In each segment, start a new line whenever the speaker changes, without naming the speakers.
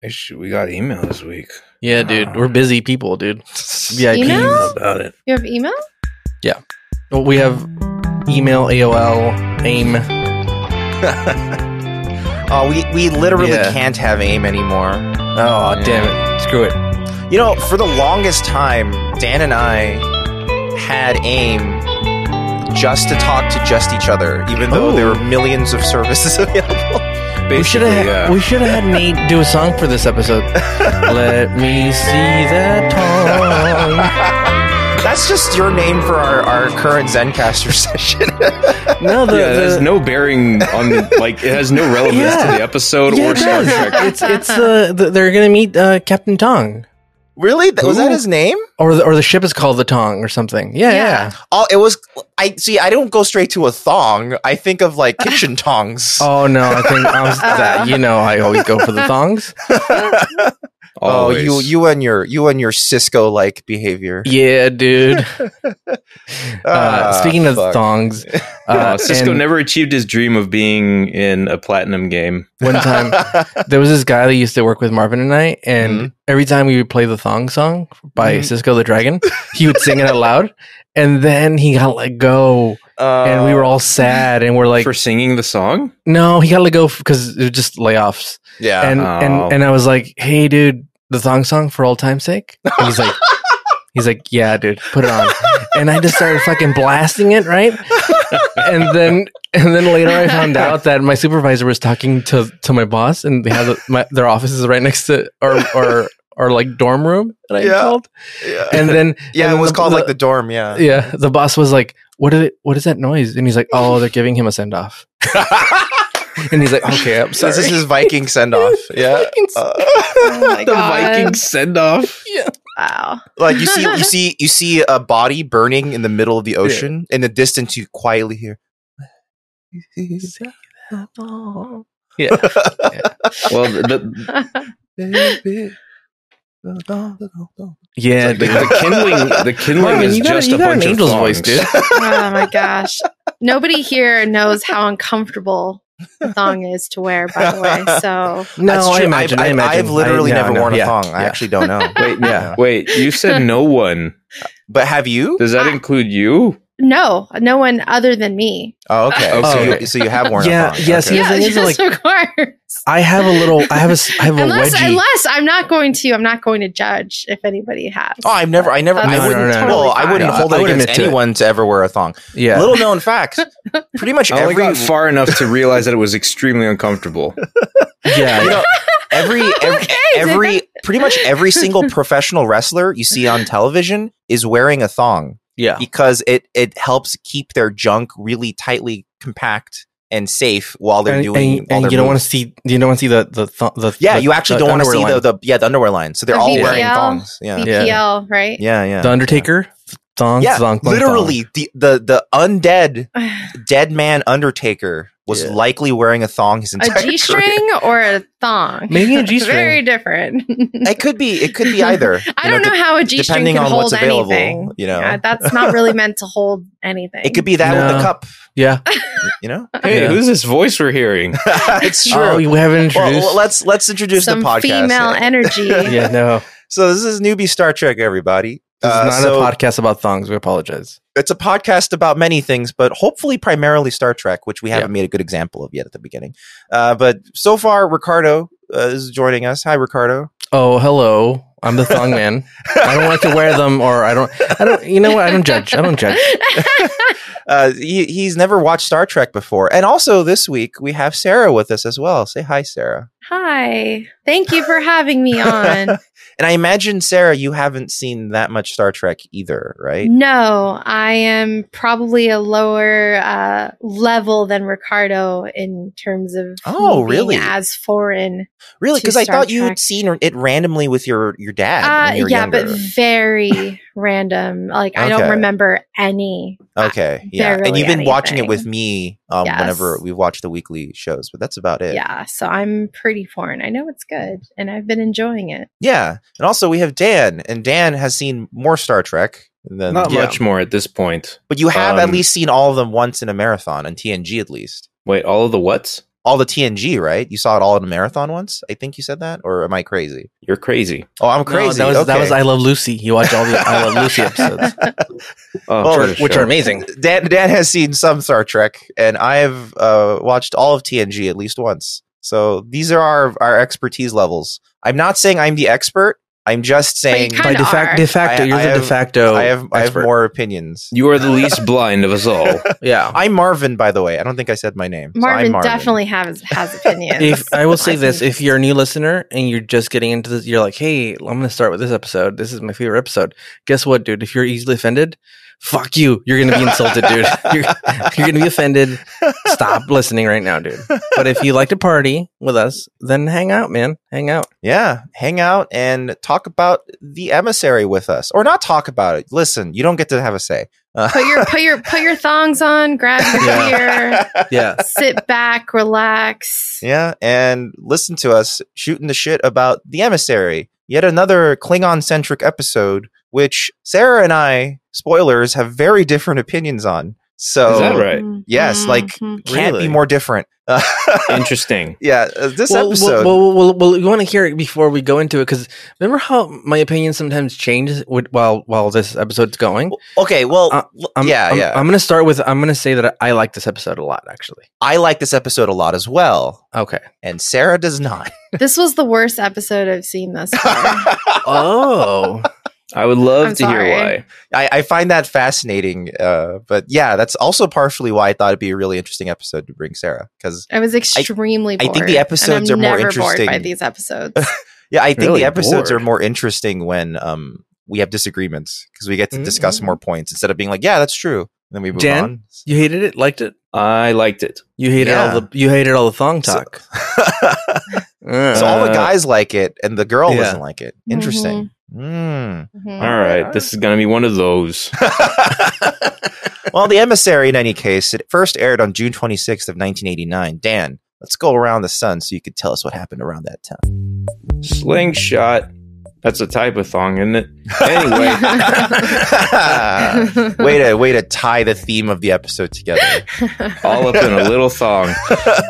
Hey, shoot, we got email this week.
Yeah, dude. We're busy people, dude. VIP.
I
Email?
don't know about it.
You have email?
Well, Oh, we have email, AOL, AIM.
Oh, we, we literally
Yeah.
can't have aim anymore.
Oh, damn it. Screw it.
You know, for the longest time, Dan and I had AIM just to talk to just each other, even though there were millions of services available.
Basically,
We should have.
yeah.
We should have had Nate do a song for this episode. Let me see that tongue.
That's just your name for our, our current Zencaster session.
No, the,
yeah, it has
the-
no bearing on like it has no relevance to
Yeah.
the episode
Yeah,
or
it
Star
does.
Trek.
It's it's the, the they're gonna meet uh, Captain Tong,
really? That, was that his name?
or the, or the ship is called the Tong or something. Yeah, yeah.
Yeah.
Oh, it was. I see. I don't go straight to a thong. I think of like kitchen tongs.
Oh no, I think I was, that, you know I always go for the thongs.
Oh,
Always.
you you and your you and your Cisco like behavior.
Yeah, dude. Uh,
Ah,
speaking of
fuck.
thongs,
Uh,
uh,
Cisco
and
never achieved his dream of being in a platinum game.
one time there was this guy that used to work with Marvin and I, and every time we would play the thong song by
Mhm.
Cisco the Dragon, he would sing it out loud, and then he got let go,
Uh,
and we were all sad, and we're like,
for singing the song?
no, he got let go because it was just layoffs,
yeah.
and
Oh.
and and I was like, hey, dude, the thong song for all time's sake, and he's like. He's like, yeah, dude, put it on, and I just started fucking blasting it, right? And then, and then later, I found out that my supervisor was talking to to my boss, and they have the, my, their offices right next to our our our like dorm room that I
Yeah.
called.
yeah.
And then,
Yeah,
and
it was
the-
called like
the-
the dorm. Yeah.
yeah, the boss was like, "What did it? What is that noise?" And he's like, "Oh, they're giving him a send off." and he's like, "Okay, I'm
So
sorry."
this is his Viking send off. Yeah. Uh,
Oh my
The
God.
Viking send off.
Wow.
like you see you see you see a body burning in the middle of the ocean. In the distance you quietly hear.
yeah,
Well, the, the,
yeah,
the,
dude.
the kindling, the kindling
Marvin,
is
you got-
just
you
a
got
bunch
an
of
angel's voice,
thongs.
dude.
oh my gosh. Nobody here knows how uncomfortable the thong is to wear, by the way. So
No, I
true.
imagine. I,
I've,
imagine.
I've literally
I- yeah,
never
no,
worn a
yeah,
thong. I
yeah.
actually don't know.
Wait, yeah. Wait, you said no one.
But have you?
Does
Ah.
that include you?
no, no one other than me.
Oh, okay.
Okay.
So,
Okay.
you, so you have worn
Yeah,
a thong.
yes,
Okay.
yes.
Yeah,
thing is,
yes, of course.
I have a little. I have a. s- I have a
Unless,
wedgie.
unless I'm not going to, I'm not going to judge if anybody has.
Oh, I've never, I never,
That's
I
No,
wouldn't,
no, no, no.
well, I wouldn't
No,
hold
I
it
would
against
admit to it.
anyone to ever wear a thong.
yeah. Oh
Little known fact, pretty much
I only
every
got far enough to realize that it was extremely uncomfortable.
yeah.
you know, every every,
Okay,
every pretty much every single professional wrestler you see on television is wearing a thong
yeah.
because it it helps keep their junk really tightly compact and safe while they're
and,
doing
and,
all
and
their
you don't want
moves.
to see you don't want to see the the th- the
yeah
the-
you actually
the
don't want to
underwear
see
line.
the, the yeah the underwear line so they're
The
all
VPL?
wearing thongs yeah
Yeah.
BPL, right?
yeah yeah
the Undertaker thong
yeah
thong thong,
literally the the the undead dead man undertaker was
Yeah.
likely wearing a thong his entire
A G
career.
string or a thong?
Maybe a G-string.
Very different.
it could be it could be either
I
You
don't know,
de-
how a G string
depending
can
on
hold
what's available,
anything.
you know.
Yeah, that's not really meant to hold anything.
it could be that with
No.
the cup
yeah
you know
Hey,
Yeah.
who's this voice we're hearing?
it's true
oh we haven't
Well,
introduced
well, let's let's introduce
some
the podcast.
female energy.
yeah no
So this is newbie Star Trek, everybody.
this
Uh,
is not
so
a podcast about thongs we apologize
It's a podcast about many things, but hopefully primarily Star Trek, which we
Yeah.
haven't made a good example of yet at the beginning. Uh, but so far, Ricardo uh, is joining us. Hi, Ricardo.
oh hello I'm the thong man I don't like to wear them or I don't I don't you know what I don't judge I don't judge
Uh, he, he's never watched Star Trek before, and also this week we have Sarah with us as well. Say hi, Sarah.
Hi. Thank you for having me on.
And I imagine Sarah, you haven't seen that much Star Trek either, right?
No, I am probably a lower uh, level than Ricardo in terms of
Oh,
me being
really?
as foreign.
Really?
To
Because I
Star
thought you
Trek.
had seen it randomly with your your dad. when you
Uh,
were
yeah, but
younger.
very random. Like I don't
Okay.
remember any.
Okay. Yeah. And
barely
you've been watching it
anything.
with me um,
Yes.
whenever we've watched the weekly shows, but that's about it.
Yeah, so I'm pretty foreign. I know it's good, and I've been enjoying it.
Yeah. And also we have Dan, and Dan has seen more Star Trek than
Not
Yeah.
much more at this point.
But you have at
Um,
least seen all of them once in a marathon on TNG at least.
Wait, all of the whats?
all the TNG, right? You saw it all in a marathon once. I think you said that, or am I crazy?
You're crazy.
Oh, I'm
No,
crazy.
that was that
Okay.
was I Love Lucy. You watch all the I Love Lucy episodes,
Oh,
Well,
Jordan
which
Shore.
are amazing.
Dan Dan has seen some Star Trek, and I've uh, watched all of TNG at least once. So these are our our expertise levels. I'm not saying I'm the expert. I'm just saying
But you
By
Kinda
de facto,
are.
de facto,
I-
you're
I
the
have-
de facto.
I have I have
Oh, expert.
more opinions.
You are the least blind of us all.
Yeah.
I'm Marvin, by the way. I don't think I said my name. So
Marvin,
I'm Marvin
definitely has has opinions.
If I will say
I
this,
think-
if you're a new listener and you're just getting into this, you're like, "Hey, I'm going to start with this episode. This is my favorite episode." Guess what, dude? If you're easily offended, fuck you. You're going to be insulted, dude. You're, you're going to be offended. Stop listening right now, dude. But if you like to party with us, then hang out, man. Hang out.
Yeah, hang out and talk about the emissary with us, or not talk about it. Listen, you don't get to have a say. Uh,
put your put your put your thongs on, grab your beer,
Yeah.
sit back, relax.
yeah, and listen to us shooting the shit about the emissary. Yet another Klingon-centric episode, which Sarah and I, spoilers, have very different opinions on. So
Is that right?
Mhm.
Oh. Yes, like,
Mhm.
can't
Really?
be more different. Uh,
Interesting.
yeah, uh, this episode.
Well, well, well, well, we want to hear it before we go into it because remember how my opinion sometimes changes with, while while this episode's going.
okay, well,
Uh,
l-
I'm,
yeah,
I'm,
yeah.
I'm gonna start with I'm gonna say that I like this episode a lot, actually.
I like this episode a lot as well,
Okay.
and Sarah does not.
this was the worst episode I've seen this far.
Oh,
I would love
I'm
to hear
sorry.
why.
I, I find that fascinating. Uh, but yeah, that's also partially why I thought it'd be a really interesting episode to bring Sarah because
I was extremely
I
bored.
think the
and
episodes
I'm
are more
never bored by
interesting.
these episodes.
yeah, I think
Really
the episodes
bored.
are more interesting when um we have disagreements because we get to discuss
Mhm.
Mm-hmm.
more points instead of being like, yeah, that's true. And then we move
Dan?
on.
you hated it, liked it.
I liked it.
You hated
Yeah.
all the you hated all the thong
So-
talk.
so all the
Uh,
guys like it, and the girl
Yeah.
doesn't like it. Interesting. Mm.
Mhm.
All right, this is going to be one of those.
Hmm. well, the emissary, in any case, it first aired on June 26th of 1989. Dan, let's go around the sun so you could tell us what happened around that time.
Slingshot. That's a type of thong, isn't it? Anyway,
way to way to tie the theme of the episode together.
all up in a little thong.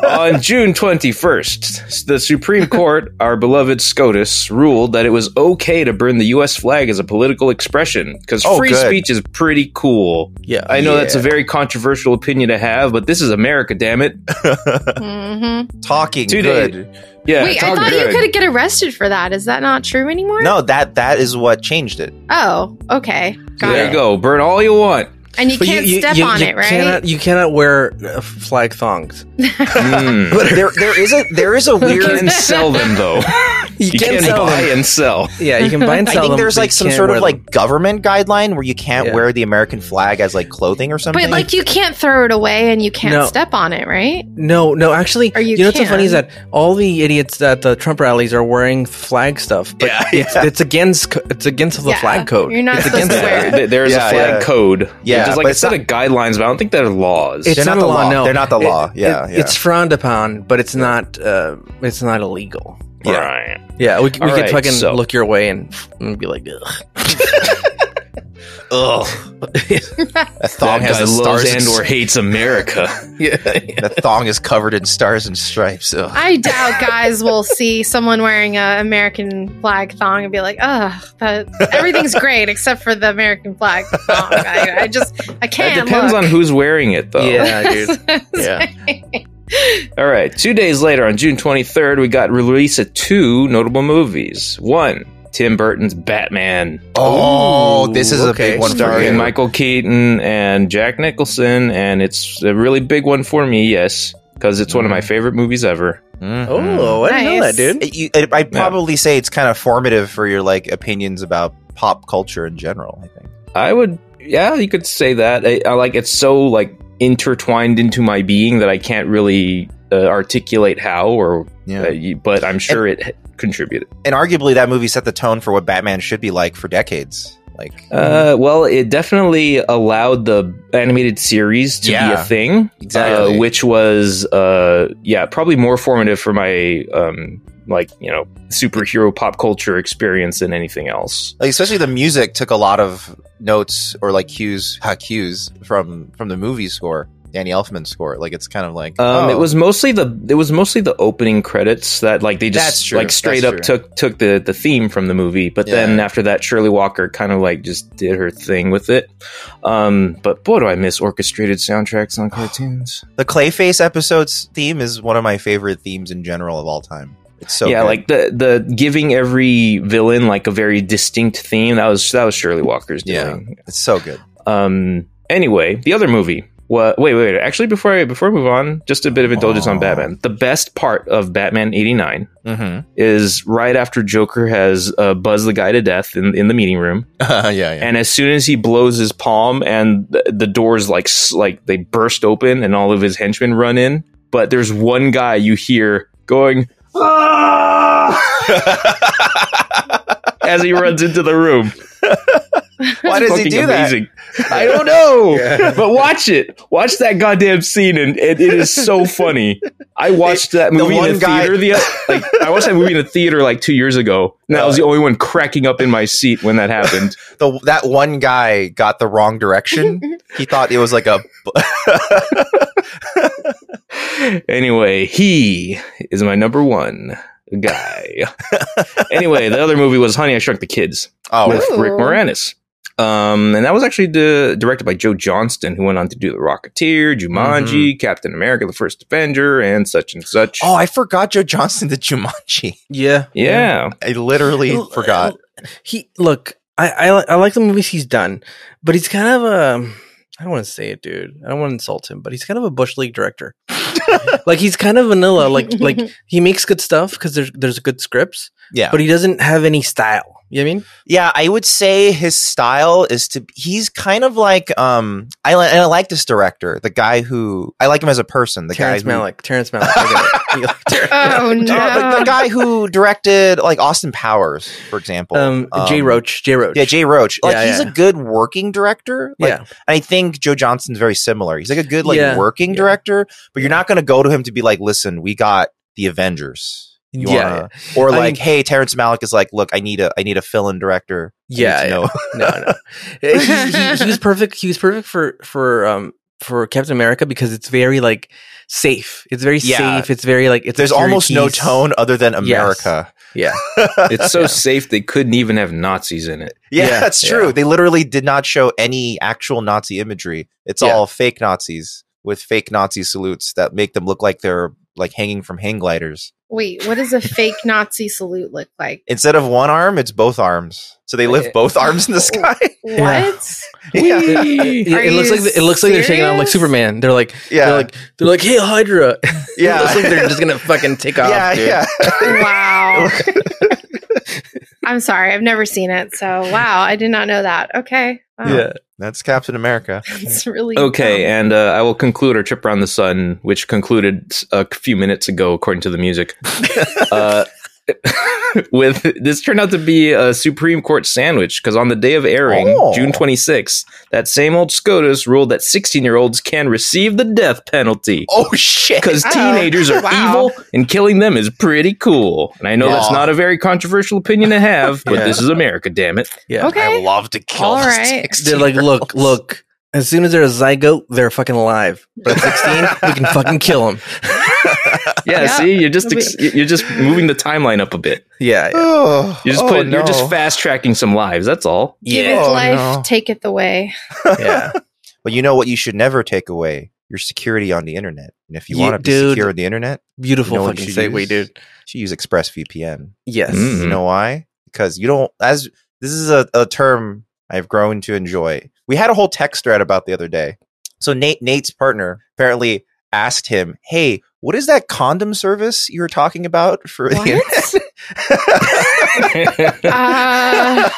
On June 21st, the Supreme Court, our beloved SCOTUS, ruled that it was okay to burn the U.S. flag as a political expression because
Oh,
free
good.
speech is pretty cool.
yeah,
I know that's a
Yeah.
very controversial opinion to have, but this is America, damn it.
Mhm.
Talking
Two
good.
Yeah,
Wait,
it's
I
all
thought
good.
you could get arrested for that. Is that not true anymore?
No, that that is what changed it.
Oh, okay. Got
there
it.
you go. Burn all you want.
And you
But
can't step on it, right?
Cannot, you cannot wear uh, flag thongs.
Mm.
But there there is a there is a
You
weird.
can sell them though.
You,
You can buy and sell.
Yeah, you can buy and
I
sell
think
them,
there's
but
like
you
some
can't
sort
wear
of
them.
like government guideline where you can't
Yeah.
wear the American flag as like clothing or something.
But like you can't throw it away and you can't
No.
step on it, right?
No, no, actually,
Or you
you, know what's so funny is
can.
that all the idiots at the Trump rallies are wearing flag stuff, but
Yeah,
it's, it's against co- it's against the
Yeah,
flag code.
You're not
it's
supposed
against
to wear it.
Th- There is
Yeah,
a flag
yeah.
code.
Yeah,
There's
but
like a
it's
set
not-
of guidelines, but I don't think they're laws.
It's
They're not
not a
the
law.
law.
No,
They're not the
It-
law.
it-
Yeah, yeah.
it's frowned upon, but it's not. Uh, it's not illegal.
yeah.
Right.
Yeah, we, we
All
could
right,
fucking
so-
look your way and, and be like, Ugh.
Ugh, that
That
thong has
guy
the
loves
stars and
and or hates America.
that thong is covered in stars and stripes. Ugh.
I doubt guys will see someone wearing a American flag thong and be like, "Ugh, that everything's great except for the American flag thong." I, I just I
That
can't.
depends
look.
on who's wearing it though.
yeah, dude. Yeah.
All right. Two days later, on June 23rd, we got release of two notable movies. One, Tim Burton's Batman,
Oh,
Ooh,
this is a
okay.
big one for
starring
you.
Michael Keaton and Jack Nicholson, and it's a really big one for me. Yes, because it's one of my
Mm-hmm.
favorite movies ever.
Mhm.
Oh, I didn't
Nice.
know that, dude.
It- you- it- I'd probably say it's kind of formative for your like opinions about pop culture in general. I think.
I would, yeah, you could say that. I, I like it's so like intertwined into my being that I can't really uh, articulate how or,
Yeah,
uh, you- but I'm sure it h- contributed.
and arguably that movie set the tone for what Batman should be like for decades. Like, Mm-hmm.
Uh, well, it definitely allowed the animated series to be
Yeah.
a thing,
Exactly.
uh, which was, uh, yeah, probably more formative for my, um, like you know, superhero pop culture experience than anything else.
like, especially the music took a lot of notes or like cues, ha, cues from from the movie score. Danny Elfman score. Like it's kind of like
Um,
oh,
It was mostly the it was mostly the opening credits that like they just
That's true.
like straight
That's
up
true.
took took the the theme from the movie. But then
Yeah.
after that, Shirley Walker kind of like just did her thing with it. Um, but boy, do I miss orchestrated soundtracks on cartoons.
the Clayface episode's theme is one of my favorite themes in general of all time. It's so
yeah,
good.
like the the giving every villain like a very distinct theme. That was that was Shirley Walker's
Yeah.
doing.
it's so good.
Um. Anyway, the other movie. What? Wait, wait, wait. Actually, before I before I move on, just a bit of indulgence on
Aw.
Batman. The best part of Batman '89
Mm-hmm.
is right after Joker has uh, buzzed the guy to death in, in the meeting room,
yeah, yeah.
and as soon as he blows his palm, and the, the doors like s- like they burst open, and all of his henchmen run in. But there's one guy you hear going "Ah!" as he runs into the room.
Why does he
Fucking
do
amazing. I don't know,
Yeah.
but watch it. Watch that goddamn scene, and it, it is so funny. I watched that
The
movie
one
in a
guy-
theater. The like, I watched that movie in a theater like two years ago, and I was the only one cracking up in my seat when that happened.
that? The that one guy got the wrong direction. he thought it was like a
Anyway, he is my number one guy. anyway, the other movie was Honey, I Shrunk the Kids
oh
with
Ooh.
Rick Moranis. Um, and that was actually di- directed by Joe Johnston, who went on to do The Rocketeer, Jumanji, Captain America: The First Avenger, and such and such.
oh I forgot Joe Johnston did Jumanji.
Yeah.
yeah.
I literally
L-
forgot.
l- uh, He look, I, I li- I like the movies he's done, but he's kind of a I don't want to say it, dude. I don't want to insult him, but he's kind of a bush league director. like he's kind of vanilla. Like like he makes good stuff because there's there's good scripts,
Yeah,
but he doesn't have any style. You know what I mean?
Yeah, I would say his style is to he's kind of like um I li- and I like this director, the guy who I like him as a person, the
Terrence
guy who,
Malick. Terrence Malick. I get it. You like Terrence
Oh
Malick.
No,
no!
the, the guy who directed like Austin Powers, for example.
Um, Jay
Um,
Roach. Jay Roach.
yeah, Jay Roach. Like
Yeah,
he's
yeah.
a good working director. Like,
yeah.
I think Joe Johnson's very similar. He's like a good like
Yeah.
working
Yeah.
director, but you're not going to go to him to be like, "Listen, we got the Avengers." You
Yeah,
wanna, or
I
like,
mean-
"Hey, Terrence Malick is like, look, I need a I need a fill-in director." I need
Yeah,
to
yeah.
know."
no, no. he, he- he was perfect. He was perfect for for um for Captain America because it's very like safe. It's very
Yeah.
safe. It's very like it's a
There's
period
almost no
piece.
tone other than America.
Yeah,
It's so safe they couldn't even have Nazis in it.
Yeah,
Yeah,
that's true.
yeah.
They literally did not show any actual Nazi imagery. It's
Yeah.
all fake Nazis with fake Nazi salutes that make them look like they're like hanging from hang gliders.
Wait, what does a fake Nazi salute look like?
Instead of one arm, it's both arms. So they
Eh,
lift both arms in
oh,
the sky.
What?
Yeah.
yeah.
it,
Are
it looks
you
like the- it looks like they're shaking out like
serious?
Superman. They're like
Yeah.
they're like they're like hey Hydra. it
yeah.
looks like they're just gonna fucking take off.
yeah,
dude.
yeah.
Wow. I'm sorry, I've never seen it. So wow, I did not know that. Okay. Wow.
yeah.
That's Captain America.
It's really
Okay,
dumb.
and uh, I will conclude our trip around the sun, which concluded a few minutes ago, according to the music. uh, with this turned out to be a Supreme Court sandwich because on the day of airing,
Oh.
June 26th, that same old SCOTUS ruled that 16 year olds can receive the death penalty.
Oh shit.
Because
Oh,
teenagers are
wow.
evil and killing them is pretty cool. And I know that's
Aw.
not a very controversial opinion to have, but
Yeah.
this is America, damn it.
Yeah.
I
Okay.
love to kill
All
all
right.
right.
They're like look look. As soon as they're a zygote, they're fucking alive. But at 16, we can fucking kill them.
Yeah,
Yeah.
see, you're just ex- you're just moving the timeline up a bit.
Yeah. yeah.
Oh,
You're just
oh,
putting, you're just
no.
fast tracking some lives. That's all.
Give
Yeah.
it
Oh,
life,
no.
take it away.
Yeah.
But you know what you should never take away? Your security on the internet. And if you
Ye-
want to be
dude.
secure on the internet,
Beautiful
You know what
fucking
you
segue,
use?
dude.
you should use ExpressVPN.
Yes.
Mm.
You know why? Because you don't as this is a, a term I've grown to enjoy. We had a whole text thread about the other day. So Nate Nate's partner apparently asked him, Hey, what is that condom service you were talking about for the
What?
yeah,
uh,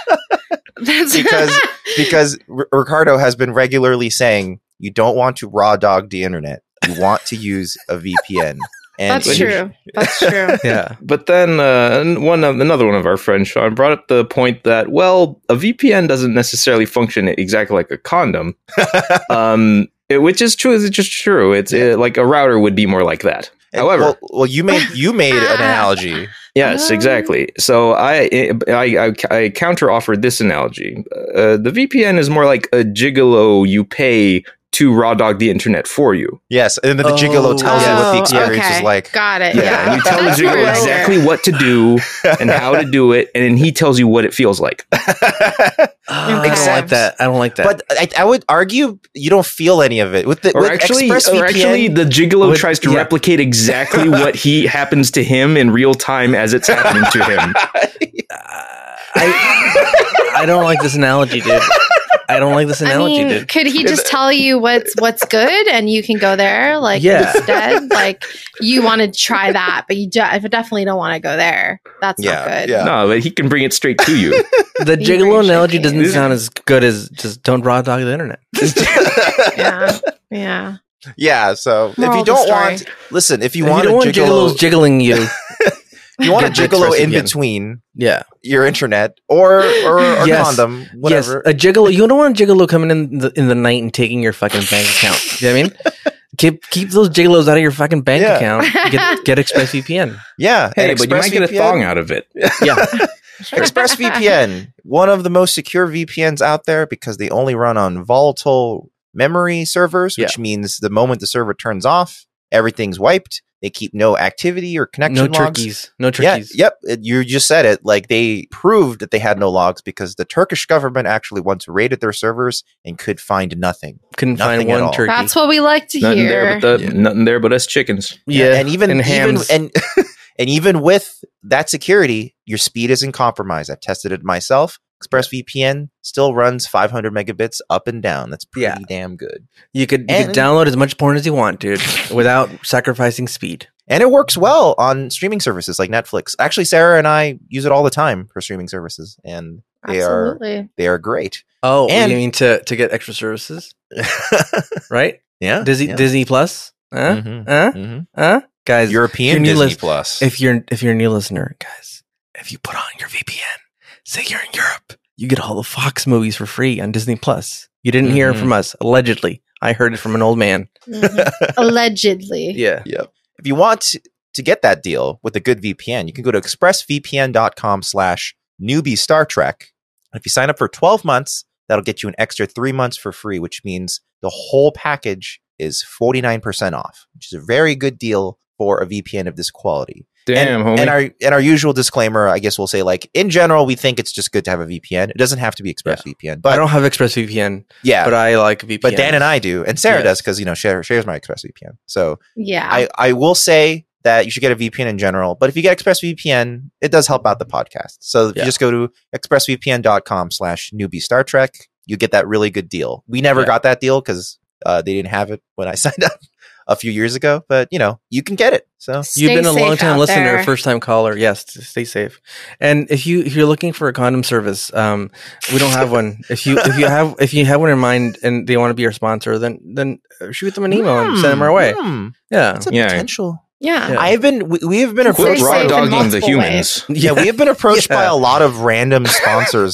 that's
Because- because R- Ricardo has been regularly saying you don't want to raw dog the internet. You want to use a VPN. And
that's true. That's true.
Yeah.
but then uh, an- one of, another one of our friends, Sean, brought up the point that well, a VPN doesn't necessarily function exactly like a condom, um, it- which is true. It's just true. It's uh like a router would be more like that.
and-
However-
well, well, you made you made an analogy.
Yes,
Um,
exactly. So I I, I, I counter offered this analogy. Uh, the VPN is more like a gigolo you pay to raw dog the internet for you.
Yes, and then the gigolo
Oh.
tells you what the
Oh,
experience
okay.
is like.
Got it.
Yeah,
Yeah.
and you tell the
That's
gigolo
where we
exactly
were.
what to do and how to do it, and then he tells you what it feels like.
Ah, I don't like
Except-
that. I don't like that.
but I, I would argue you don't feel any of it with the
Or
with
actually,
ExpressVPN,
or actually, the gigolo
With-
tries to
yeah.
replicate exactly what he happens to him in real time as it's happening to him.
I, I don't like this analogy, dude. I don't like this
I
analogy,
mean,
dude.
could he just tell you what's what's good and you can go there like
Yeah.
instead? Like you want to try that, but you de- definitely don't want to go there. That's
Yeah,
not good.
yeah.
No, but he can bring it straight to you.
The
Be
gigolo
very
analogy
shaky.
doesn't
This-
sound as good as just don't raw dog the internet.
Yeah. Yeah.
yeah. So if
Moral
you
of the
don't
story.
want, listen, if you
If
want
you don't
a
want
gigolo,
gigolos jiggling you.
you want a
Get
gigolo
Express
in
again.
between
Yeah.
your internet or or, or
Yes.
condom, whatever.
Yes, a gigolo. You don't want a gigolo coming in the, in the night and taking your fucking bank account. You know what I mean? Keep keep those gigolos out of your fucking bank
Yeah.
account. Get get ExpressVPN.
Yeah,
hey,
and
but you might get a
ExpressVPN
thong out of it.
Yeah.
ExpressVPN, one of the most secure VPNs out there because they only run on volatile memory servers, which means the moment the server turns off, everything's wiped. They keep no activity or connection
no
logs.
turkeys. No
Yeah,
turkeys.
yep. it- you just said it. Like they proved that they had no logs because the Turkish government actually once raided their servers and could find nothing.
Couldn't find
Nothing at
one
all.
turkey.
That's what we like to
Nothing there,
hear.
but the, nothing there but us chickens.
yeah.
and even
and
even-
hams.
and and even with that security, your speed isn't compromised. I've tested it myself. ExpressVPN still runs 500 megabits up and down. That's pretty
Yeah.
damn good,
you could you
and-
could download as much porn as you want, dude, without sacrificing speed.
and it works well on streaming services like Netflix. Actually, Sarah and I use it all the time for streaming services, and they are
Absolutely.
they are great.
Oh,
And-
you mean to to get extra services, right?
yeah,
Disney
yeah.
Disney Plus, huh?
Mhm,
Huh?
mhm.
Huh? Guys,
European
your new
Disney
list-
Plus.
if you're if you're a new listener, guys, if you put on your VPN, say you're in Europe, you get all the Fox movies for free on Disney Plus. You didn't hear it
Mhm.
from us, allegedly. I heard it from an old man.
Mhm. Allegedly.
Yeah.
if you want to get that deal with a good VPN, you can go to expressvpn.com slash newbie Star Trek. If you sign up for 12 months, that'll get you an extra three months for free, which means the whole package is 49% off, which is a very good deal for a VPN of this quality.
Damn,
and,
homie.
And our, and our usual disclaimer, I guess we'll say like, in general, we think it's just good to have a VPN. It doesn't have to be ExpressVPN,
I
but
don't have ExpressVPN,
yeah,
but
but,
I like VPN.
Dan and I do, and Sarah
Yes.
does because, you know, Sarah shares my ExpressVPN. So
Yeah.
I, I will say that you should get a VPN in general, but if you get ExpressVPN, it does help out the podcast. So if
Yeah.
you just go to expressvpn.com slash newbie Star Trek, you get that really good deal. We never
Yeah.
got that deal because uh, they didn't have it when I signed up a few years ago, but you know, you can get it. So
You've
Stay
been a
safe
long time
out
listener,
there.
first time caller. Yes, t- stay safe. And if you if you're looking for a condom service, um, we don't have one. If you if you have if you have one in mind and they want to be our sponsor, then then uh, shoot them an email and send them our way.
Hmm,
Yeah,
That's a
Yeah.
potential.
Yeah.
Yeah.
I have been, we, we have been
Quit
approached
Stay
raw
by,
safe in
dogging the
multiple
humans.
yeah, we have been approached by
Yeah.
a lot of random sponsors.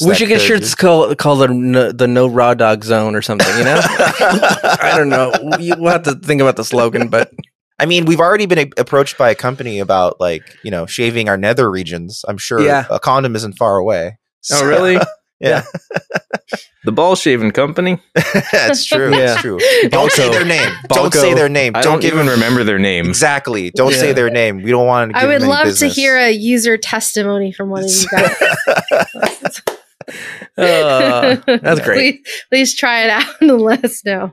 we
that
should get
could-
shirts called called the no, the No Raw Dog Zone or something. You know, I don't know. We, we'll have to think about the slogan, but
I mean, we've already been a- approached by a company about like you know shaving our nether regions. I'm sure
Yeah.
a condom isn't far away.
Oh,
So-
really?
Yeah.
the ball shaving company.
That's true.
Yeah.
That's true. Don't say their name. Don't
Balco.
say their name.
I don't,
give
even
them-
remember their name.
Exactly. Don't
Yeah.
say their name. We don't want to.
I would love to hear a user testimony from one of you guys.
uh, that's great.
Please, please try it out and let us know.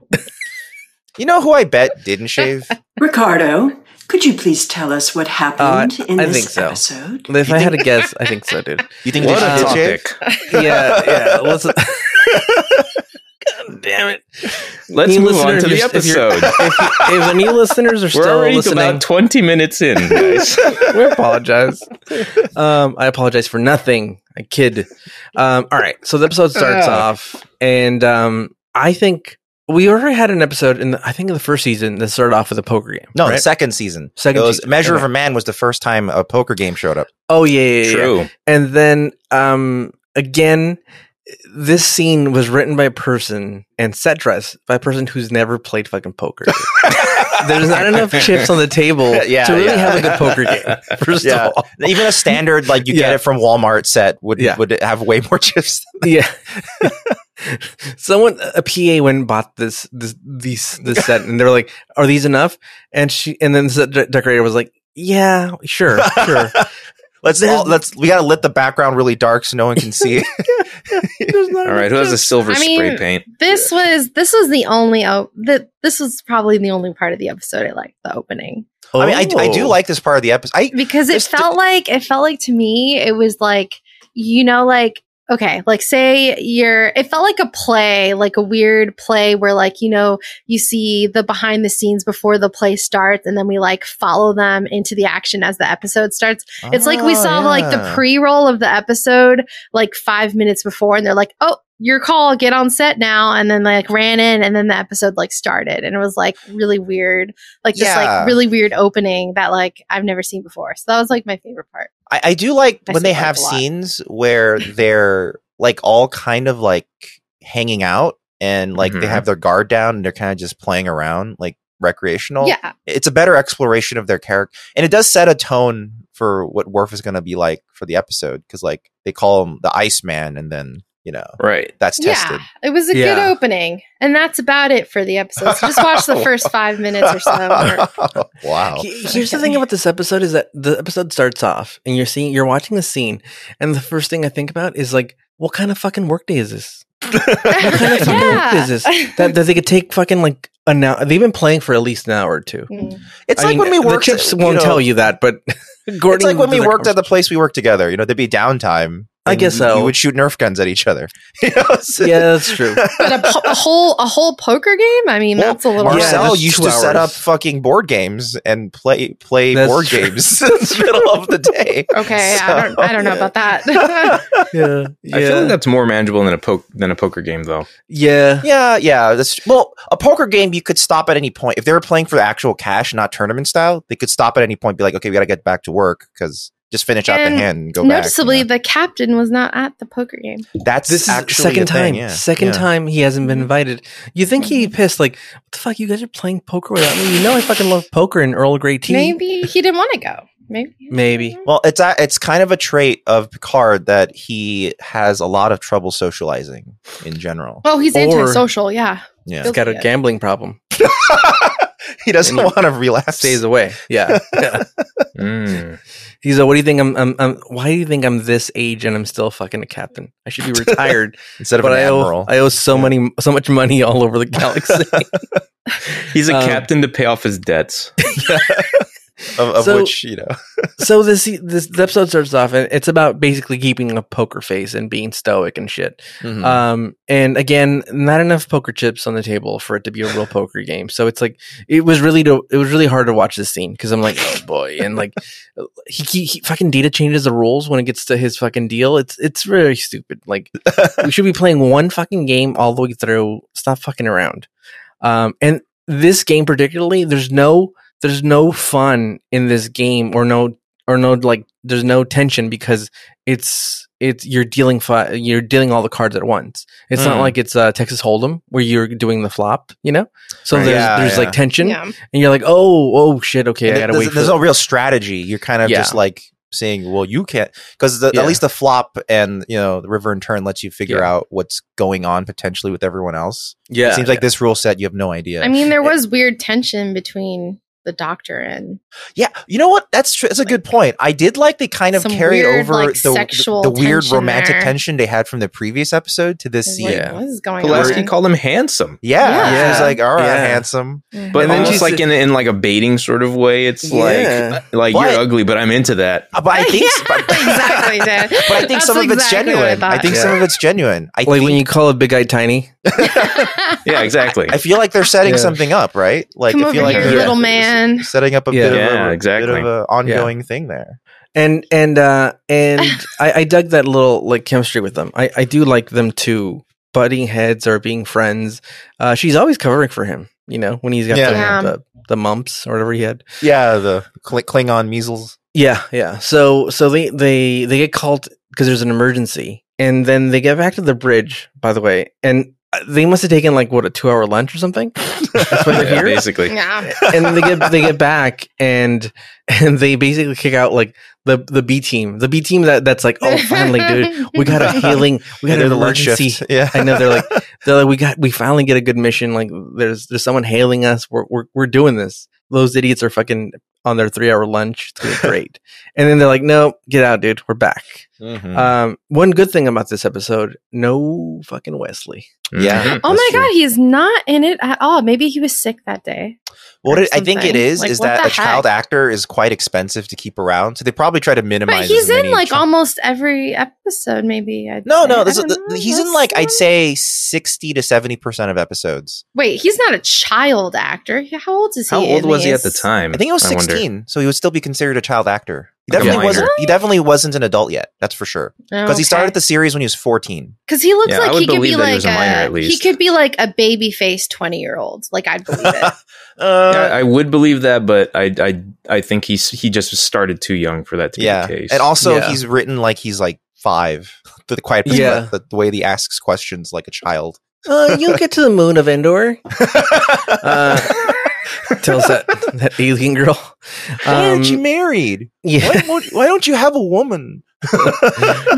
You know who I bet didn't shave?
Ricardo, could you please tell us what happened in
Uh, I
this
think so.
episode?
If I had a guess, I think so, dude.
You think they
What a
did shave?
topic.
Yeah, yeah. Let's, God damn it.
Let's
New
move
listener,
on to
if
the
you're- if you're-
episode.
if, if any listeners are
We're
still
already
listening,
about 20 minutes in, guys.
we apologize. Um, I apologize for nothing. I kid. Um, all right. So the episode starts
Ah.
off, and um, I think we already had an episode in the, I think in the first season that started off with a poker game.
No, the
right?
second season.
Second
it was
season.
Measure of
Okay.
a Man was the first time a poker game showed up.
oh yeah, yeah, yeah, yeah.
True.
And then um, again, this scene was written by a person and set dress by a person who's never played fucking poker. There's not enough chips on the table
Yeah,
to really
yeah.
have a good poker game. First
Yeah.
of all,
Even a standard like you
Yeah.
get it from Walmart set would
Yeah.
would have way more chips.
yeah. Someone, a PA, went and bought this this these this set, and they were like, "Are these enough?" And she, and then the set de- decorator was like, "Yeah, sure, sure."
let's all, let's we gotta let the background really dark so no one can see.
All right, who has a silver
I mean-
spray paint?
This was this was the only oh that this was probably the only part of the episode I liked the opening
I mean, I, I do like this part of the episode. I
because it
There's di-
felt like it felt like to me it was like you know like okay like say you're it felt like a play like a weird play where like you know you see the behind the scenes before the play starts and then we like follow them into the action as the episode starts It's like we
Ah,
saw like the
Oh,
yeah.
pre-roll of the episode like five minutes before, and they're like, "Oh, your call, get on set now," and then they, like ran in, and then the episode like started, and it was like really weird, like just
Yeah.
like really weird opening that like I've never seen before. So that was like my favorite part.
I, I do like
I
when they
still like
have
a lot.
scenes where they're like all kind of like hanging out and like they
Mhm.
have their guard down and they're kind of just playing around like recreational.
yeah,
It's a better exploration of their character. And it does set a tone for what Worf is going to be like for the episode because like they call him the Iceman and then, you know,
Right.
that's tested.
yeah, it was a good
Yeah.
opening, and that's about it for the episode. So just watch the first five minutes or so. or-
wow.
He- Here's the thing about this episode is that the episode starts off and you're seeing you're watching the scene, and the first thing I think about is like, what kind of fucking workday is this? What kind of fucking workday is this? That, that they could take fucking like an hour. They've been playing for at least an hour or two.
Mm.
It's
I
like
mean,
when we worked
The chips won't
know,
tell you that, but
It's
Gordon
like when we
does that
worked at the place we worked together. You know, there'd be downtime.
I
and
guess
we- We
so.
would shoot Nerf guns at each other. You know, so-
yeah, that's true.
But a, po- a whole a whole poker game. I mean,
Well,
that's a little.
Yeah,
Marcel
that's
used
two
to set up
hours.
fucking board games and play play
That's
board
true.
games in the middle of the day.
Okay, I don't
So-
I don't know about that.
Yeah, yeah,
I feel like that's more manageable than a poke than a poker game, though.
yeah.
Yeah, yeah. That's, well, a poker game you could stop at any point if they were playing for actual cash, not tournament style. They could stop at any point, be like, okay, we got to get back to work because just finish out the
And
hand and go back.
Noticeably,
you know?
the captain was not at the poker game.
that's
This is
actually
second
a thing,
time.
yeah,
Second
yeah. Mm-hmm.
time he hasn't been invited. You think he pissed like what the fuck? You guys are playing poker without me. You know I fucking love poker and Earl Grey tea.
Maybe he didn't want to go. Maybe.
Maybe.
Well, it's a, it's kind of a trait of Picard that he has a lot of trouble socializing in general.
Oh, he's
Or-
antisocial. Yeah.
Yeah,
He's got a gambling problem.
he doesn't
And he
want to relapse.
Stays away. Yeah. yeah.
Mm.
He's like, what do you think? I'm, I'm, I'm. Why do you think I'm this age and I'm still fucking a captain? I should be retired.
instead of
but
an
I owe,
admiral.
I owe so
Yeah.
many, so much money all over the galaxy.
He's a
Um,
captain to pay off his debts.
of, of
So-
which you know
so this this the episode starts off and it's about basically keeping a poker face and being stoic and shit.
Hmm.
Um, and again, not enough poker chips on the table for it to be a real poker game. So it's like it was really to, it was really hard to watch this scene because I'm like, oh boy, and like he, he, he fucking data changes the rules when it gets to his fucking deal. It's it's really stupid. Like we should be playing one fucking game all the way through. Stop fucking around. Um, and this game particularly, there's no there's no fun in this game or no or no like there's no tension because it's it's you're dealing fi- you're dealing all the cards at once. It's not
Mm.
like it's uh, Texas Hold'em where you're doing the flop, you know. So
Right.
there's
Yeah,
there's
yeah.
like tension,
Yeah.
and you're like, oh oh shit, okay,
And
I
there-
gotta
there's,
wait. For
there's
the-
no real strategy. You're kind of
Yeah.
just like saying, "Well, you can't," because
Yeah.
at least the flop and you know the river and turn lets you figure
Yeah.
out what's going on potentially with everyone else.
yeah,
it seems like this rule set you have no idea.
I mean, there was weird tension between the doctor and
yeah, you know what? That's true. That's a good point. I did like they kind of
Some
carried
weird,
over
like,
the,
sexual
the weird
tension
romantic
there.
tension they had from the previous episode to this scene.
like,
Yeah.
Yeah.
what is going
Pulaski
on?
called him handsome,
Yeah,
Yeah.
she was like, "All right,
Yeah.
handsome."
Mhm.
but
And then
almost
she's-
like in, in like a baiting sort of way. It's
Yeah.
like like
But-
you're ugly, but I'm into that.
Uh, But I think,
Yeah,
but,
exactly, Dan.
but I think
That's
some of it's
exactly what I
genuine. I,
thought.
think some of it's genuine. I
like
think
when you call a big guy tiny.
Yeah, exactly.
I feel like they're setting
Yeah.
something up, right? Like
Come
I feel
over
like
here,
they're
little man.
setting up a
Yeah.
bit
Yeah,
of a,
exactly.
bit of a ongoing thing there.
and and uh and I, I dug that little like chemistry with them. I I do like them too, butting heads or being friends. Uh, she's always covering for him, you know, when he's got
Yeah.
the,
Yeah.
the the mumps or whatever he had.
Yeah, the Kling- Klingon measles.
Yeah, yeah. So so they they they get called because there's an emergency, and then they get back to the bridge. By the way, and they must have taken like what a two hour lunch or something. That's why they're
Yeah,
here.
basically.
Yeah.
and they get they get back and and they basically kick out like the the B team, the B team that that's like, oh, finally, dude, we got a healing, we got
They
an
did a lunch
emergency.
shift. Yeah.
I know they're like they're like we got we finally get a good mission. Like there's there's someone hailing us. We're we're we're doing this. Those idiots are fucking on their three hour lunch. It's gonna be great. and then they're like, no, get out, dude. We're back.
Mhm.
Um, one good thing about this episode, no fucking Wesley.
Yeah.
Mhm.
Oh
That's
my
true.
god, he's not in it at all. Maybe he was sick that day.
What
or
it, I think it
something.
is
Like,
is
what
that
the
a child actor is quite expensive to keep around, so they probably try to
But
minimize.
he's
as
in
many
like
chi-
almost every episode, maybe. I'd say.
no,
I
no. This, is
don't know.
he's in
That's
like I'd
not-
say sixty to seventy percent of episodes.
Wait, he's not a child actor. How old is he?
How old
in
was he at the
these?
time?
I think he was
wonder.
sixteen, so he would still be considered a child actor. He
Like a
definitely
minor.
wasn't. He definitely wasn't an adult yet. That's for sure because he started
Okay.
the series when he was fourteen.
Because he looks
Yeah, I
like
would
he could be
believe that he
like
was
a,
a minor, at
he
least.
could be like a baby faced twenty year old. Like I'd believe it.
Yeah,
Uh,
I would believe that, but I, I, I think he's he just started too young for that to
yeah,
be the case.
and also
Yeah.
he's written like he's like five. The, the quiet,
Yeah.
yeah. the, the way he asks questions like a child.
Uh, you'll get to the moon of Endor. Uh, tells that that alien girl.
Why aren't you
Um,
married?
yeah.
Why, won't- why don't you have a woman?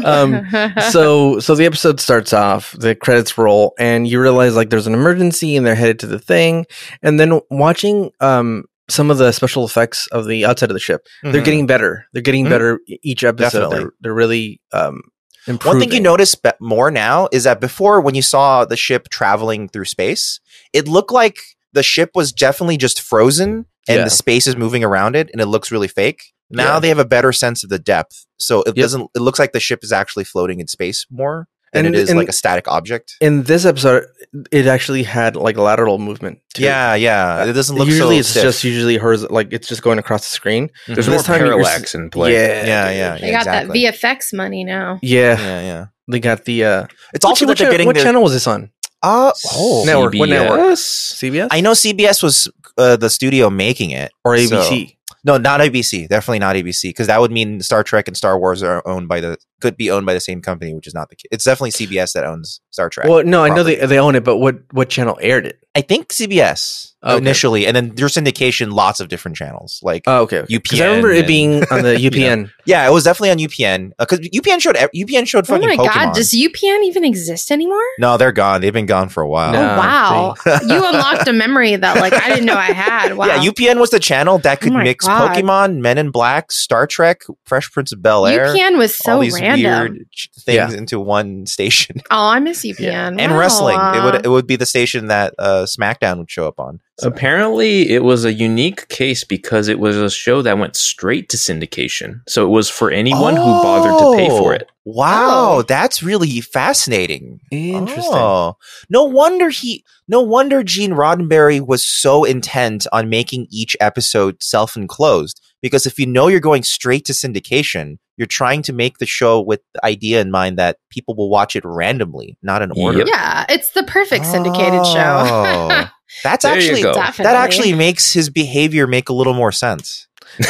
Um, so so the episode starts off, the credits roll, and you realize like there's an emergency and they're headed to the thing. And then watching um some of the special effects of the outside of the ship, they're
Mhm.
getting better. They're getting
Mhm.
better e- each episode.
Definitely.
They're, they're really um improving.
One thing you notice be- more now is that before, when you saw the ship traveling through space, it looked like the ship was definitely just frozen and
Yeah.
the space is moving around it, and it looks really fake. Now
Yeah.
they have a better sense of the depth, so
Yep.
it doesn't. It looks like the ship is actually floating in space more than
And-
it is
and-
like a static object.
in this episode, it actually had like lateral movement. too.
Yeah, yeah. It doesn't look
Uh, usually
so
it's
stiff. Mm-hmm.
just usually horiz- like it's just going across the screen.
There's
This
more
time you're s-
parallax in play.
Mm-hmm. Yeah,
yeah,
dude.
yeah,
they got
exactly.
that VFX money now.
yeah.
yeah, yeah.
They got the uh.
It's also that
which,
they're getting
what
their
channel was this on?
uh, oh,
Network, what network?
CBS?
CBS
I know CBS was uh, the studio making it
or
so-
ABC?
No, not ABC. Definitely not ABC because that would mean Star Trek and Star Wars are owned by the could be owned by the same company, which is not the case. It's definitely CBS that owns Star Trek.
Well, no, I know they, uh, they own it, but what what channel aired it?
I think CBS
Okay.
initially, and then your syndication, lots of different channels. Like,
Oh, okay. okay. 'Cause I remember
UPN
it being on the
you know.
UPN.
yeah, it was definitely on UPN because UPN showed ev- UPN showed
Oh
fucking
my
Pokemon.
god, does UPN even exist anymore?
no, they're gone. They've been gone for a while.
No,
oh wow, you unlocked a memory that like I didn't know I had. Wow.
Yeah, UPN was the channel that could
Oh my
mix
God.
Pokemon, Men in Black, Star Trek, Fresh Prince of Bel Air,
UPN was so
all these
random.
weird ch- things into one station.
Oh, I miss UPN
and
Wow.
wrestling. It would it would be the station that uh, SmackDown would show up on. So-
Apparently, it was a unique case because it was a show that went straight to syndication. So it was for anyone who bothered to pay for it.
Oh, Wow,
Oh.
that's really fascinating.
Interesting.
Oh. No wonder he. No wonder Gene Roddenberry was so intent on making each episode self-enclosed. Because if you know you're going straight to syndication, you're trying to make the show with the idea in mind that people will watch it randomly, not in order.
Yep.
Yeah, it's the perfect syndicated
Oh.
show.
That's
There you
actually
go.
that actually makes his behavior make a little more sense.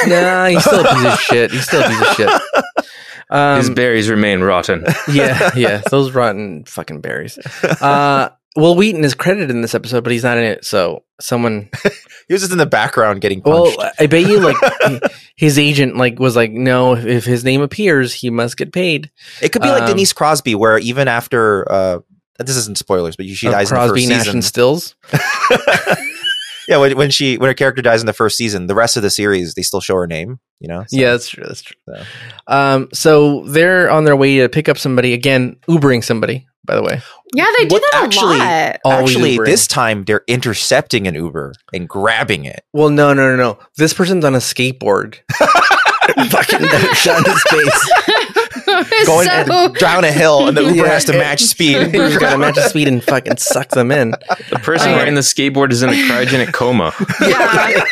nah, he's still a piece of shit. He's still a piece of shit. Um,
His berries remain rotten.
yeah, yeah, those rotten fucking berries. Uh, Will Wheaton is credited in this episode, but he's not in it. So someone,
He was just in the background getting
well,
punched.
I bet you like he- his agent like was like, no, if, if his name appears, he must get paid.
it could be like
um,
Denise Crosby, where even after uh, this isn't spoilers, but she
Uh,
dies
Crosby,
in the
Nash,
first
and
season.
Stills.
yeah, when, when she when her character dies in the first season, the rest of the series they still show her name. You know. So-
Yeah, that's true. That's true.
So.
Um, so they're on their way to pick up somebody again, Ubering somebody. By the way,
Yeah, they do
What
that
actually-
a lot.
Always
Actually,
Ubering.
this time they're intercepting an Uber and grabbing it.
Well, no, no, no, no. This person's on a skateboard. Fucking down his face.
Going
so,
down a hill, and the Uber
Yeah.
has to match speed.
Uber's got to match the speed and fucking suck them in.
The person
Oh.
riding the skateboard is in a cryogenic coma.
yeah.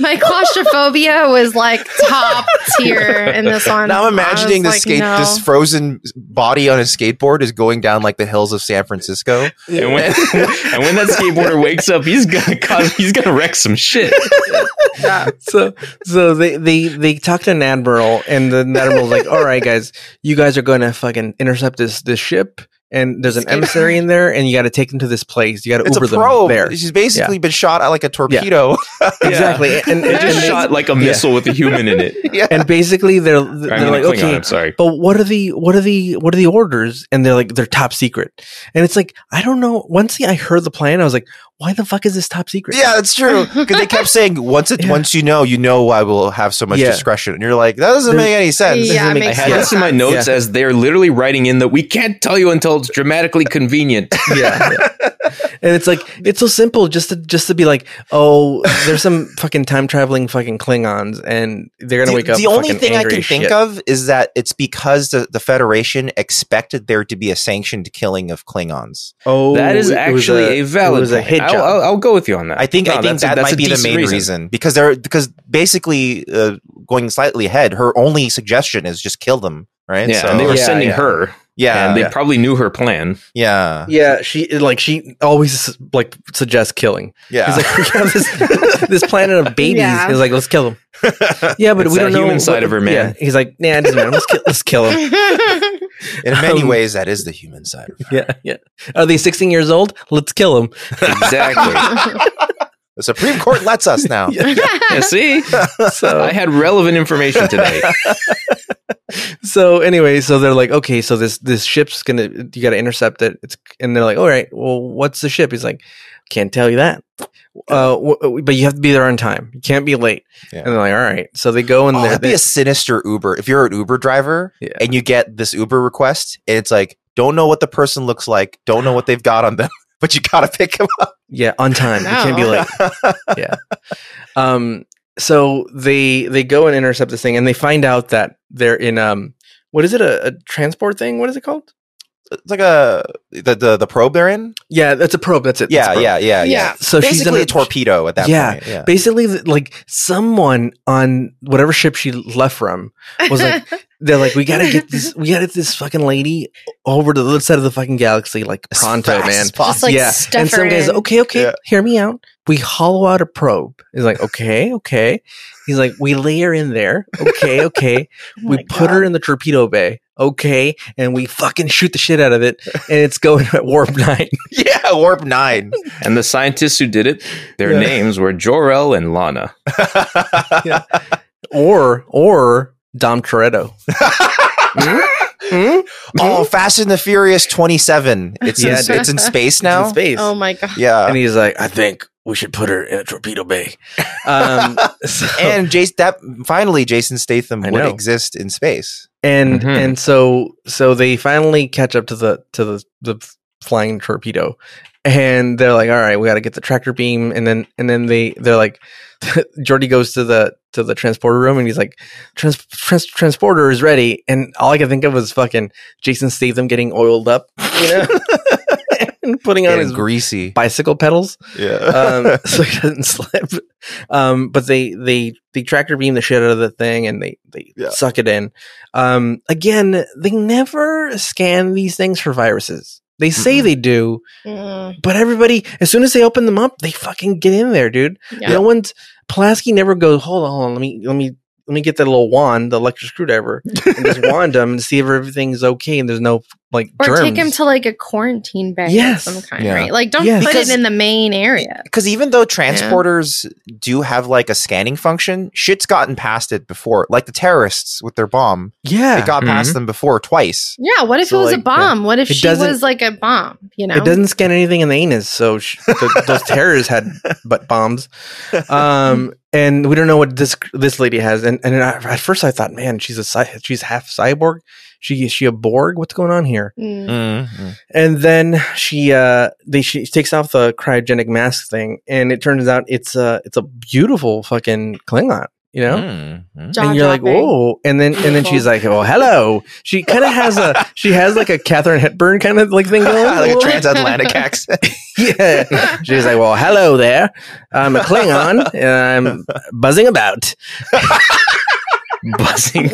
My claustrophobia was like top tier in this one.
Now I'm imagining
I
this
was
skate,
like,
this
no.
frozen body on a skateboard is going down like the hills of San Francisco.
And when, and when that skateboarder wakes up, he's gonna cause, he's gonna wreck some shit.
So, so they they they talk to an admiral, and the admiral's like, "All right, guys, you guys are going to fucking intercept this this ship." and there's an
Escape.
emissary in there, and you got to take them to this place. You got to
It's
Uber
a probe.
them there.
She's basically been shot at like a torpedo.
Exactly, and, and,
It just
and-
shot like a missile with a human in it.
Yeah.
and basically they're
I'm
they're
gonna
like,
Klingon,
okay,
I'm sorry.
but what are the what are the what are the orders and they're like they're top secret and it's like i don't know once i heard the plan i was like why the fuck is this top secret
Yeah, that's true. Because they kept saying once it
Yeah.
once you know, you know I will have so much
Yeah.
discretion, and you're like, that doesn't
There's-
make any sense.
Yeah, it
I
makes
had
no
this in my
sense.
notes as they're literally writing in that we can't tell you until it's dramatically convenient.
yeah, yeah. and it's like it's so simple just to just to be like oh there's some fucking time traveling fucking klingons and they're gonna
The,
wake up
the only
fucking
thing I
angry
can
as
think
shit.
of is that it's because the, the Federation expected there to be a sanctioned killing of Klingons.
oh
that is
it was
actually a, valid.
it was a
point.
hit
I'll-
job.
I'll, I'll go with you on that.
I think
No,
I think
that's a-
that
that's a
might be the
decent
main reason, because they're because basically uh, going slightly ahead, her only suggestion is just kill them, right?
Yeah, and they were
Yeah,
sending
yeah.
her,
yeah,
and they
Yeah.
probably knew her plan.
yeah,
yeah she like she always like suggests killing
yeah.
He's like, we have this, this planet of babies.
Yeah.
He's like, let's kill them. Yeah, but
It's that
we don't know
human side of her, man.
Yeah. He's like, nah, it doesn't matter. Let's kill. Let's kill them.
In many
um,
ways, that is the human side. of it.
Yeah, yeah. Are they 16 years old? Let's kill them.
Exactly.
The Supreme Court lets us now.
Yeah, see, I
So,
had relevant information today.
so anyway, so they're like, okay, so this this ship's gonna, you got to intercept it. It's and they're like, all right, well, what's the ship? He's like, can't tell you that. Uh, w- but you have to be there on time. You can't be late.
Yeah.
And they're like, all right. So they go and
Oh,
they're,
that'd be a sinister Uber. If you're an Uber driver
Yeah.
and you get this Uber request, and it's like, don't know what the person looks like, don't know what they've got on them, but you gotta pick them up.
yeah on time. You can't be
No.
late. um so they they go and intercept this thing and they find out that they're in um what is it a, a transport thing what is it called
It's like a the the, the probe they're in.
yeah that's a probe that's it
Yeah,
That's a probe.
yeah, yeah, yeah.
Yeah.
so she's in
Basically, a torpedo at that
Yeah.
point. Yeah.
basically th- like someone on whatever ship she left from was like they're like we gotta get this we gotta get this fucking lady over to the other side of the fucking galaxy like
As
pronto
fast
man
as possible.
like,
yeah
stuff
and some
her
guys
in.
okay okay
Yeah.
hear me out we hollow out a probe he's like okay okay he's like we lay her in there okay okay we put her in the torpedo bay, okay, and we fucking shoot the shit out of it, and it's going at warp nine.
yeah, warp nine.
And the scientists who did it, their
Yeah.
names were Jor-El and Lana.
yeah.
Or or Dom Toretto. Hmm?
Oh, Fast and the Furious twenty seven. It's
Yeah,
in,
dude.
it's in space now.
It's in space.
Oh my god.
Yeah.
and he's like, I think we should put her in a torpedo bay. Um, so- and
and Jason that finally Jason Statham
I
would
know.
exist in space.
and,
Mhm.
so so they finally catch up to the to the the flying torpedo, and they're like, all right, we got to get the tractor beam, and then and then they they're like. Jordy goes to the to the transporter room and he's like, trans, trans, "Transporter is ready." And all I could think of was fucking Jason Statham getting oiled up, you know, and putting on
Getting
his
greasy.
bicycle pedals
Yeah.
um, so he doesn't slip. Um, but they they they tractor beam the shit out of the thing and they they
Yeah.
suck it in. Um, again, they never scan these things for viruses. They say
Mm-mm.
they do,
Mm,
but everybody, as soon as they open them up, they fucking get in there, dude.
yeah.
No one's Pulaski never goes. Hold on, hold on. Let me let me let me get that little wand, the electric screwdriver, and just wand them and see if everything's okay and there's no like
Or
germs.
take him to like a quarantine bay
Yes.
of some kind,
Yeah.
right? Like, don't
Yes.
put
Because-
it in the main area.
because even though transporters do have like a scanning function, shit's gotten past it before. Like the terrorists with their bomb,
yeah, Mm-hmm.
it got past
Mhm.
them before twice.
Yeah. What if
So,
it was
like,
a bomb? What if
It
she
doesn't-
was like a bomb? You know,
It doesn't scan anything in the anus, so sh- th- those terrorists had butt bombs. Um, and we don't know what this this lady has. And and I, at first I thought, man, she's a cy- she's half cyborg. She is she a Borg? What's going on here?
Mm.
Mm-hmm.
And then she uh they she takes off the cryogenic mask thing, and it turns out it's a it's a beautiful fucking Klingon, you
Mm.
know. And you're like,
Jaw-dropping.
whoa! And then, and then she's like, oh, hello. She kind of has a, she has like a Catherine Hepburn kind of like thing going, on a
like a
little bit
transatlantic accent.
yeah. She's like, well, hello there. I'm a Klingon and I'm buzzing about.
Buzzing.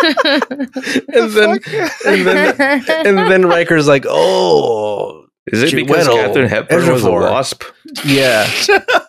And then, and then, and then Riker's like, oh,
Is it
She
because
went all
Catherine Hepburn was a
everywhere.
wasp?
yeah.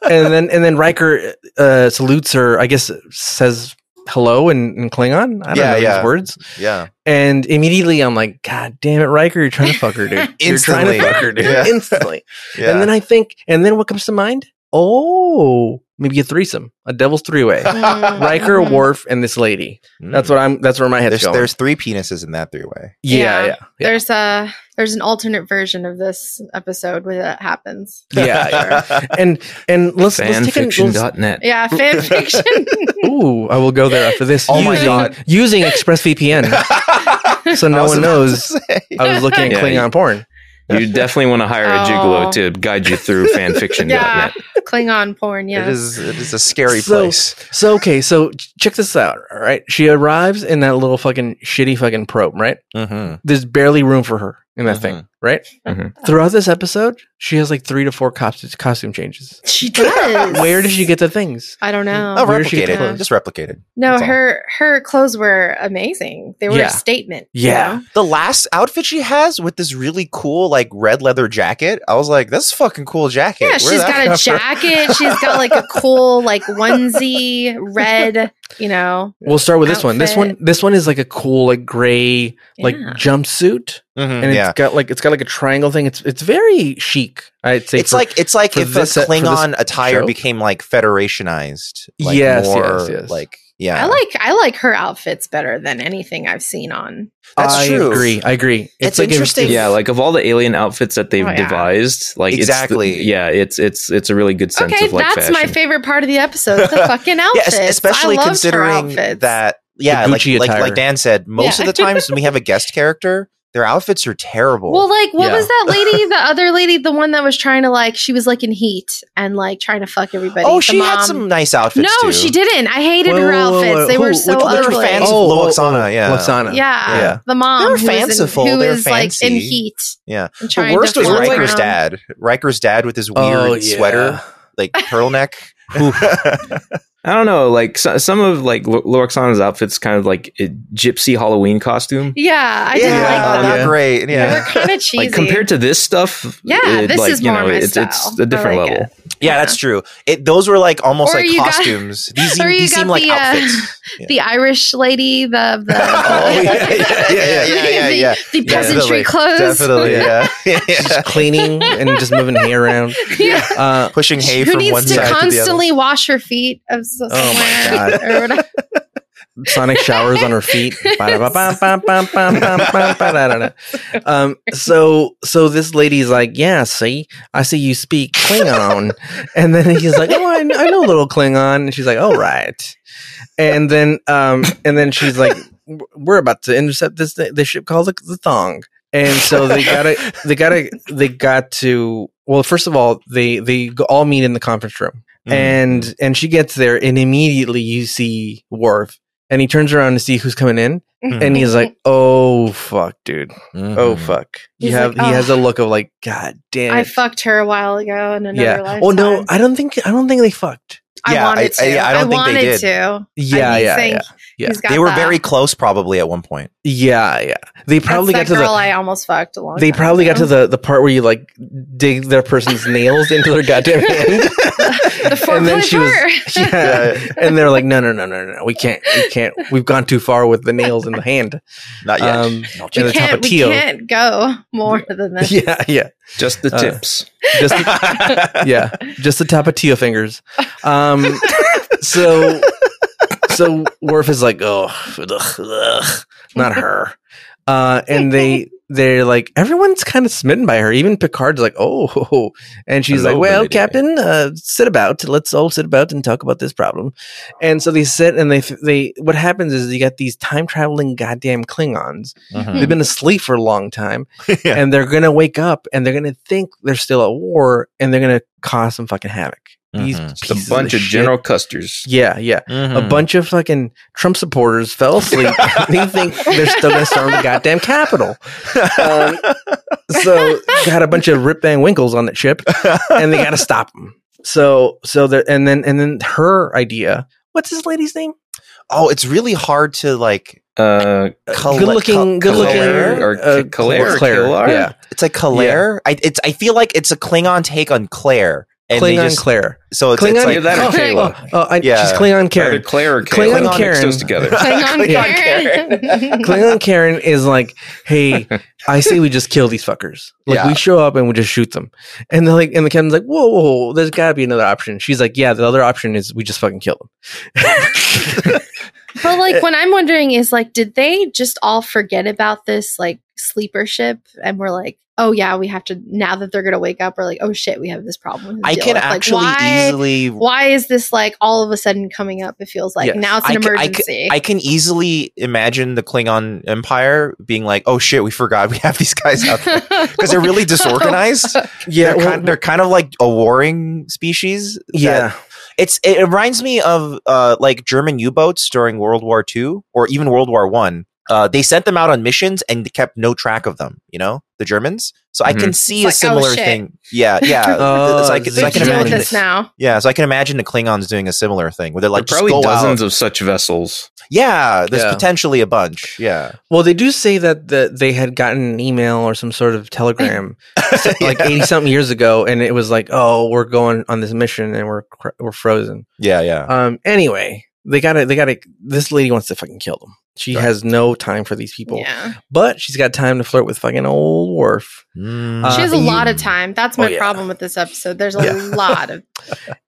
And then, and then Riker uh, salutes her, I guess, says hello in, in Klingon. I don't
Yeah,
know
yeah.
these words.
Yeah.
And immediately I'm like, God damn it, Riker, you're trying to fuck her, dude. you're trying
Instantly.
to fuck her, dude.
Yeah.
Instantly.
Yeah.
And then I think, and then what comes to mind? Oh, maybe a threesome, a devil's three way.
Mm.
Riker,
Mhm.
Worf, and this lady. That's what I'm. That's where my head's
there's,
going.
there's three penises in that three way.
yeah, yeah, yeah.
There's a there's an alternate version of this episode where that happens.
yeah, yeah. And and let's, let's take a let's-
Fanfiction.net.
Yeah, fan fiction.
Ooh, I will go there after this.
Oh
using,
my God.
Using ExpressVPN, so no one knows. I was looking at
Yeah,
Klingon
you-
porn.
You definitely want to hire a
Oh.
gigolo to guide you through fanfiction.net.
yeah, Klingon porn. Yeah,
It is it is a scary
So-
place.
So okay, so ch- check this out. All right, she arrives in that little fucking shitty fucking probe. Right,
Mm-hmm.
there's barely room for her in that thing. Right.
Mhm.
Throughout this episode, she has like three to four costume costume changes.
she does.
Where did she get the things?
I don't know.
Oh,
Where is she
replicated.
clothes?
Just replicated.
no,
That's all.
her her clothes were amazing. They were
Yeah.
a statement.
Yeah.
The last outfit she has with this really cool like red leather jacket, I was like, "That's a fucking cool jacket."
Yeah,
Where
she's
that
got
come
a
from?
jacket. She's got like a cool like onesie, red. You know,
We'll start with this one. This one,
Outfit.
this one is like a cool like gray like
Yeah.
jumpsuit.
Mhm,
and it's
yeah,
got like it's got like a triangle thing. It's it's very chic. I'd say
it's
for-
like it's like
for
if
this-
a
for this
Klingon attire
show?
became like federationized. Like,
Yes, yes, yes.
Like yeah,
I like I like her outfits better than anything I've seen on.
that's
I
true.
agree. I agree.
It's
like if-
interesting.
if-
Yeah, like of all the alien outfits that they've
Oh, yeah.
devised, like it's the-
Exactly.
yeah, it's it's it's a really good sense
okay,
of like
that's
fashion.
my favorite part of the episode. The fucking
Yeah,
outfits.
es- especially
I loved her
considering
outfits.
that yeah,
The
like,
Gucci
like
attire.
like Dan said, most
Yeah.
of the times when we have a guest character, their outfits are terrible.
Well, like, what
Yeah.
was that lady? The other lady, the one that was trying to like, she was like in heat and like trying to fuck everybody.
oh,
The
she had
mom-
some nice outfits.
No,
too.
she didn't. I hated
Whoa,
her
whoa, whoa,
outfits.
whoa.
They were
Who-
so
which- which
They were
ugly.
fans
Oh,
of
oh,
Loxana, yeah.
Loxana.
yeah.
Yeah.
the mom.
They were
who was in-
fanciful.
who
They were
was like in
fancy.
heat.
Yeah.
and
The
trying to
worst was
flaunt
Riker's
around.
dad. Riker's dad with his weird
Oh, yeah.
sweater, like turtleneck.
I don't know, like so, some of like Lo- Loxana's outfits, kind of like a gypsy Halloween costume.
Yeah, I didn't
yeah,
like them.
not
Yeah.
They
great.
were
Yeah,
kind of cheesy.
Like compared to this stuff,
Yeah,
it,
this
like,
is
you
more
know,
my
it's,
style.
it's a
I
different
like it.
level.
yeah, that's true. It those were like almost
Or
like
you got-
costumes. these
or
seem,
you
these seem
got
like
the, uh,
outfits. Yeah.
the Irish lady, the the
Oh, yeah, yeah, yeah, yeah, yeah,
the-
yeah.
the peasantry
Definitely.
clothes.
Definitely, yeah, yeah.
just cleaning and just moving hair around.
Yeah.
Uh,
Pushing hay
Who
from one
needs to
side
constantly wash her feet of s- somewhere?
Oh my
or whatever.
sonic showers on her feet. Ba-da-ba-ba-ba-ba-ba-ba-ba-da-da-da. Um, so so this lady's like, yeah, see, I see you speak Klingon, and then he's like, oh, I, kn- I know little Klingon, and she's like, oh right, and then um, and then she's like, we're about to intercept this thi- this ship called the, the Thong, and so they gotta they gotta they got to well, first of all, they they g- all meet in the conference room
to the other.
and and she gets there and immediately you see Worf and he turns around to see who's coming in and he's like oh fuck dude
Mhm.
oh fuck you
He's
have
like,
he has
"Oh."
a look of like god damn
I
it."
fucked her a while ago in another
yeah
lifetime.
oh no I don't think I don't think they fucked
I
Yeah,
wanted
I-
to.
I-
I,
I don't think they
wanted
did.
to.
yeah
I
yeah
think
yeah yeah.
he's got
They were
that.
very close, probably at one point.
yeah yeah they probably got
That's
to
that girl
the
I almost fucked a long
they
time
probably got
ago.
to the the part where you like dig their person's nails into their goddamn hand
the foreplay
and then she was
part.
yeah and they're like no no no no no no, we can't we can't we've gone too far with the nails in the hand
Not yet.
um
Not
and
we
the
can't, we
tapatio.
can't go more than this.
yeah, yeah,
Just the
Uh,
tips.
just yeah, just the tapatio fingers. Um, so so Worf is like, oh, ugh, ugh, not her. Uh, and they they're like, everyone's kind of smitten by her. Even Picard's like, oh, and she's
Hello,
like, well,
milady.
Captain, uh, sit about. Let's all sit about and talk about this problem. And so they sit and they they what happens is you got these time traveling goddamn Klingons. They've been asleep for a long time
Yeah.
and they're gonna wake up and they're gonna think they're still at war and they're gonna cause some fucking havoc. These
Mhm.
Mm-hmm. A
pieces
bunch of
shit-
General Hmm. Custers.
Yeah, yeah. A
Mhm.
bunch of fucking Trump supporters fell asleep. and they think they're still gonna storm the goddamn Capitol. Um, so got a bunch of Rip Van Winkles on that ship, and they gotta stop them. So so there and then and then her idea. What's this lady's name?
oh, it's really hard to like
Uh,
Col-
good looking,
Col-
good looking, uh,
Kalair or K- Kalair, Kilar?
Yeah,
It's like Claire. I, it's I feel like it's a Klingon take on Claire, And they
Klingon
just-
Claire.
So it's,
Klingon.
it's
Yeah,
like
that or
oh,
Kayla.
oh, oh, I,
Yeah.
she's Klingon
Either
Karen.
Claire or Kayla.
Klingon
Don't mix
Karen.
those together.
Klingon
Yeah.
Karen.
Klingon Karen is like, hey, I say we just kill these fuckers. Like
Yeah.
we show up and we just shoot them. And they're like, and the captain's like, whoa, whoa, whoa, there's gotta be another option. She's like, yeah, the other option is we just fucking kill them.
But
Uh,
like what I'm wondering is like, did they just all forget about this like sleeper ship and we're like, oh yeah, we have to now that they're gonna wake up, we're like, oh shit, we have this problem. to
I
deal
can
with." Like,
actually
why,
easily
why is this like all of a sudden coming up? It feels like
Yes.
now it's an
I c- I c-
emergency.
I can easily imagine the Klingon Empire being like, "Oh shit, we forgot we have these guys out there because they're really disorganized.
yeah.
they're,
well,
kind, they're kind of like a warring species. that-
yeah.
it's it reminds me of uh, like German U-boats during World War II or even World War One. Uh, they sent them out on missions and kept no track of them. You know, the Germans. So I can see
It's
a
like, oh,
similar
shit.
thing. Yeah, yeah.
Oh,
so I can,
we
so I
have
can
to deal with
imagine.
this now.
Yeah, so I can imagine the Klingons doing a similar thing where they're like
there are probably
just go out.
dozens of such vessels.
Yeah, there's
Yeah.
potentially a bunch. Yeah.
Well, they do say that the, they had gotten an email or some sort of telegram like
yeah.
eighty something years ago, and it was like, "Oh, we're going on this mission, and we're cr- we're frozen."
yeah, yeah.
Um. Anyway, they gotta they gotta. This lady wants to fucking kill them. She
Right.
has no time for these people,
Yeah.
but she's got time to flirt with fucking old Worf.
Mm.
Uh,
she has a
you-
lot of time. That's
Oh,
my
yeah.
problem with this episode. There's a
Yeah.
lot of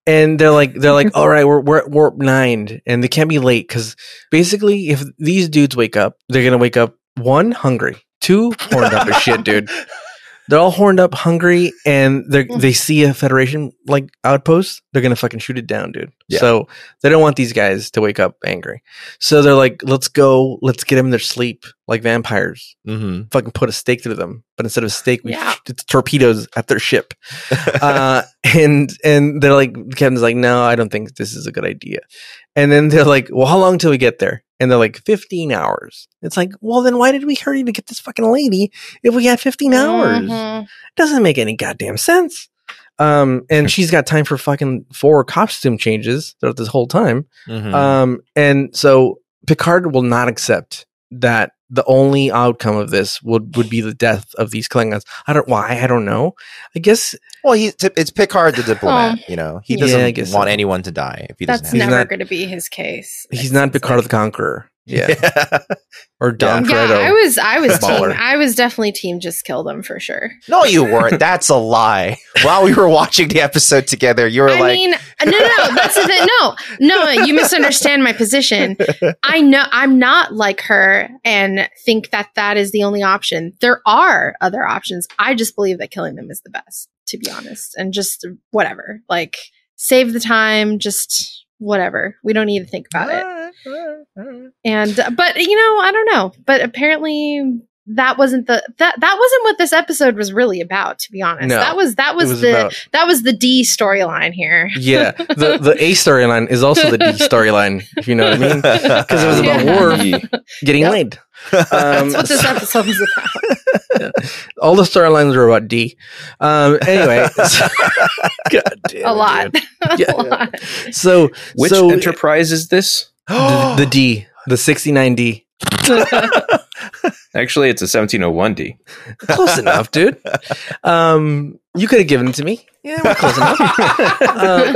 And they're like, they're like, all right, we're we're at warp nine, and they can't be late because basically, if these dudes wake up, they're gonna wake up one hungry, two horned up as shit, dude. They're all horned up, hungry, and they are they see a Federation like outpost. They're gonna fucking shoot it down, dude.
Yeah.
So they don't want these guys to wake up angry. So they're like, let's go, let's get them in their sleep like vampires.
hmm
Fucking put a stake through them, but instead of a stake, we
Yeah.
shoot torpedoes at their ship uh, and and they're like, Kevin's like, no, I don't think this is a good idea. And then they're like, well, how long till we get there? And they're like, 15 hours. It's like, well, then why did we hurry to get this fucking lady if we had 15 hours?
Mhm.
Doesn't make any goddamn sense. Um, and she's got time for fucking four costume changes throughout this whole time.
Mm-hmm. Hmm.
Um, and so Picard will not accept that the only outcome of this would, would be the death of these Klingons. I don't why, I don't know. I guess
well, he, it's Picard the diplomat. you know, he
Yeah,
doesn't
I guess
want
so.
anyone to die if he
Oh.
doesn't.
That's
He's
have
never
not-
going to be his case.
He's not Picard the Conqueror. Yeah. Or Don
Yeah,
Fredo.
I was, I was
Baller.
team. I was definitely team. Just kill them for sure.
no, you weren't. That's a lie. While we were watching the episode together, you were
I
like,
mean, no, no, no. That's the thing. No, no, you misunderstand my position. I know I'm not like her and think that that is the only option. There are other options. I just believe that killing them is the best, to be honest, and just whatever. Like, save the time, just whatever. We don't need to think about it. And, uh, but, you know, I don't know. But apparently, that wasn't the that that wasn't what this episode was really about to be honest
No.
that was that
It
was, the
about-
that was the d storyline here
yeah. The the A storyline is also the D storyline, if you know what I mean.
because
it was about
Yeah.
war. Getting
Yep.
laid. Um,
That's what this episode was about.
all the storylines were about D. Um, anyway, so, God damn it,
A lot.
dude.
a
Yeah.
lot.
So
Which
so
enterprise is this?
the, the D, the sixty nine D,
Actually, it's a 1701D.
close enough, dude. Um, you could have given it to me. Yeah, we're close enough. Um,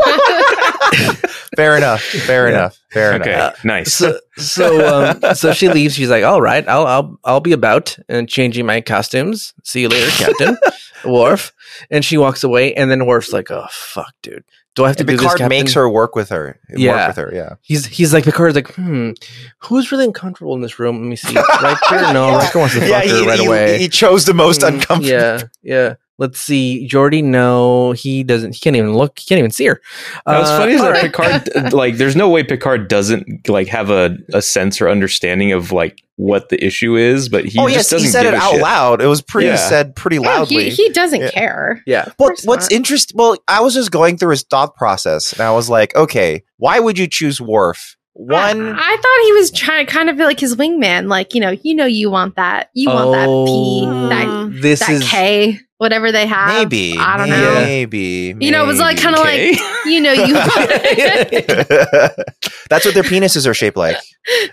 fair enough. Fair enough. Fair
Okay,
enough.
nice.
so so um, so she leaves. She's like, "All right, I'll I'll I'll be about and changing my costumes. See you later, Captain Worf." And she walks away, and then Worf's like, "Oh fuck, dude, do I have to
And
do this?"
Picard
Captain?
makes her work with her.
Yeah.
Work with her. Yeah.
He's he's like Picard's like, "Hmm, who's really uncomfortable in this room? Let me see. Riker, no, Riker wants to fuck her right away.
he chose the most
Mm,
uncomfortable.
Yeah, yeah." Let's see, Jordy. No, he doesn't. He can't even look. He can't even see her.
Now, what's
Uh,
funny is
all
that
right.
Picard, like, there's no way Picard doesn't like have a, a sense or understanding of like what the issue is, but he
oh
just
yes,
doesn't
he said
give
it
a
out
shit.
loud. It was pretty
Yeah.
said pretty
No,
loudly.
Oh, he, he doesn't
Yeah.
care.
Yeah,
Well,
course
what's
not.
interesting? Well, I was just going through his thought process, and I was like, okay, why would you choose Worf?
I,
One,
I thought he was trying kind of like his wingman, like, you know, you know you want that. You want that P, that,
Oh. this
that
is
K, whatever they have.
maybe,
I don't know.
maybe,
You know, it was like
maybe.
kinda like-
Okay.
you know you
That's what their penises are shaped like.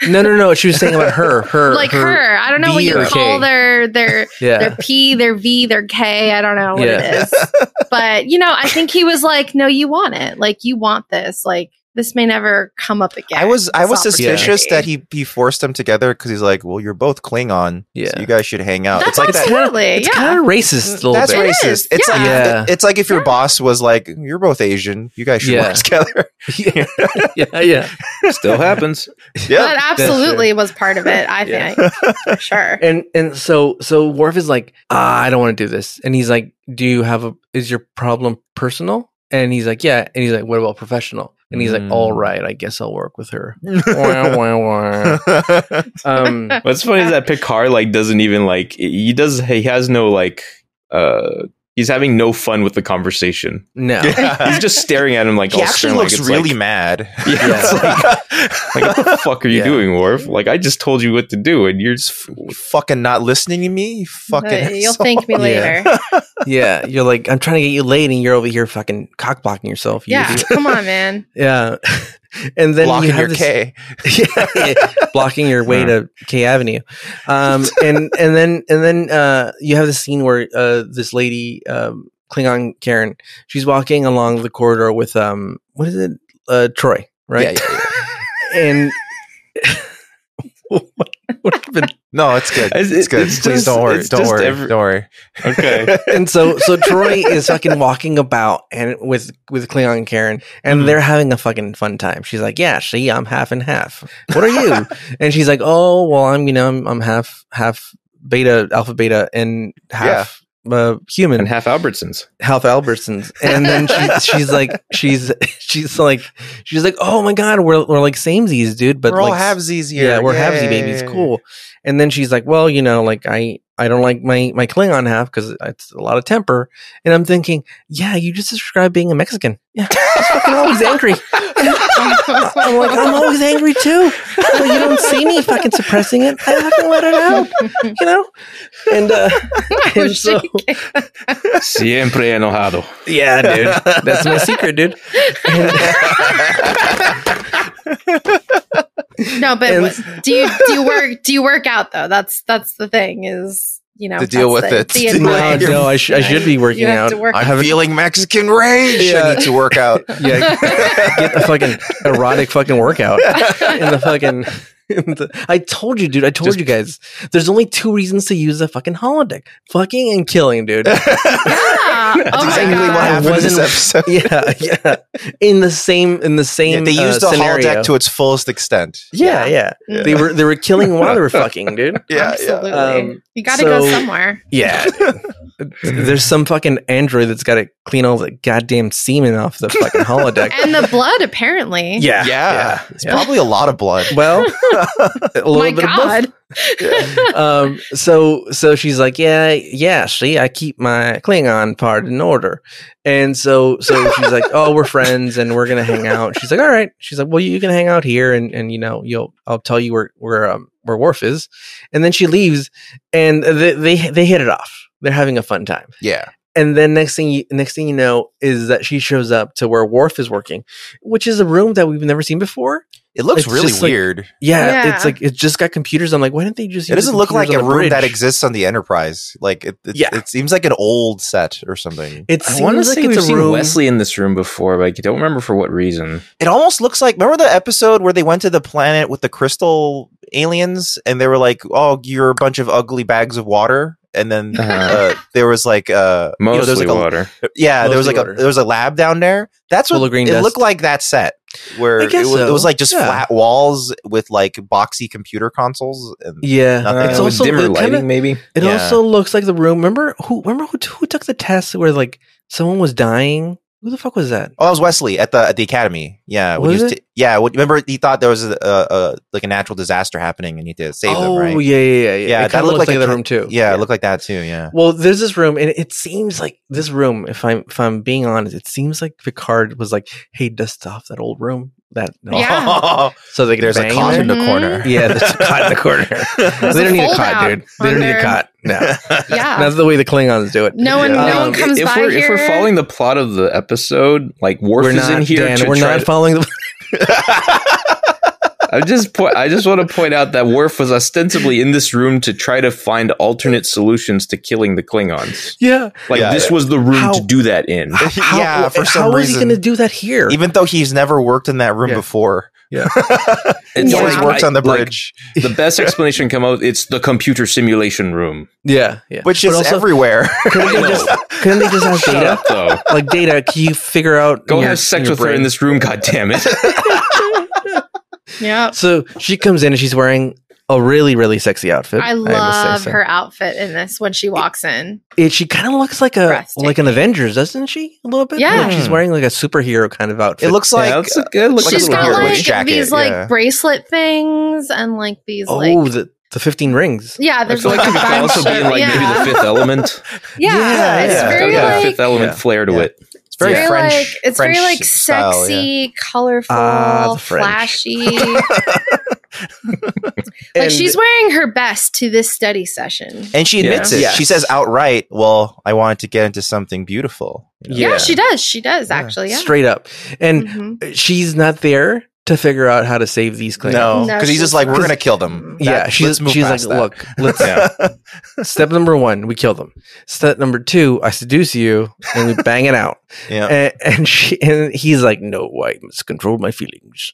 No, no, no. She was saying about her, her,
like her, I don't know what
V
you
or
call
K.
their their
Yeah,
their P, their V, their K. I don't know what
Yeah.
it is. But you know, I think he was like, No, you want it. Like you want this. Like this may never come up again.
I was I
This
was suspicious that
opportunity.
he he forced them together because he's like, well, you're both Klingon, yeah.
Yeah.
you guys should hang out.
That's
it's like that.
absolutely
it's
yeah.
kind of racist a little
That's
bit.
It
racist.
is,
It's like
yeah. Yeah.
it's like if your
Yeah.
boss was like, "You're both Asian. You guys should
Yeah.
work together."
yeah, yeah, yeah.
Still happens.
yeah,
That absolutely was part of it, I
Yeah.
think. For sure.
And and so so Worf is like, ah, I don't want to do this, and he's like, Do you have a? Is your problem personal? And he's like, Yeah. And he's like, What about professional? And he's like,
Mm.
All right, I guess I'll work with her. Wah, wah, wah. um,
What's funny is that Picard like doesn't even like he does he has no like uh he's having no fun with the conversation.
no.
He's just staring at him like
he
all
actually
stern,
looks
like, it's
really
like,
mad.
Yeah, it's like what the fuck are you
Yeah.
doing, Worf? Like I just told you what to do, and you're just
You fucking not listening to me. You fucking.
But You'll
asshole.
thank me
Yeah.
later.
Yeah, you're like, I'm trying to get you laid, and you're over here fucking cock blocking yourself. you
Yeah.
idiot.
Come on, man.
yeah. And then
blocking
you have
your
this,
K.
yeah, yeah, blocking your way to K Avenue. Um, and and then and then uh, you have this scene where uh, this lady um, Klingon Karen, she's walking along the corridor with um, what is it, uh, Troy, right?
Yeah, yeah, yeah.
And what, what happened?
No, it's good.
It's-
It's, good.
it's
Please
just-
don't worry.
it's
Don't
just
worry.
every-
don't worry.
okay.
and so so Troy is fucking walking about and with with Klingon Karen, and
Mhm.
they're having a fucking fun time. She's like, "Yeah, see, I'm half and half. What are you?" and she's like, "Oh, well, I'm you know I'm, I'm half half beta alpha beta and half uh, human
And half Albertsons.
Half Albertsons. And then she, she's like, she's she's like, she's like, "Oh my god, we're we're like samesies, dude." But
we're all
like,
halvesies here.
yeah, we're
Yay.
havesy babies. Cool. And then she's like, well, you know, like I, I don't like my, my Klingon half because it's a lot of temper. And I'm thinking, yeah, you just described being a Mexican. Yeah. I'm fucking always angry. I'm like, I'm always angry too. But you don't see me fucking suppressing it. I fucking let it out, you know? And, uh, and so,
Siempre enojado.
yeah, dude, that's my secret, dude. And-
No, but
And-
what- do you do you work do you work out though? That's that's the thing is you know
To deal
that's
with
the-
it.
the
No,
no,
advice.
no, I, sh- I should be working
you have
out.
to work
I'm feeling Mexican rage.
Yeah.
I need to work out.
Yeah, get the fucking erotic fucking workout in the fucking. In the, I told you, dude. I told
Just-
you guys. There's only two reasons to use the fucking holodeck: fucking and killing, dude.
Yeah. oh
That's
my
exactly
God.
what happened in this
Wasn't-
episode.
yeah, yeah. In the same, in the same.
they used
uh,
the
scenario.
holodeck to its fullest extent.
Yeah, yeah,
Yeah.
They were they were killing while they were fucking, dude.
Absolutely.
Um,
you got to go
so-
somewhere.
Yeah. dude. There's some fucking android that's got to clean all the goddamn semen off the fucking holodeck.
And the blood, apparently.
yeah,
yeah.
yeah.
It's
yeah.
probably a lot of blood.
Well, a little
My
bit of both.
God.
um so so she's like yeah yeah see i keep my klingon part in order and so so she's like oh we're friends and we're gonna hang out she's like all right she's like well you can hang out here and and you know you'll i'll tell you where where um where Worf is and then she leaves and they they, they hit it off they're having a fun time
Yeah.
and then next thing you next thing you know is that she shows up to where Worf is working which is a room that we've never seen before
It looks
It's
really
just like-
weird.
yeah,
Yeah.
it's like it's just got computers i'm like why didn't they just use the
it doesn't look like
computers
a
on the
room that
bridge?
exists on the Enterprise. Like it, it,
Yeah.
it seems like an old set or something.
It
I want to
seems like
say
it's
we've
a
seen
room.
Wesley in this room before, but I don't remember for what reason.
It almost looks like remember the episode where they went to the planet with the crystal aliens and they were like, "Oh, you're a bunch of ugly bags of water." And then
Uh-huh.
uh, there was like uh, you know, there
Mostly
was like a,
water.
yeah, there was
Mostly
like a
water.
there was a lab down there. That's
Full
what
of green
it
dust.
looked like. That set where
I
it
guess
was, it was
so.
like just
Yeah.
flat walls with like boxy computer consoles. And
Yeah,
Nothing
it's
else.
also
dimmer
it,
lighting,
kinda-
maybe.
it
Yeah.
also looks like the room. Remember who? Remember who, who took the test where like someone was dying? Who the fuck was that?
Oh, it was Wesley at the at the academy. Yeah, when he
Was
was
it?
t- yeah. When, remember, he thought there was a, a, a like a natural disaster happening, and he did save
oh
them, right?
yeah, yeah, yeah, yeah.
Yeah,
it kind
that
of
looked
looks
like
like,
a
the
ca-
room too.
Yeah, it looked like that too. Yeah,
well, there's this room, and it seems like this room. If I'm if I'm being honest, it seems like Picard was like, "Hey, dust off that old room that.
Yeah.
So they can
There's a
bang
cot
there?
in the
Mhm.
corner.
Yeah, there's a cot in the corner.
There's
they
a
don't need a
fold
cot,
out
dude. They don't
on
need a
their-
cot. No,
Yeah.
that's the way the Klingons do it.
No one, no one
Um,
comes
if
by
we're,
here.
If we're following the plot of the episode, like Worf
We're
is
not
in here.
Dan,
to
we're
try
not
to-
following the.
I just point. I just want to point out that Worf was ostensibly in this room to try to find alternate solutions to killing the Klingons.
Yeah.
Like
Yeah.
this was the room
How-
to do that in.
Yeah, for some
how is
reason.
he going to do that here?
Even though he's never worked in that room
Yeah.
before.
Yeah.
It's
He always
Yeah.
works on the
like,
bridge,
the best explanation come out. It's the computer simulation room.
yeah, yeah.
which
But
is
also,
everywhere.
couldn't they just couldn't they just have
Shut
data?
up, though.
Like data, can you figure out?
Go
in your-
have sex
your
with her in
brain?
this room. God damn it!
yeah.
So she comes in and she's wearing a really, really sexy outfit.
I
must say
love
so.
her outfit in this when she walks in.
It, she kind of looks like a
Breathtaking.
like an Avengers, doesn't she? A little bit.
Yeah.
Like she's wearing like a superhero kind of outfit.
it looks like
yeah, it's a, it looks
Like
She's
a little
got
weird.
Scarlet
like
Witch jacket,
these like
yeah.
bracelet things and like these
oh
like
the the fifteen rings.
yeah.
I
There's
feel
like,
like
a
it could
bunch
also
of
be like
yeah.
maybe the Fifth Element.
yeah,
Yeah,
It's
yeah.
very
It's got a
like
Fifth Element
Yeah.
flair to
Yeah.
it.
it's very
very
French.
like it's
French
very like
style, yeah.
sexy, colorful,
Ah, the French.
flashy. like
And-
she's wearing her best to this study session.
And she admits
Yeah.
it.
Yes.
She says outright, "Well, I wanted to get into something beautiful." You know?
Yeah,
Yeah.
she does. She does
Yeah.
actually. Yeah.
straight up, and
Mhm.
she's not there to figure out how to save these Klingons.
No,
No,
because he's
she's
just like,
not.
"We're gonna kill them."
Yeah,
That-
she's
let's move
she's like,
past that.
look, let's
Yeah.
step number one, we kill them. Step number two, I seduce you and we bang it out.
yeah.
and, and she and he's like, no, I must control my feelings.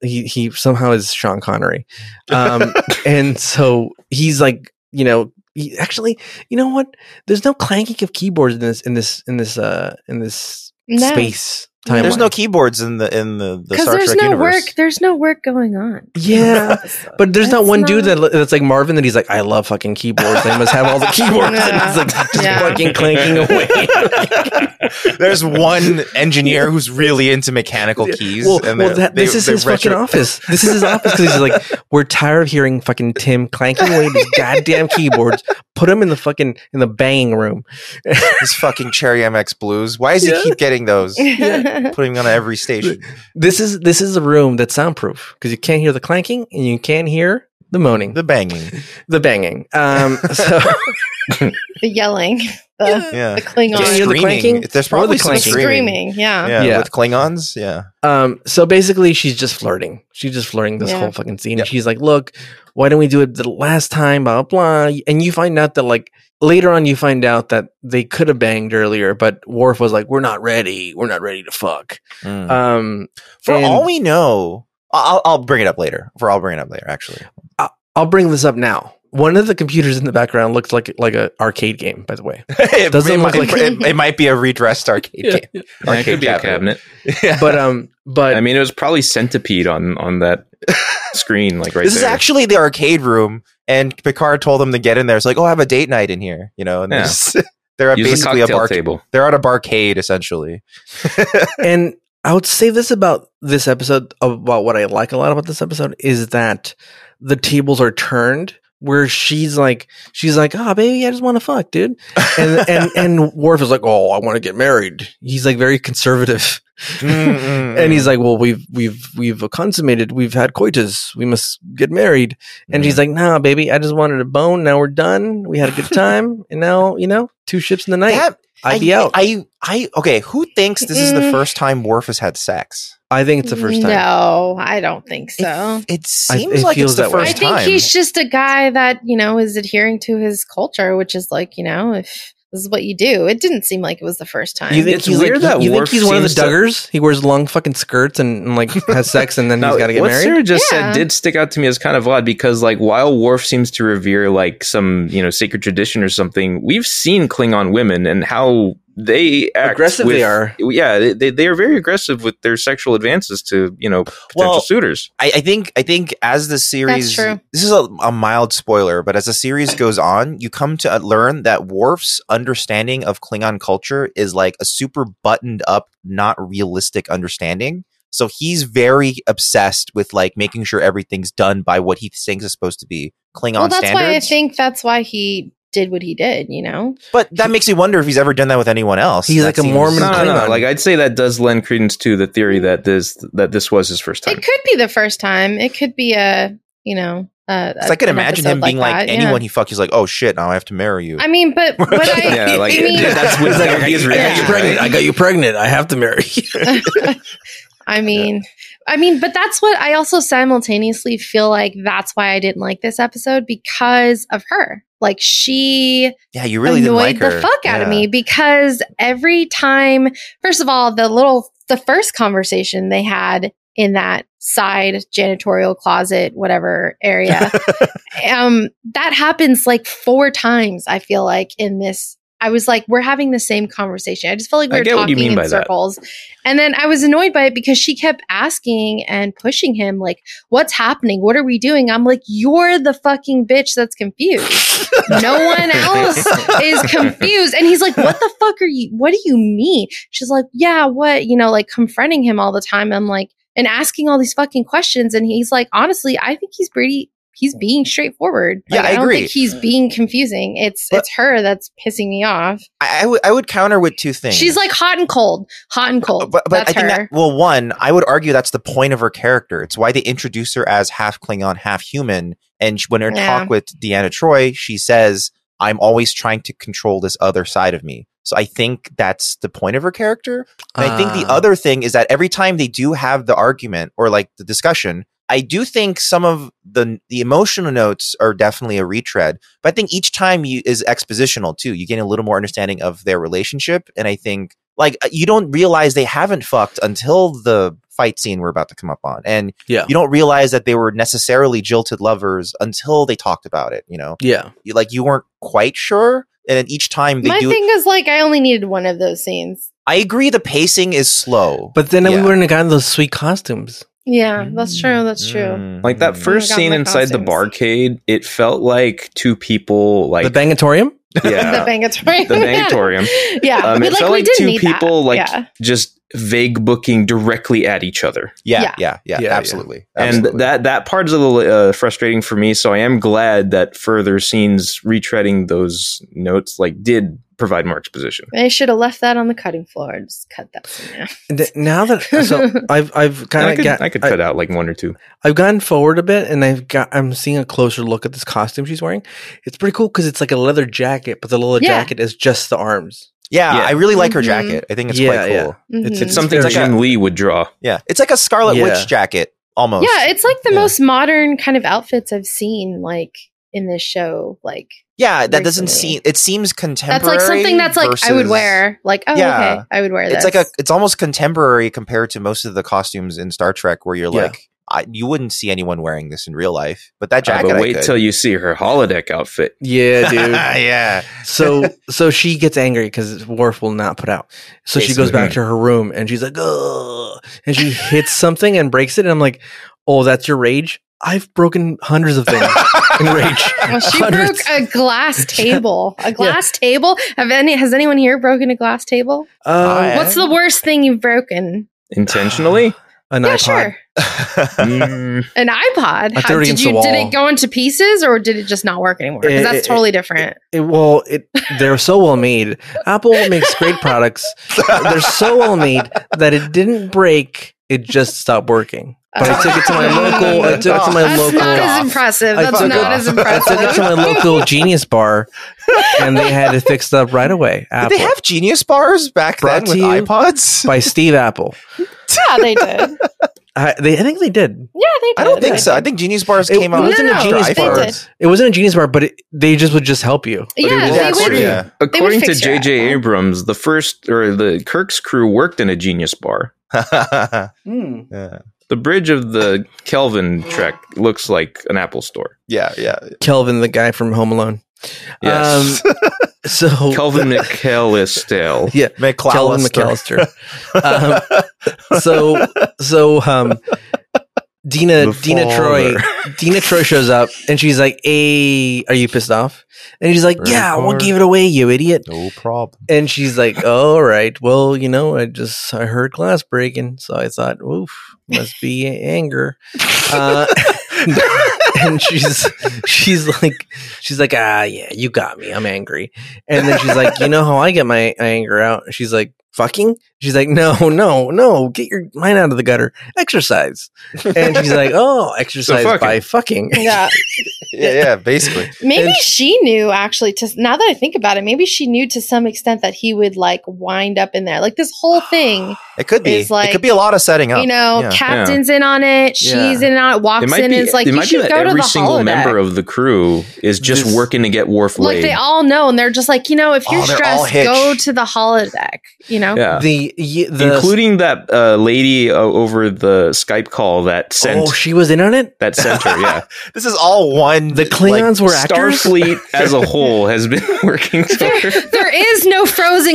He he somehow is Sean Connery, um, and so he's like, you know, he, actually, you know what? There's no clanking of keyboards in this in this in this uh in this
No.
space timeline.
There's no keyboards in the in the, the
Because
Star
there's
Trek
no
universe.
work. There's no work going on.
yeah. But there's not
That's
one dude
not-
that li- that's like Marvin that he's like, I love fucking keyboards. I must have all the keyboards. And he's like just
Yeah.
fucking clanking away.
There's one engineer who's really into mechanical keys.
Well,
and
well
they're-
that,
they-
this is
they're
his fucking
retro-
office. This is his office because he's like, we're tired of hearing fucking Tim clanking away these goddamn keyboards. Put him in the fucking in the banging room.
His fucking Cherry MX Blues. Why does
Yeah.
he keep getting those?
Yeah.
Putting them on every station.
This is this is a room that's soundproof because you can't hear the clanking and you can't hear the moaning, the,
The banging.
banging. Um, so
the yelling, the,
Yeah.
the Klingon
Can't hear the
Screaming.
clanking
There's
or the
probably some
clanking.
screaming.
screaming.
Yeah.
Yeah,
Yeah.
with Klingons. Yeah,
Um, so basically, she's just flirting. She's just flirting this
Yeah.
whole fucking scene.
Yep.
And she's like, "Look, why didn't we do it the last time?" Blah blah. blah. And you find out that like later on, you find out that they could have banged earlier, but Worf was like, "We're not ready. We're not ready to fuck."
Mm.
Um,
For
and-
all we know, I'll I'll bring it up later. For I'll bring it up later. Actually,
I'll bring this up now. One of the computers in the background looked like like a arcade game, by the way.
it,
Doesn't
it
look
might,
like-
it, it might be a redressed arcade
Yeah.
game.
Yeah, it could
Arcade
be a
cabinet.
cabinet.
But um, but
I mean, it was probably centipede on on that screen, like right
this is
there.
actually the arcade room, and Picard told them to get in there. It's like, oh, have a date night in here, you know. And
Yeah.
they just, they're at
Use
basically
the
a
cocktail
bar.
table.
They're at a barcade essentially.
and I would say this about this episode about what I like a lot about this episode is that the tables are turned where she's like she's like oh baby I just want to fuck dude and and and Worf is like oh I want to get married he's like very conservative and he's like well we've we've we've consummated we've had coitus we must get married and she's like nah baby I just wanted a bone now we're done we had a good time and now you know two ships in the night
That-
I'd be out I,
I, I, okay. Who thinks this is the
Mm.
first time Worf has had sex?
think it's the first time
No, I don't think so.
It, it
I-
seems
it
like
feels
it's the
that way.
I
first
think
time.
he's just a guy that, you know, is adhering to his culture, which is like, you know, if this is what you do, it didn't seem like it was the first time.
You think
It's
he's
weird
like,
that
you
Worf
think he's one of the
seems to-
Duggars? He wears long fucking skirts and, and like has sex and then
Now,
he's got to get
what
married.
Sarah just
Yeah.
said did stick out to me as kind of odd because, like, while Worf seems to revere like some you know sacred tradition or something, we've seen Klingon women and how they act
Aggressive
with-
they are.
Yeah, they- they they are very aggressive with their sexual advances to you know potential
Well,
suitors.
I, I think I think as the series
true.
this is a, a mild spoiler, but as the series goes on, you come to uh, learn that Worf's understanding of Klingon culture is like a super buttoned up, not realistic understanding. So he's very obsessed with like making sure everything's done by what he thinks is supposed to be Klingon
well, that's why I
standards.
think that's why he did what he did, you know?
But that makes me wonder if he's ever done that with anyone else.
He's
That
like a Mormon
No, no, no.
Klingon.
Like I'd say that does lend credence to the theory that this that this was his first time.
It could be the first time. It could be a, you know, a,
Because I could
an
imagine
episode
him being like,
that, yeah.
anyone he fucked, he's like, oh shit, now I have to marry you.
I mean, but what I
yeah, like
I mean,
that's what
He's like,
that would be his
I got you
reaction.
pregnant.
right?
I got you pregnant. I have to marry you.
I mean, I mean, but that's what I also simultaneously feel like that's why I didn't like this episode because of her. Like she
yeah, you really didn't
annoyed
like her.
the fuck out of
Yeah.
me because every time, first of all, the little the first conversation they had in that side janitorial closet whatever area um that happens like four times i feel like in this i was like we're having the same conversation i just felt like we
I
were
get what you
talking
mean by
in
that.
circles and then i was annoyed by it because she kept asking and pushing him like what's happening what are we doing i'm like you're the fucking bitch that's confused no one else is confused and he's like what the fuck are you what do you mean she's like yeah what you know like confronting him all the time i'm like and asking all these fucking questions and he's like honestly i think he's pretty he's being straightforward
Yeah,
Like,
I
don't
agree.
think he's being confusing it's
But-
it's her that's pissing me off
I, I, would, I would counter with two things.
she's like hot and cold hot and cold
but, but
that's
I think
her
that, well, one, I would argue that's the point of her character. It's why they introduce her as half Klingon, half human. And sh- when her
Yeah.
talk with Deanna Troy, she says, "I'm always trying to control this other side of me." So I think that's the point of her character. And I think the
Ah.
other thing is that every time they do have the argument or like the discussion, I do think some of the the emotional notes are definitely a retread. But I think each time you is expositional too. You gain a little more understanding of their relationship, and I think like uh, you don't realize they haven't fucked until the fight scene we're about to come up on, and
Yeah.
you don't realize that they were necessarily jilted lovers until they talked about it. You know,
Uh, Yeah.
you, like you weren't quite sure, and then each time they
my
do,
thing is like i only needed one of those scenes
I agree the pacing is slow.
But then we
Yeah.
wouldn't have gotten those sweet costumes.
yeah that's true that's true
Mm-hmm.
Mm.
Like that first
God,
scene
my
inside the
costumes.
barcade, it felt like two people like
the Bangatorium?
yeah,
the bangatorium
the bangatorium.
yeah
Um,
but,
it felt
we
like
didn't
two
need that.
people like
yeah.
just vague booking directly at each other.
Yeah, yeah,
Yeah.
yeah,
Yeah, yeah.
absolutely, absolutely.
And that that part's a little uh, frustrating for me. So I am glad that further scenes retreading those notes like did provide more exposition.
i should have left that on the cutting floor and just cut that from there
Th- Now that so I've I've
And I
kind
could,
of got
I could
I-
cut out like one or two.
I've gone forward a bit and I've got I'm seeing a closer look at this costume she's wearing. It's pretty cool because it's like a leather jacket, but the leather
Yeah.
jacket is just the arms.
yeah,
Yeah.
I really like her
Mhm.
jacket. I think it's
Yeah,
quite cool.
yeah.
Yeah.
It's-
Mhm.
It's something
very-
Jim Lee would draw.
it's like a Scarlet
Yeah.
Witch jacket almost.
Mm-hmm. Yeah, it's like the
Yeah.
most modern kind of outfits I've seen, like in this show. Like
yeah. That doesn't
recently.
seem. It seems contemporary.
that's like something that's like I would
versus-
wear. Like oh,
Yeah.
okay, I would wear
It's
this.
like a. It's almost contemporary compared to most of the costumes in Star Trek, where you're
Yeah.
like, I, you wouldn't see anyone wearing this in real life. But that
Uh,
jacket,
but
I
wait
could.
till you see her holodeck outfit.
Yeah, dude.
yeah.
so so she gets angry because Worf will not put out. So she goes
Basically.
back to her room and she's like, Ugh, and she hits something and breaks it. And I'm like, oh, that's your rage. I've broken hundreds of things in rage.
Well, she
Hundreds.
broke a glass table. A glass table. Have any? Has anyone here broken a glass table?
Uh,
What's the worst thing you've broken?
Intentionally?
an
yeah,
iPod.
sure.
Mm,
An iPod.
I threw it
did
against
you?
the
Did
wall.
it go into pieces, or did it just not work anymore?
It-
Because that's
it-
totally different.
It- well, it, they're so well made. Apple makes great products. They're so well made that it didn't break. It just stopped working. But I took it to my local. I took it to my
that's
local.
not as
Off.
impressive.
I
That's
took
not
it-
as
I
impressive.
took it to my local Genius Bar, and they had it fixed up right away.
Did
Apple
they have Genius bars back
Brought
then with
to you
iPods?
by Steve Apple.
yeah, they did.
I, they, I think they did.
Yeah, they did.
I don't
They
think so. I
did.
think Genius bars
It
came out
wasn't a
No, no,
after
Genius
they
Bar.
did.
iPods.
It wasn't a Genius Bar, but it, they just would just help you. But it
Yeah,
was-
they
according,
would.
Yeah.
according to
fix your
J.J.
asshole.
Abrams, the first or the Kirk's crew worked in a genius bar.
Hmm.
yeah.
The bridge of the Kelvin trek looks like an Apple store.
Yeah, yeah.
Kelvin, the guy from Home Alone.
Yes.
Um, so
Kelvin McAllister.
yeah, Kelvin
McAllister.
McAllister. Um, so so um, Dina
The
Dina Troy Dina Troy shows up and she's like, "Hey, are you pissed off?" And he's like,
Very
"Yeah, I won't
hard.
give it away, you idiot."
no problem.
And she's like, "All right, well, you know, I just I heard glass breaking, so I thought, oof, must be anger." Uh, and she's she's like she's like ah yeah you got me i'm angry and then she's like you know how i get my anger out she's like fucking she's like no no no get your mind out of the gutter exercise and she's like oh exercise
fucking.
by fucking
Yeah.
yeah, yeah, basically.
Maybe
And-
she knew actually to now that I think about it, maybe she knew to some extent that he would like wind up in there. Like this whole thing,
It could be.
It's like,
it could be a lot of setting up.
you know,
yeah.
captain's in on it, she's
Yeah.
in on it, walks
It might
in
be,
and it's like
it
you
might be
should
that
go to
every
the
single
holodeck.
member of the crew is just
This-
working to get Worf
like
laid.
they all know and they're just like, you know, if
Oh,
you're
they're all
stressed, go
hitched.
to the holodeck, you know?
yeah.
the, y- the
Including that uh, lady uh, over the Skype call that sent
oh she was in on it
that sent her. Yeah,
this is all one.
the klingons were actors
Starfleet as a whole has been working together.
There is no frozen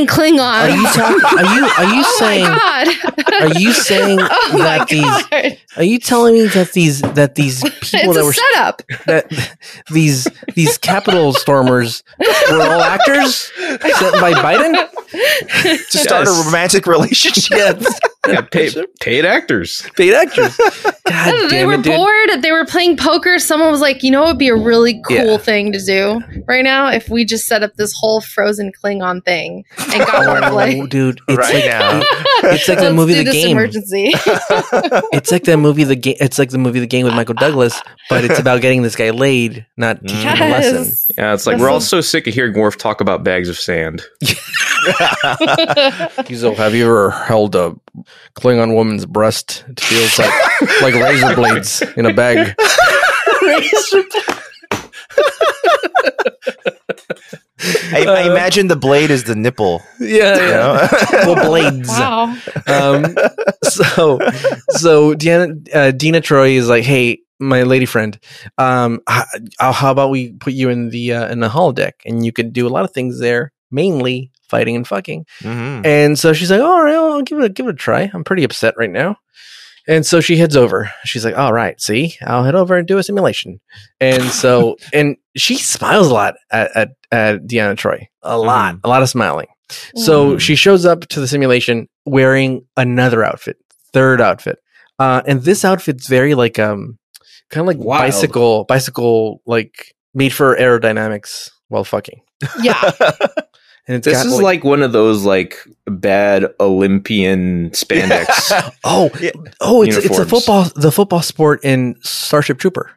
are you
Klingon.
talking are you are you
Uh, Oh
saying
my god.
are you saying
Oh my
that these
god.
Are you telling me that these that these people
It's
that
a
were
setup.
that these these capital stormers were all actors sent by Biden?
to start
Yes.
a romantic relationship.
Yeah,
yeah, paid, paid actors.
paid actors. God
they
damn
were
it, dude.
bored. They were playing poker. Someone was like, you know, it would be a really cool
Yeah.
thing to do right now if we just set up this whole frozen Klingon thing and got one
Oh,
play.
dude, it's
Right
like
now.
it's like the movie The Game.
Emergency.
It's like that movie, the game. It's like the movie, the game with Michael Douglas, but it's about getting this guy laid, not teaching him a lesson.
yes.
Yeah, it's like
That's
we're
a-
all so sick of hearing Worf talk about bags of sand.
He's like, have you ever held a Klingon woman's breast? It feels like like razor blades in a bag.
I, I imagine the blade is the nipple.
Yeah,
You know?
Well, blades.
Wow.
Um, so, so Deanna, uh, Dina Troy is like, hey, my lady friend, um, how, how about we put you in the uh, in the holodeck, and you could do a lot of things there, mainly fighting and fucking.
Mhm.
Mm-hmm.
And so she's like, "Oh, all right, well, I'll give it a, give it a try. I'm pretty upset right now. And so she heads over. She's like, all right, see, I'll head over and do a simulation. And so, and she smiles a lot at, at, at Deanna Troy, a lot,
Mm-hmm.
a lot of smiling. So
Mm.
she shows up to the simulation wearing another outfit, third outfit. Uh, and this outfit's very like, um, kind of like
Wild.
bicycle, bicycle, like made for aerodynamics while fucking.
Yeah.
And it's
This
got,
is like, one of those like bad Olympian spandex.
Oh,
Yeah.
oh, it's it's a
Uniforms.
football the football sport in Starship Trooper.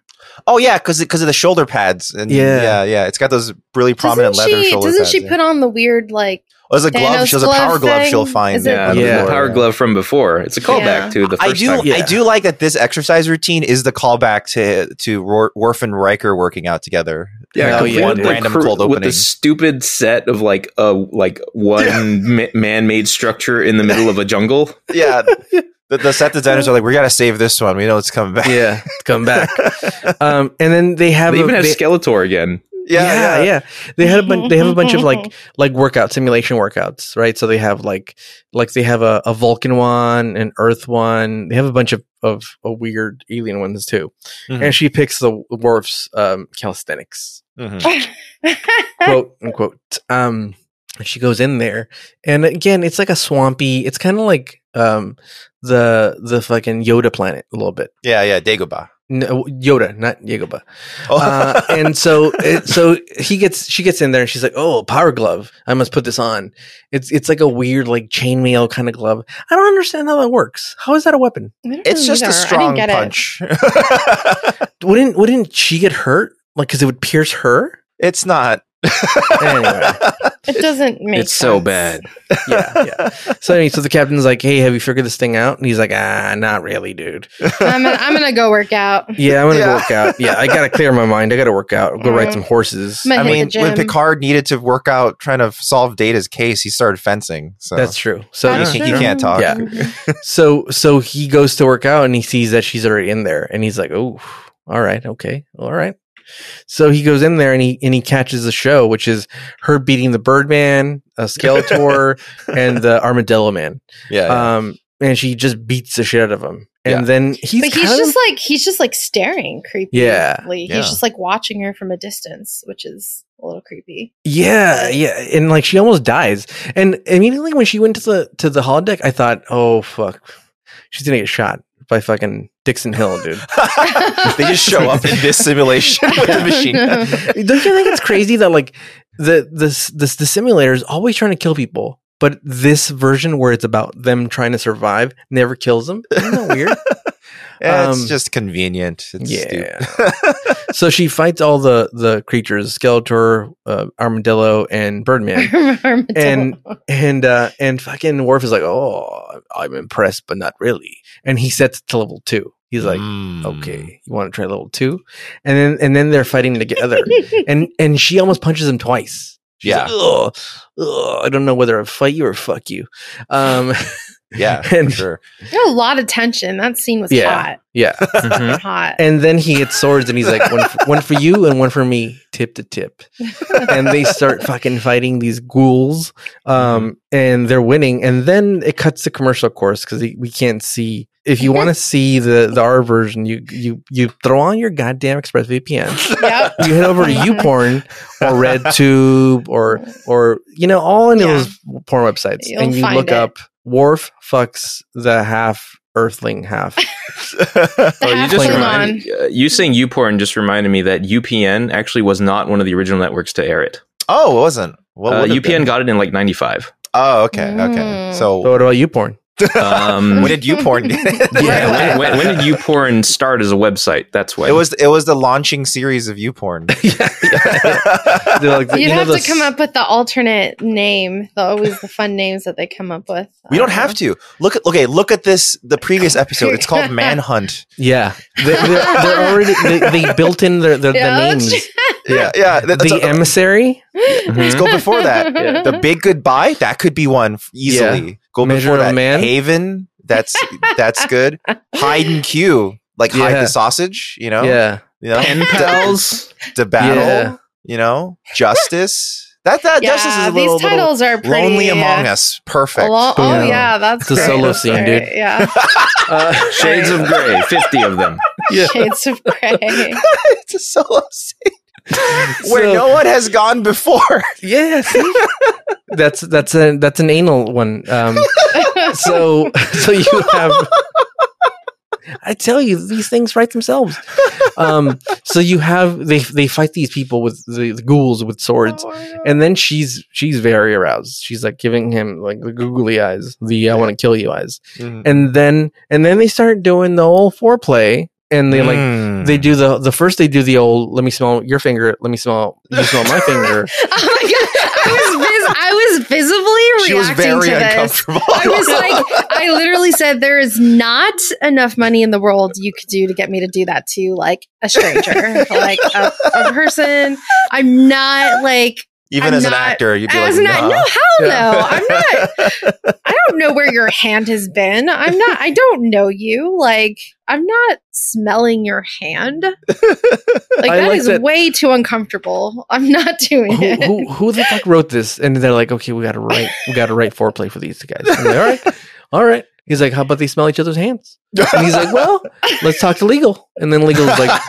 oh yeah, because because of the shoulder pads and
Yeah.
yeah, yeah, It's got those really prominent
doesn't
leather
she,
shoulder
doesn't
pads.
she
yeah.
put on the weird, like,
oh, there's a glove.
Thanos
She has a power
glove
glove. She'll
thing?
find.
Is it-
yeah,
on the
the
Yeah.
floor,
power glove from before. It's a callback
Yeah.
to the first
I do.
time.
I
Yeah.
do like that. This exercise routine is the callback to to Ror- Worf and Riker working out together.
Yeah,
complete
yeah,
with
dude.
the
random
crew-
cold
with
opening.
the stupid set of like a like one ma- man-made structure in the middle of a jungle.
yeah, the, the set designers are like, we gotta save this one. We know it's coming back. Yeah,
Yeah, come back. um, and then they have
They
a-
even have
they-
Skeletor again.
yeah, yeah, They had a bunch. They have a bunch of like like workout simulation workouts, right? So they have like like they have a, a Vulcan one, an Earth one. They have a bunch of of, of weird alien ones too.
Mhm.
And she picks the Worf's um, calisthenics.
Mhm.
quote unquote. Um, she goes in there, and again, it's like a swampy. It's kind of like um the the fucking Yoda planet a little bit.
yeah, yeah. Dagobah.
No, Yoda, not Yagoba.
Oh.
Uh, and so, it, so he gets she gets in there, and she's like, "Oh, power glove! I must put this on." It's it's like a weird like chainmail kind of glove. I don't understand how that works. How is that a weapon?
it's just a strong
get it.
punch.
Wouldn't wouldn't she get hurt? Like, because it would pierce her.
it's not.
Anyway.
It, doesn't make
it's so
sense.
bad.
yeah, yeah. So anyway, so the captain's like, "Hey, have you figured this thing out?" And he's like, "Ah, not really, dude.
I'm gonna, I'm gonna go work out. I'm
Yeah, I'm gonna go
Yeah.
work out. Yeah, I gotta clear my mind. I gotta work out. Go ride some horses.
gonna
I
hit
mean,
the
when
gym.
Picard needed to work out trying to solve Data's case, he started fencing. So
That's true. So
That's
he,
true. can't talk.
Yeah.
Mhm.
so so he goes to work out and he sees that she's already in there, and he's like, "Oh, all right, okay, all right." So he goes in there and he and he catches the show, which is her beating the Birdman, a Skeletor, and the Armadillo Man.
yeah, yeah.
Um, and she just beats the shit out of him. And
Yeah.
then he's
but he's
kind of-
just like he's just like staring creepy.
Yeah.
Yeah.
He's just like watching her from a distance, which is a little creepy.
Yeah, yeah, and like she almost dies, and immediately when she went to the to the holodeck, I thought, oh fuck, she's gonna get shot. by fucking Dixon Hill, dude.
they just show up in this simulation with the machine gun.
Don't you think it's crazy that like the this this the simulator is always trying to kill people, but this version where it's about them trying to survive never kills them? Isn't that weird?
Yeah, it's
Um,
just convenient. It's stupid.
yeah. so she fights all the the creatures: Skeletor, uh, Armadillo, and Birdman. And and uh and fucking Worf is like, oh, I'm impressed, but not really. And he sets it to level two. He's like,
Mm.
okay, you want to try level two? And then and then they're fighting together. and and she almost punches him twice. She's
Yeah.
like, "Ugh, ugh, I don't know whether I fight you or fuck you. Um,
Yeah, for
And-
sure.
There were a lot of tension. That scene was
Yeah. yeah.
Mm-hmm.
hot. Hot.
And then he hits swords and he's like, one for, one for you and one for me, tip to tip. And they start fucking fighting these ghouls. Um, and they're winning. And then it cuts to commercial, of course, because we can't see. If you want to see the, the R version, you, you, you throw on your goddamn ExpressVPN.
Oh,
yep.
You head over to YouPorn or RedTube or, or, you know, all any
Yeah.
of those porn websites.
You'll
and you
find
look
it.
up Wharf fucks the half earthling half.
The
Oh,
half
you just
Klingon.
remind, uh, you saying UPorn just reminded me that UPN actually was not one of the original networks to air it.
oh, it wasn't. What
Uh,
would
UPN
have been?
got it in like '95.
Oh, okay, okay.
Mm.
So what about YouPorn?
Um,
when did you porn? get it?
yeah, when, when, when did UPorn start as a website? That's when
It was it was the launching series of you porn.
They're like,
You'd
you know
have
those-
to come up with the alternate name. The always the fun names that they come up with. Uh,
we don't have to look. At, okay, look at this. The previous episode. It's called Manhunt.
Yeah, they, are they're already they, they built in their, their the
Yeah,
names.
that's-
Yeah, yeah. that- that's
The
a-
emissary,
let's go before that.
Yeah.
Mm-hmm.
The big goodbye. That could be one f- easily. Go
Measure
before
of
that.
Man.
Haven. That's that's good. Hide and Q. Like hide
Yeah.
the sausage. You know.
yeah,
You know?
pen pals.
The battle.
Yeah.
You know. Justice. That that
yeah,
justice is a little,
these titles are
little
pretty. uh,
lonely among
yeah.
us. Perfect.
Lo- oh
Yeah.
yeah, that's
It's a
great.
solo
That's
scene,
great.
dude.
Yeah,
uh,
Shades of Grey, fifty of them.
yeah.
shades of gray.
it's a solo scene where
So-
no one has gone before.
yeah. see? That's that's a that's an anal one. Um, so so you have. I tell you, these things write themselves. Um, so you have they they fight these people with the, the ghouls with swords, and then she's she's very aroused. She's like giving him like the googly eyes, the I want to kill you eyes.
Mm-hmm.
and then and then they start doing the old foreplay and they like
Hmm. Mm.
they do the the first they do the old let me smell your finger let me smell you smell my finger
oh my god, I was vis- I was visibly
She was
reacting
very
to this.
uncomfortable.
I was like, I literally said, "There is not enough money in the world you could do to get me to do that to like a stranger, like a, a person. I'm not like
even
I'm
as an
not-
actor, you'd be
I
like,
was not.
nah.
No, hell
Yeah.
no. I'm not. I don't know where your hand has been. I'm not. I don't know you. Like I'm not smelling your hand. Like
I
that is
like that-
way too uncomfortable. I'm not doing
who,
it.
who who the fuck wrote this and they're like okay we gotta write we gotta write foreplay for these guys I'm like, all right all right he's like how about they smell each other's hands and he's like well let's talk to legal and then legal's like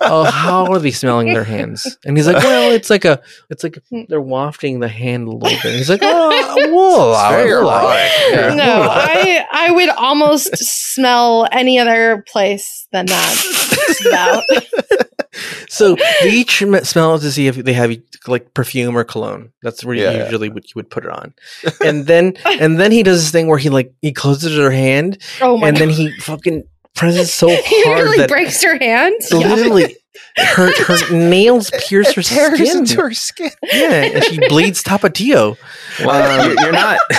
oh how are they smelling their hands and he's like well it's like a it's like they're wafting the hand a little bit and he's like oh we'll allow it,
very
we'll allow
erotic.
it." Yeah.
No, I I would almost smell any other place than that. No.
So they each m- smell to see if they have like perfume or cologne. That's where
Yeah.
you usually would you would put it on. And then and then he does this thing where he like he closes her hand
Oh my!
and
God.
then he fucking presses so hard
he really
that
breaks her hand.
literally her her nails pierce her
tears
skin.
into her skin.
Yeah, and she bleeds Tapatio.
Well,
Um,
you're, you're not.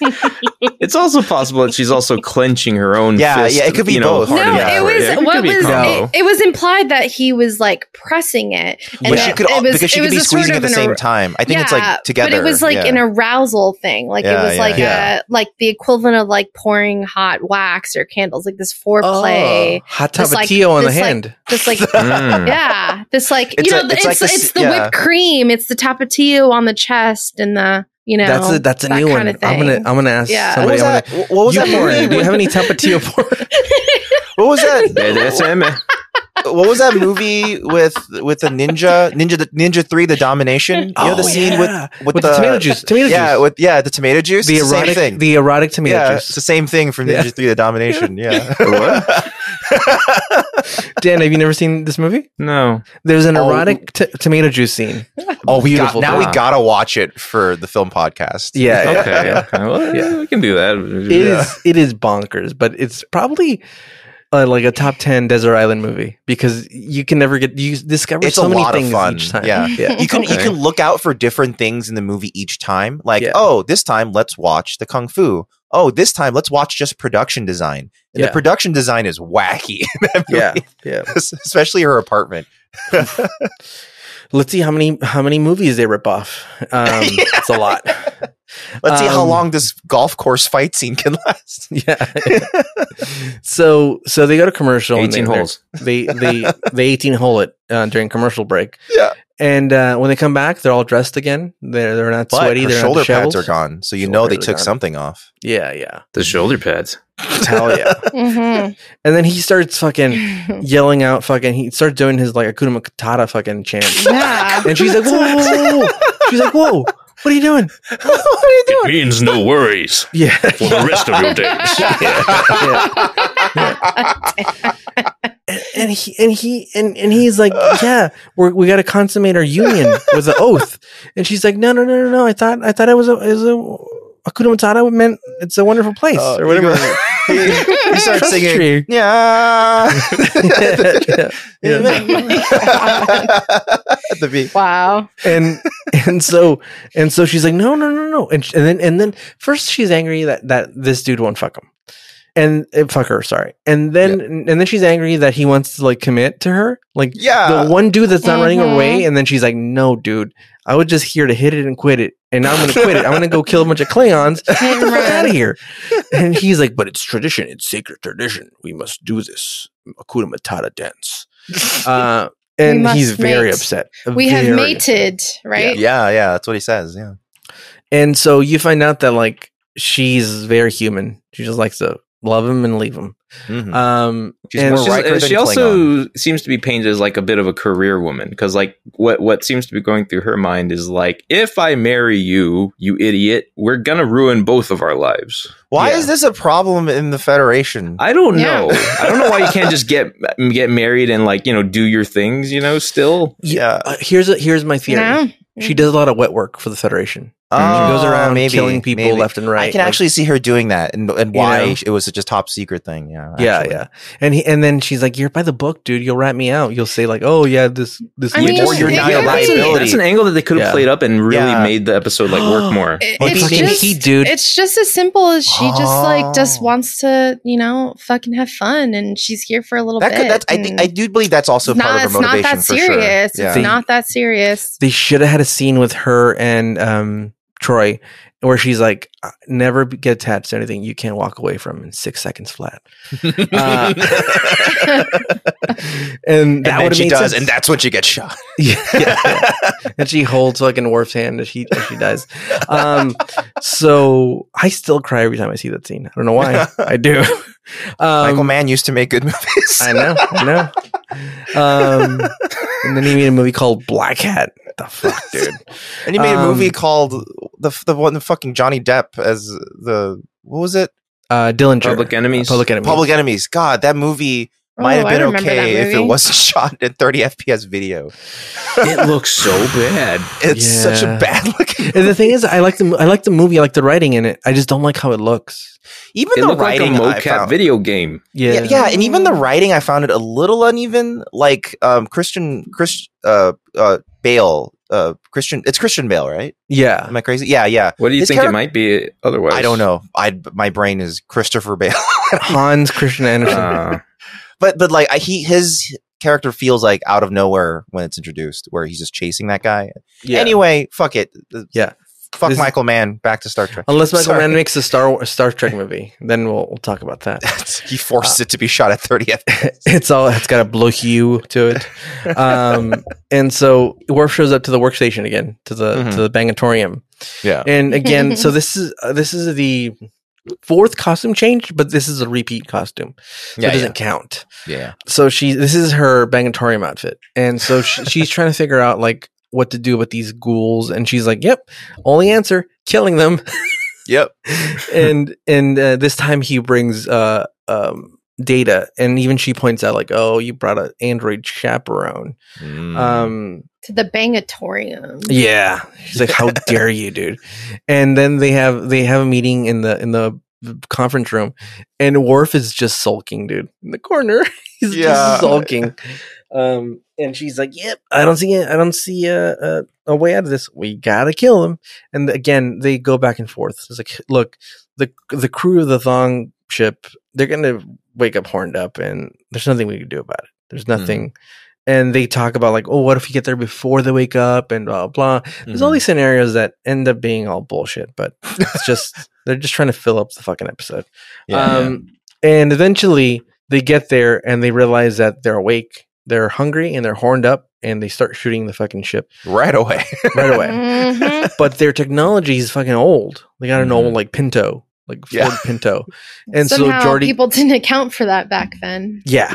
it's also possible that she's also clenching her own.
Yeah,
fist,
yeah, it could be
you know,
both.
hard
No,
Party
enough.
it
hour,
was
Yeah, it
what
could be a
was
combo.
it, it was implied that he was like pressing it,
But she
that
could all,
it was-
because she
it
could
was
be
a sort
squeezing at
of
the
an
same
ar-
time. I think it's like together.
But it was like
yeah.
an arousal thing. Like
Yeah,
it was
yeah,
like
yeah.
a like the equivalent of like pouring hot wax or candles, like this
Oh,
foreplay.
hot
Just like-
Tapatio on the
just like-
hand.
Just like
Mm.
yeah, this like
It's
you know
a-
the-
it's
it's
like
it's,
this-
the
yeah.
whipped cream, it's the tapatio on the chest and the you know
that's a that's a
that
new one.
kind of
I'm gonna
thing.
I'm gonna ask
Yeah.
somebody.
What was
I'm gonna,
that? What was
you
that
porn?
porn?
Do you have any Tapatio porn?
What was that?
That's him.
what was that movie with with the ninja ninja the ninja three the domination? You know the
Oh,
scene
yeah.
with, with
With the tomato juice, tomato
yeah,
juice.
with yeah the tomato juice.
the
it's the
erotic,
same thing.
the erotic tomato
yeah, it's
juice.
the same thing from Ninja Three the Domination. Yeah,
Dan, have you never seen this movie?
No.
There's an
Oh.
erotic t- tomato juice scene.
oh, we got,
Beautiful
now we
thing.
gotta watch it for the film podcast.
Yeah,
Okay.
yeah, yeah.
okay. Well,
Yeah.
we can do that.
It is. it is bonkers, but it's probably uh, like a top ten desert island movie because you can never get you discover
It's
so
a
many
lot of
things
fun.
each time.
Yeah.
yeah.
You can you
Okay.
can look out for different things in the movie each time. Like,
Yeah.
oh, this time let's watch the kung fu. Oh, this time let's watch just production design. And
Yeah.
the production design is wacky,
yeah, yeah.
especially her apartment.
Let's see how many how many movies they rip off. Um, It's a lot.
Let's see how
Um,
long this golf course fight scene can last.
Yeah. so so they go to commercial. and
Eighteen
they-
holes.
They they they eighteen hole it uh, during commercial break.
Yeah.
And uh, when they come back, they're all dressed again. They're they're not
But
sweaty.
her
They're
shoulder
not
pads
disheveled.
are gone, so you know they
Shoulders are
took
gone.
something off.
Yeah, yeah.
The shoulder pads.
Hell yeah. Uh,
Mhm.
And then he starts fucking
Mm-hmm.
yelling out fucking he starts doing his like Akuna Matata fucking chant.
yeah.
And she's like, whoa, whoa, whoa, whoa, whoa. She's like, whoa, what are you doing?
what are you
It means no worries
Yeah.
for the rest of your days.
And, and he and he and, and he's like, Yeah, we're, we gotta consummate our union with an oath. And she's like, No, no, no, no, no. I thought I thought it was a is a Akuna Matata meant it's a wonderful place
Uh,
or whatever.
He, he starts
Trust
singing.
tree.
Yeah.
Yeah, yeah.
At the beat.
wow.
and and so and so she's like no no no no and, sh- and then and then first she's angry that that this dude won't fuck him and eh, fuck her sorry and then and then she's angry that he wants to like commit to her like
Yeah.
the one dude that's not running
Mhm.
away and then she's like no dude i was just here to hit it and quit it and now i'm gonna quit it i'm gonna go kill a bunch of klingons get the fuck out of here and he's like but it's tradition it's sacred tradition we must do this akuna matata dance uh and
must
he's very
mate.
upset
We have
very
mated, right?
yeah, yeah, that's what he says. Yeah.
And so you find out that like she's very human. She just likes to love him and leave him.
Mhm.
Um,
She's
and
more
she's-
right- Riker
and
than
uh, she also seems to be painted as like a bit of a career woman because like what what seems to be going through her mind is like if I marry you, you idiot, we're gonna ruin both of our lives.
Why
Yeah.
is this a problem in the Federation?
I don't
Yeah.
know. I don't know why you can't just get get married and like you know do your things. You know, still
yeah.
uh, here's a, here's my theory.
No.
She does a lot of wet work for the Federation. She
Oh,
goes around
maybe,
killing people
maybe.
left and right.
I can
Like,
actually see her doing that and, and
You
why
know?
it was such a top secret thing. Yeah.
yeah,
actually.
yeah. And he, and then she's like, "You're by the book, dude. You'll rat me out. You'll say like, oh yeah, this this
I
leader-
mean,
Or you're
it
not a
could be-
liability.
That's an angle that they could have
Yeah.
played up and really
Yeah.
made the episode like work more.
It-
What do you
It's
mean
just,
he, dude?
it's just as simple as she just like just
Oh.
wants to, you know, fucking have fun, and she's here for a little
That
bit.
could, that's, I, think, I
and
do believe that's also
it's
part
not,
of
it's
her
not
motivation
that
for sure.
serious.
Yeah.
It's not that serious.
they should have had a scene with her and um Troy where she's like, "Uh, "Never be- get attached to anything you can't walk away from in six seconds flat." Uh, and that
and then
would have
she
made
does,
sense.
and that's when she gets shot.
Yeah. and she holds fucking Worf's hand as she as she dies. Um, so I still cry every time I see that scene. I don't know why. I do. Um,
Michael Mann used to make good movies.
I know. I know. Um, and then he made a movie called Black Hat. The fuck, dude.
And he made a movie
Um,
called the the one the fucking Johnny Depp as the what was it?
Uh, Dillinger.
Public enemies.
Public enemies.
Public Enemies. God, that movie might
Oh,
have
I
been
remember
okay
that
if it
movie.
wasn't shot in 30 FPS video.
it looks so bad.
It's such a
Yeah.
bad looking.
And the thing is, I like the I like the movie. I like the writing in it. I just don't like how it looks.
Even
It
the
looked like a
writing I
mocap
found,
video game.
Yeah.
Yeah, yeah, and even the writing I found it a little uneven. Like um, Christian Chris uh, uh, Bale, uh, Christian. It's Christian Bale, right?
Yeah.
Am I crazy? Yeah, yeah.
What do you
His
think
charac-
it might be otherwise?
I don't know. I my brain is Christopher Bale.
Hans Christian Andersen.
Uh,
but but like I, he his character feels like out of nowhere when it's introduced, where he's just chasing that guy.
yeah.
Anyway, fuck it.
Yeah.
Fuck
This-
Michael Mann. Back to Star Trek.
Unless Michael
Sorry.
Mann makes a Star a Star Trek movie, then we'll, we'll talk about that.
Uh,
he forces it to be shot at 30 FPS.
It's all it's got a blue hue to it, um, and so Worf shows up to the workstation again to the
Mhm.
to the Bangatorium,
Yeah.
and again, so this is uh, this is the fourth costume change, but this is a repeat costume. So
Yeah,
it doesn't count.
yeah.torium
So she this is her Bangatorium outfit. And so she, she's trying to figure out like what to do with these ghouls and she's like, "Yep, only answer, killing them."
Yep.
and and uh, this time he brings uh um data and even she points out like, "Oh, you brought an android chaperone."
Mm-hmm.
Um
to the bangatorium.
yeah. She's like, "How dare you, dude?" And then they have they have a meeting in the in the conference room and Worf is just sulking, dude, in the corner. He's
Yeah.
just sulking. Um and she's like, "Yep, I don't see it. I don't see a, a a way out of this. We got to kill him." And again, they go back and forth. It's like, "Look, the the crew of the thong ship, they're going to wake up horned up and there's nothing we can do about it. There's nothing." And they talk about like, "Oh, what if we get there before they wake up and blah blah." There's
Mm-hmm.
all these scenarios that end up being all bullshit, but it's just they're just trying to fill up the fucking episode. um, And eventually they get there and they realize that they're awake, they're hungry, and they're horned up, and they start shooting the fucking ship
right away.
right away.
Mhm.
but their technology is fucking old. They got an
Mhm.
old like Pinto, like Ford
Yeah.
Pinto, and
Somehow
so Jordy,
people didn't account for that back then.
yeah,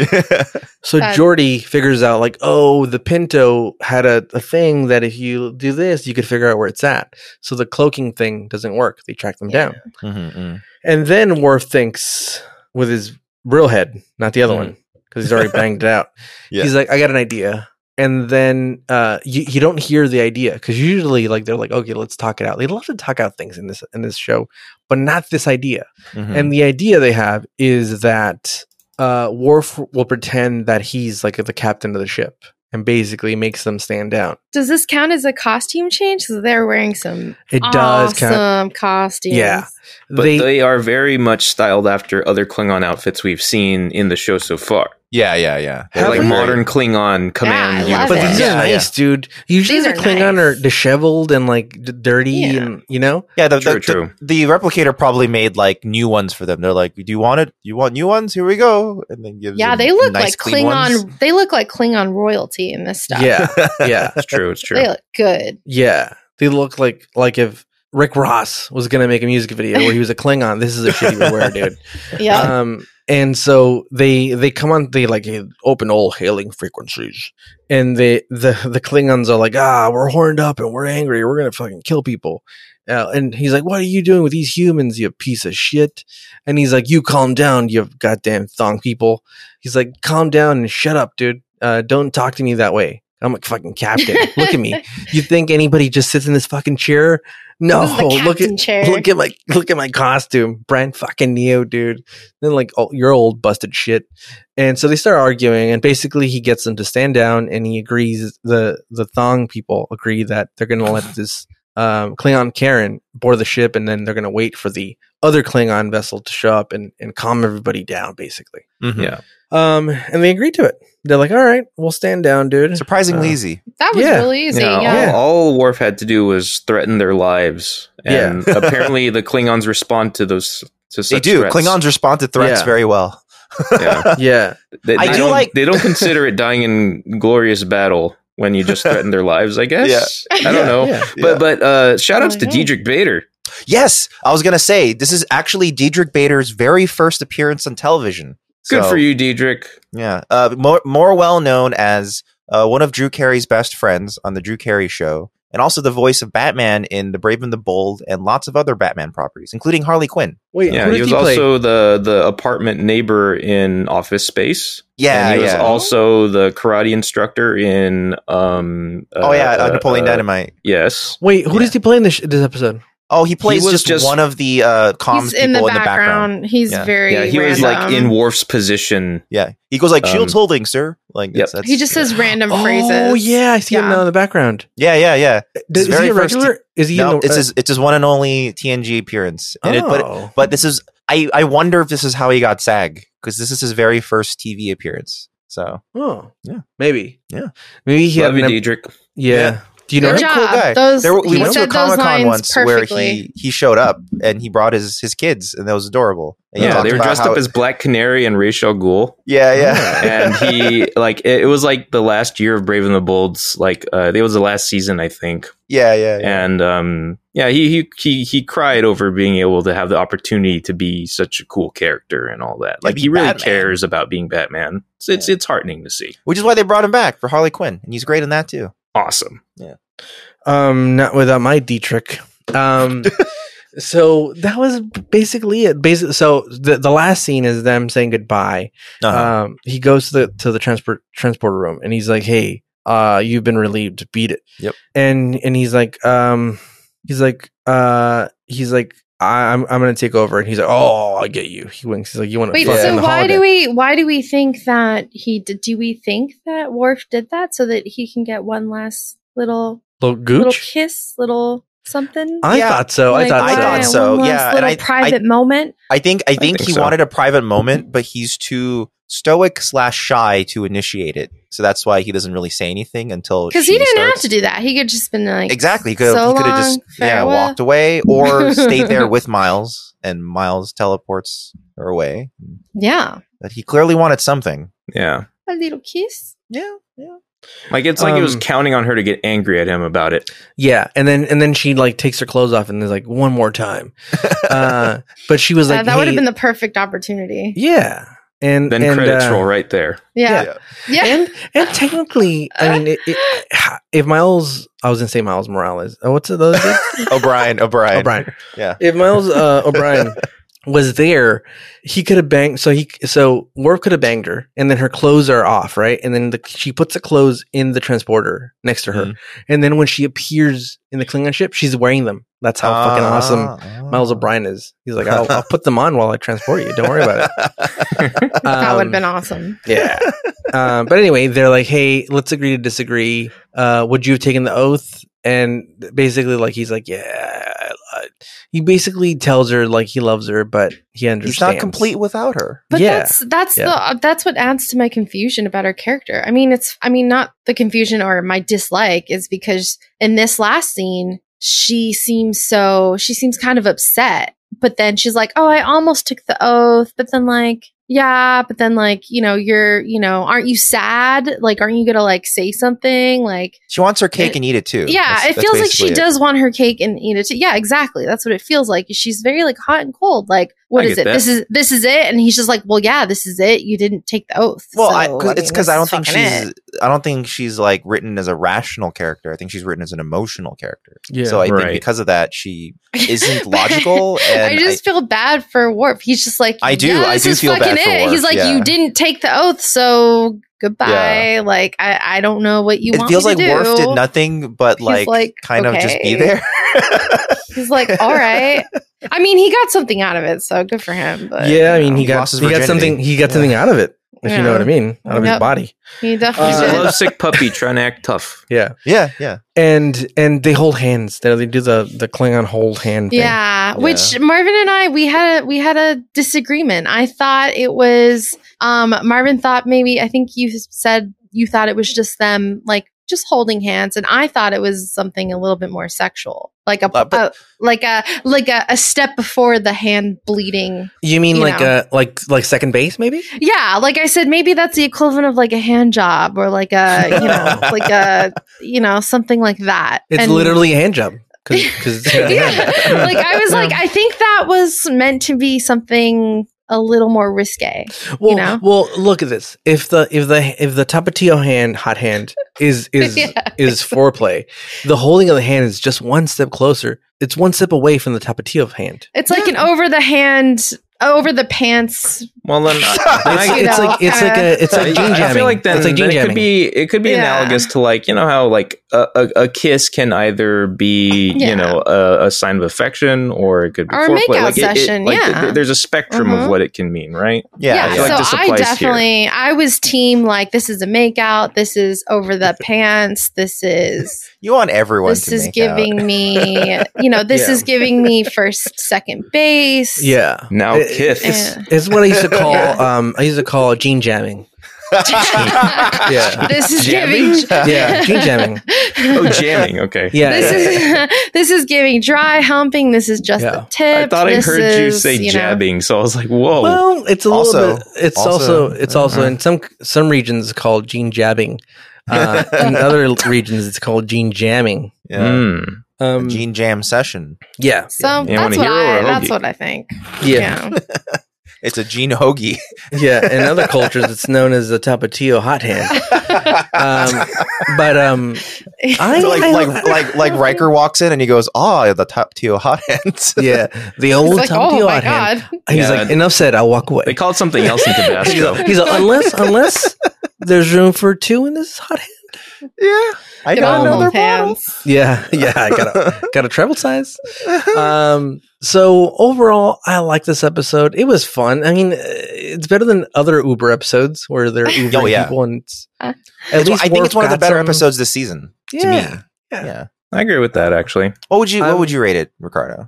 So
That-
Jordy figures out like, oh, the Pinto had a, a thing that if you do this, you could figure out where it's at. So the cloaking thing doesn't work. They track them
Yeah.
down.
Mm-hmm,
And then Worf thinks with his real head, not the other
Mhm.
one, 'cause one, because he's already banged it out.
Yeah.
He's like, I got an idea. And then uh, you, you don't hear the idea because usually like they're like, okay, let's talk it out. They love to talk out things in this in this show, but not this idea.
And
And the idea they have is that uh, Worf will pretend that he's like the captain of the ship and basically makes them stand down.
Does this count as a costume change? Because they're wearing some
It does
awesome
kind
costumes.
Yeah. of,
But they, are very much styled after other Klingon outfits we've seen in the show so far.
yeah, yeah, yeah.
They're like
Haven't-
modern Klingon command
Yeah, I love
but
uniforms.
these
it.
are
Yeah,
nice, dude. Usually
These
the
are
Klingon
nice.
are disheveled and like d- dirty,
Yeah.
and you know,
Yeah, the,
True,
the,
true.
The, the replicator probably made like new ones for them. They're like, "Do you want it? You want new ones? Here we go." And then gives
Yeah,
them
they look
nice,
like
clean
Klingon.
ones.
They look like Klingon royalty in this stuff.
yeah, yeah,
It's true. It's true.
they look good.
yeah. They look like like if Rick Ross was gonna make a music video where he was a Klingon. This is a shit he would wear, dude.
Yeah,
um and so they they come on they like open all hailing frequencies and they the the klingons are like ah we're horned up and we're angry we're gonna fucking kill people uh, and he's like what are you doing with these humans you piece of shit and he's like you calm down you goddamn thong people he's like calm down and shut up dude uh, don't talk to me that way i'm a fucking captain look at me you think anybody just sits in this fucking chair no
This is the
Oh, look at
captain chair.
Look at my look at my costume, Brent fucking Neo, dude. Then like oh, your old busted shit, and so they start arguing, and basically he gets them to stand down, and he agrees. the The thong people agree that they're gonna let this um, Klingon Karen board the ship, and then they're gonna wait for the other Klingon vessel to show up and and calm everybody down, basically.
Mhm.
Yeah.
Um, and they agree to it. They're like, "All right, we'll stand down, dude."
Surprisingly
Uh,
easy.
that was
yeah.
really easy.
Yeah,
Yeah,
All, all Worf had to do was threaten their lives, and
Yeah.
apparently the Klingons respond to those. To
They
such
do.
threats.
Klingons respond to threats
Yeah.
very well.
Yeah.
yeah,
They,
I
they
do
not
like-
They don't consider it dying in glorious battle when you just threaten their lives. I guess. I don't
Yeah.
know.
yeah.
Yeah.
But but uh, shout outs
Oh,
to
yeah.
Diedrich Bader.
Yes, I was gonna say this is actually Diedrich Bader's very first appearance on television.
Good
So,
for you, Diedrich.
Yeah, uh, more more well known as uh, one of Drew Carey's best friends on the Drew Carey Show, and also the voice of Batman in The Brave and the Bold and lots of other Batman properties, including Harley Quinn.
Wait,
Yeah,
who did
he was
play?
also the the apartment neighbor in Office Space.
Yeah,
and he was
yeah.
also the karate instructor in. Um,
oh yeah,
uh,
uh, Napoleon
uh,
Dynamite.
Yes,
Wait, who does he play in this, this episode?
Oh, he plays
was
just,
just-
one of the uh, comms
he's
people
in the, background.
background.
He's
Yeah.
very.
yeah, he was like
random.
in Worf's position.
Yeah, he goes like
Um,
shields holding, sir. Like
Yep.
that's-
He just says random phrases.
Oh yeah, I see him
Yeah.
now in the background.
yeah, yeah, yeah.
Does, is
very
he a
first
regular? Is he?
No,
in the,
it's his it's his one and only TNG appearance, and it, but
oh.
But this is I I wonder if this is how he got SAG because this is his very first TV appearance. So
oh,
Yeah.
maybe,
Yeah.
maybe he
Yeah,
had
Love you,
an, ep-
Diedrich.
yeah.
Yeah.
Do you know
Good
him?
Very
job.
cool guy.
Those-
There, we
he
went to a
said those
Comic Con
lines
once where he
perfectly.
he showed up and he brought his his kids, and that was adorable. And he
Yeah,
talked
they were
about
dressed
how-
up as Black Canary and Rachel Ghoul.
yeah, yeah.
and he like it, it was like the last year of Brave and the Bold's like uh it was the last season I think
yeah, yeah, yeah.
and um yeah he he he he cried over being able to have the opportunity to be such a cool character and all that like
be
he really
Batman.
cares about being Batman it's it's, it's heartening to see
Which is why they brought him back for Harley Quinn, and he's great in that too.
awesome
Um, not without my Dietrich. Um, so that was basically it. Basically, so the the last scene is them saying goodbye.
Uh-huh.
Um, he goes to the to the transport transporter room and he's like, "Hey, uh, you've been relieved. Beat it."
Yep.
And and he's like, um, he's like, uh, he's like, I, I'm I'm gonna take over. And he's like, "Oh, I get you." He winks. He's like, "You want to
Wait,
Yeah.
so
And
why do we why do we think that he did do we think that Worf did that so that he can get one last little
little
little
gooch?"
kiss, little something?
I
Yeah.
thought so.
Like,
I thought
I
why?
so.
thought so,
One last
yeah, and
Little
I-
private moment.
I think I think
think
he
so.
wanted a private moment, but he's too stoic slash shy to initiate it. So that's why he doesn't really say anything until
Because
she
he didn't have
starts.
to do that. He could just been like
Exactly. He could
"So
have
long,
just yeah,
farewell."
walked away or stayed there with Miles and Miles teleports her away.
Yeah.
But he clearly wanted something.
yeah
A little kiss.
Yeah, yeah.
like it's like he was
Um,
counting on her to get angry at him about it
Yeah, and then and then she like takes her clothes off and is like one more time. Uh, but she was like,
Uh, that would have
"Hey,"
been the perfect opportunity.
yeah. And
then
and,
credits
uh,
roll right there
Yeah. Yeah.
And and technically, I mean, it, it, if Miles, I was gonna say Miles Morales. Oh, what's the other dude?
O'Brien, O'Brien.
O'Brien.
Yeah.
If Miles uh, O'Brien was there, he could have banged. So he so Worf could have banged her, and then her clothes are off, right? And then the, she puts the clothes in the transporter next to her,
Mhm.
and then when she appears in the Klingon ship, she's wearing them. That's how fucking awesome
Ah.
Miles O'Brien is. He's like, I'll, I'll put them on while I transport you. Don't worry about it.
that would
Um,
have been awesome.
yeah. um, but anyway, they're like, "Hey, let's agree to disagree. Uh, would you have taken the oath?" And basically, like he's like, "Yeah." I- He basically tells her like he loves her, but he understands.
He's not complete without her.
But
yeah.
that's that's
Yeah.
the uh, that's what adds to my confusion about her character. I mean, it's I mean not the confusion or my dislike is because in this last scene she seems so she seems kind of upset, but then she's like, "Oh, I almost took the oath," but then like, "Yeah," but then like, you know, you're, you know, aren't you sad? Like, aren't you going to like say something? Like,
She wants her cake and eat it too.
yeah,
That's-
it
that's
feels like she
basically it.
does want her cake and eat it. Too. Yeah, exactly. That's what it feels like. She's very like hot and cold. Like, what
I
is
get
it?
that.
This is this is it. And he's just like, well, yeah, this is it. You didn't take the oath.
Well,
So,
I,
I
cause, it's
mean,
because I
this
don't
is
think
fucking
she's.
it.
I don't think she's like written as a rational character. I think she's written as an emotional character.
Yeah.
So I think
Right.
because of that, she isn't logical,
I
and
just feel bad for Warp. He's just like,
I do-
yeah,
I
this
do
is
feel bad
fucking
for
it.
Worf,
He's like,
yeah.
you didn't take the oath, so goodbye. Like, I, I don't know what you
it
want.
feels
me
like
to
Worf
do.
did nothing but
He's
like,
like,
kind of just
okay.
be there.
He's like, all right. I mean, he got something out of it, so good for him. But
yeah, I mean, he
He
got
lost his
he got
virginity.
something he got
Yeah.
something out of it. If you know
Yeah.
what I mean, out of his
Yep.
body.
he definitely
he's
Uh,
a
did.
lovesick puppy trying to act tough
Yeah,
yeah, yeah.
and and they hold hands. They they do the the Klingon hold hand. Thing.
Yeah,
Yeah.
which Marvin and I we had a we had a disagreement. I thought it was um Marvin thought maybe I think you said you thought it was just them like just holding hands and I thought it was something a little bit more sexual. Like a,
Uh, but-
a- like a like a, a step before the hand bleeding.
You mean
You
like
know.
uh like like second base maybe?
Yeah, like I said maybe that's the equivalent of like a hand job or like a, you know, like a you know, something like that.
It's
And-
literally a hand job because
yeah. like I was like, I think that was meant to be something a little more risque.
Well,
know?
well, look at this. If the if the if the tapatio hand, hot hand, is is
Yeah.
is foreplay, the holding of the hand is just one step closer. It's one step away from the tapatio hand.
It's like an over the hand, over the pants.
well then, then
It's,
I,
You
it's
know,
like it's like a it's
I-
like gene jamming.
I feel like then,
it's like
then
gene
it could
jamming.
be it could be
Yeah.
analogous to like you know how like a, a, a kiss can either be
Yeah.
you know a, a sign of affection or it could be
Or a
foreplay.
makeout
like, it- it-
session,
like,
yeah.
th- there's a spectrum
Mhm.
of what it can mean, right?
Yeah, yeah.
I feel like
so
this
I
applies here.
definitely, I was team like this is a makeout. This is over the pants. This is
you want everyone
this
to
is
make out.
giving me, you know, this
Yeah.
is giving me first, second base.
yeah.
Now
It-
kiss.
It's,
Yeah.
it's what I used to call
Yeah.
um I used to call gene jamming. Yeah.
This is
Jamming?
giving.
Yeah, G jamming.
Oh, jamming. Okay.
Yeah.
This is this is giving dry humping. This is just
Yeah.
the tip.
I thought I
This
heard you
is,
say
you know-
jabbing, so I was like, whoa.
Well, it's a
Oh, Also-
little bit. It's
also- uh-huh.
also, it's also in some some regions called gene jabbing. Uh, in other regions, it's called gene jamming.
yeah.
Mm.
Um,
Gene jam session.
yeah,
So
You wanna
that's what
hear or
I
a
that's
hoagie?
what I think.
yeah,
It's a gene hoagie.
yeah. In other cultures, it's known as the tapatio hot hand. Um, but um,
Yeah.
I
So like
I-
like like like Riker walks in and he goes, "Ah, the top tier hot hands."
yeah, the old
It's like,
tapatio
oh my
hot hand.
god.
He's
Yeah.
like, enough said. I'll walk away.
They called something else in
he's
Tabasco.
like, he's like, unless unless there's room for two in this hot hand.
yeah. I
Get
got
on
another
both
bottle.
hands.
Yeah, yeah, I got a got a treble size. Um, so overall, I like this episode. It was fun. I mean, uh, it's better than other Uber episodes where they're Uber
Oh, yeah.
people, and it's,
Uh.
It's- I think
Worf
it's one of the
got
better
some-
episodes this season to
Yeah.
me.
Yeah.
Yeah.
I agree with that, actually.
What would you What
Um,
would you rate it, Ricardo?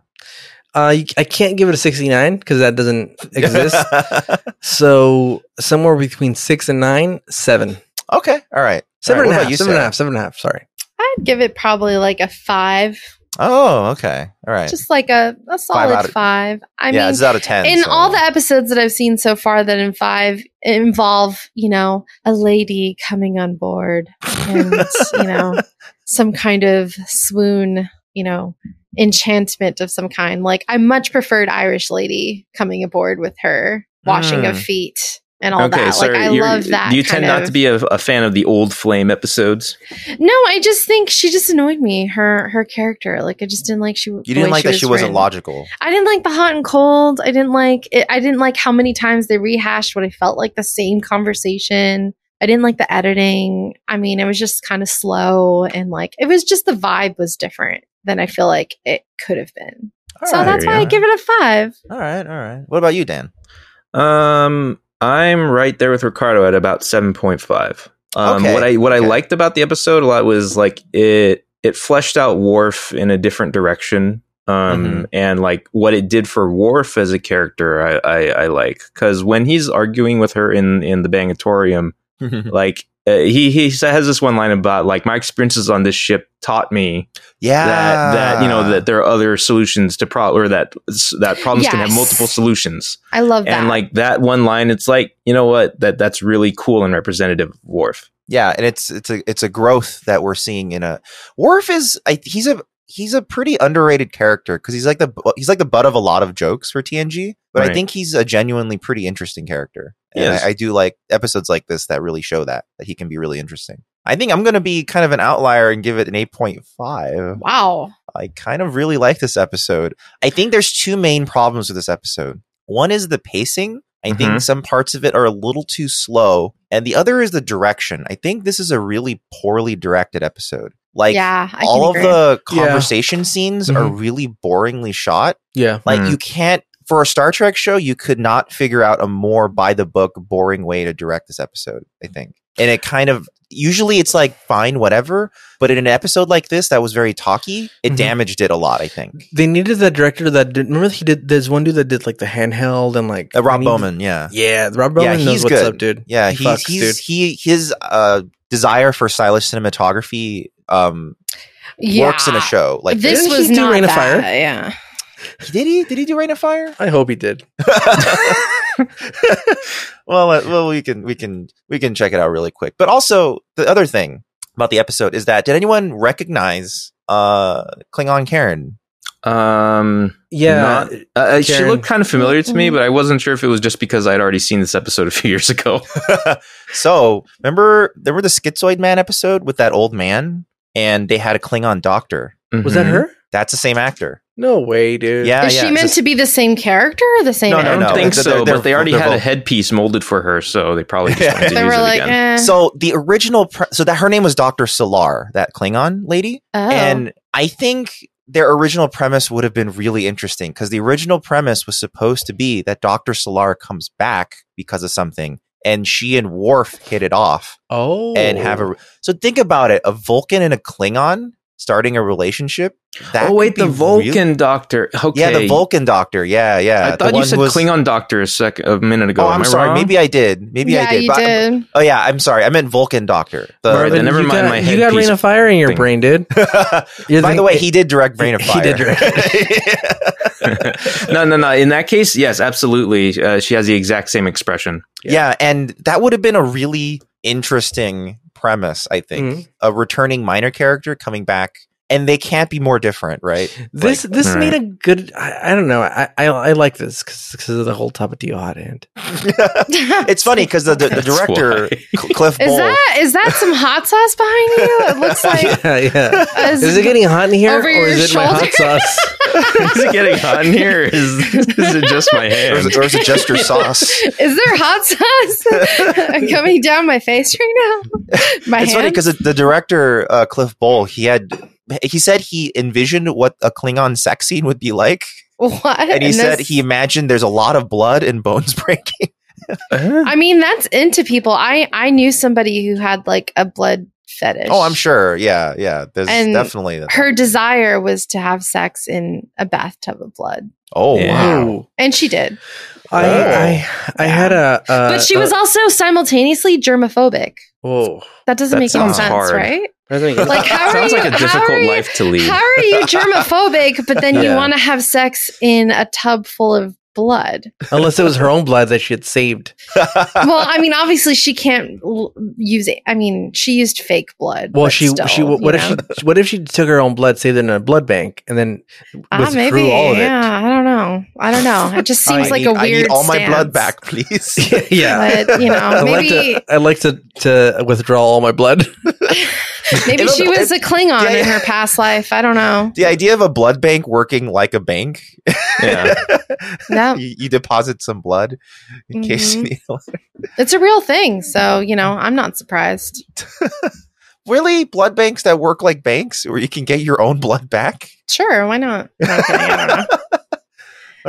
Uh, you, I can't give it a sixty nine because that doesn't exist. so somewhere between six and nine, seven.
okay. All right.
Seven
All
and a
right, what about
half,
you,
seven and a
Sarah?
half, seven and a half. Sorry.
I'd give it probably like a five.
Oh, okay. All right.
Just like a, a solid
out
five.
of-
I
yeah,
mean
it's out of ten.
in
so-
all the episodes that I've seen so far that in five involve, you know, a lady coming on board and, you know, some kind of swoon, you know, enchantment of some kind. Like I much preferred Irish lady coming aboard with her washing of
Mm.
feet and all that.
so
like I
you're-
love that.
You
kind
tend not
of-
to be a, a fan of the old flame episodes.
No, I just think she just annoyed me. Her her character, like I just didn't like she.
you didn't like that she wasn't
logical.
logical.
I didn't like the hot and cold. I didn't like it. I didn't like how many times they rehashed what I felt like the same conversation. I didn't like the editing. I mean, it was just kind of slow and like it was just the vibe was different than I feel like it could have been.
All
so
right.
that's why I give it a five.
All right. All right. What about you, Dan?
Um, I'm right there with Ricardo at about seven point five. Um,
Okay.
what I what
Okay.
I liked about the episode a lot was like it it fleshed out Worf in a different direction. Um,
Mhm.
and like what it did for Worf as a character, I I, I like because when he's arguing with her in in the Bangatorium, like. Uh, he he has this one line about like my experiences on this ship taught me
yeah.
that that you know
Ah.
that there are other solutions to problem or that that problems can have
Yes.
multiple solutions
I love that.
and like that one line it's like you know what that that's really cool and representative of Worf
yeah and it's it's a it's a growth that we're seeing in a Worf is I, he's a he's a pretty underrated character because he's like the bu- he's like the butt of a lot of jokes for TNG but I
Right.
think he's a genuinely pretty interesting character
He
and
is.
I, I do like episodes like this that really show that that he can be really interesting I think I'm gonna be kind of an outlier and give it an eight point five
wow.
I kind of really like this episode. I think there's two main problems with this episode. One is the pacing. I think
Mhm.
some parts of it are a little too slow, and the other is the direction. I think this is a really poorly directed episode. Like
yeah. I
all of
can agree.
the
Yeah.
conversation scenes are really boringly shot.
Yeah.
Like
Mm.
you can't for a Star Trek show, you could not figure out a more by the book boring way to direct this episode, I think. And it kind of usually it's like fine whatever, but in an episode like this that was very talky, it
Mhm.
damaged it a lot, I think.
They needed that director that did. Remember, he did. There's one dude that did like the handheld and like
Uh, Rob
they need-
Bowman, yeah.
Yeah, Rob
Yeah,
Bowman knows
he's
what's
good.
up, dude.
Yeah,
He
he's
fucks,
he's
dude.
he his uh desire for stylish cinematography um works in a show. Like
this
Didn't he
was
do
not
Rain of
that.
Fire?
Yeah.
did he did he do Rain of Fire?
I hope he did.
well, uh, well, we can we can we can check it out really quick. But also, the other thing about the episode is that did anyone recognize uh Klingon Karen?
um
Yeah,
not- uh, uh, she
Karen.
looked kind of familiar to me
Mhm.
but I wasn't sure if it was just because I'd already seen this episode a few years ago
so remember, remember the Schizoid Man episode with that old man, and they had a Klingon doctor.
was that
Mhm.
her?
That's the same actor.
Mm-hmm. No way, dude.
Yeah,
Is
yeah.
she meant to be the same character or the same?
No,
I
no,
don't
no.
think
They're-
so
they're- they're-
but they already
they're
had a
both-
headpiece molded for her so they probably just wanted to
They
use
were
it
like,
again
eh.
So the original, pre- so that her name was Doctor Solar, that Klingon lady.
oh.
And I think their original premise would have been really interesting because the original premise was supposed to be that Dr. Solar comes back because of something and she and Worf hit it off
Oh,
and have a. So think about it a Vulcan and a Klingon starting a relationship.
"Eh."
oh
could
wait,
be
the
real-
Vulcan doctor. Okay,
Yeah, the Vulcan doctor. Yeah, yeah.
I
The
thought you
one
said
who was-
Klingon doctor a sec a minute ago.
Oh,
Am
I'm
I
sorry.
wrong?
Maybe I did. Maybe
yeah,
I did.
you
but-
did.
Oh yeah, I'm sorry. I meant Vulcan doctor. The-
All right, then uh, never
you
mind
got,
my
You got
headpiece
Rain of Fire in your
thing.
brain, dude. You're
By the
thinking-
way, he did direct Brain of
He
Fire.
did direct
no, no, no. In that case, yes, absolutely. Uh, she has the exact same expression.
yeah. and that would have been a really interesting premise, I think.
Mm-hmm.
Mhm.
A returning minor character coming back, and they can't be more different, right?
This
Like,
this
all
made a good. I, I don't know. I I, I like this because of the whole Tapatio hot end.
it's funny because the, the, the
That's why.
director, Cl- Cliff
Is
Bull,
that is that some hot sauce behind you? It looks like
yeah, yeah.
is,
Is it getting hot in here,
over
or
your
is it my hot sauce?
is it getting hot in here? Is, is it just my
or is
hand?
it- or is it just your sauce?
is there hot sauce coming down my face right now? My
it's funny
hand.
because the director uh, Cliff Bull he had he said he envisioned what a Klingon sex scene would be like,
what?
and he said
this-
he imagined there's a lot of blood and bones breaking.
I mean, that's into people. I I knew somebody who had like a blood fetish.
oh, I'm sure. Yeah, yeah. There's
And
definitely.
Her desire was to have sex in a bathtub of blood,
oh
Yeah.
wow.
and she did.
I I I had a. Uh,
but she was
uh,
also simultaneously germophobic.
whoa.
That doesn't
That
make any
sounds
sense,
hard.
right?
Like,
Like, how are
Sounds
you-
like a
how
difficult
are you-
life to lead.
How are you germophobic, but then you
Yeah.
want to have sex in a tub full of blood?
Unless it was her own blood that she had saved.
Well, I mean, obviously she can't l- use it. I mean, she used fake blood.
Well,
but
she
still,
she what
you
if
know.
she what if she took her own blood, saved it in a blood bank, and then
Ah,
withdrew
maybe.
all of
Yeah, I don't know. I don't know. It just seems
I
like
need,
a weird.
I need all my
stance.
blood back, please.
it? yeah.
But you know,
I'd like
maybe
to I'd like to, to withdraw all my blood.
maybe
It'll-
she was a Klingon
Yeah,
in her
yeah.
past life. I don't know.
the idea of a blood bank working like a bank.
Yeah.
No.
you, you deposit some blood in case you
Mhm.
need.
It's a real thing, so you know, I'm not surprised.
Really, blood banks that work like banks, where you can get your own blood back.
Sure, why not? No, I'm kidding, I don't know.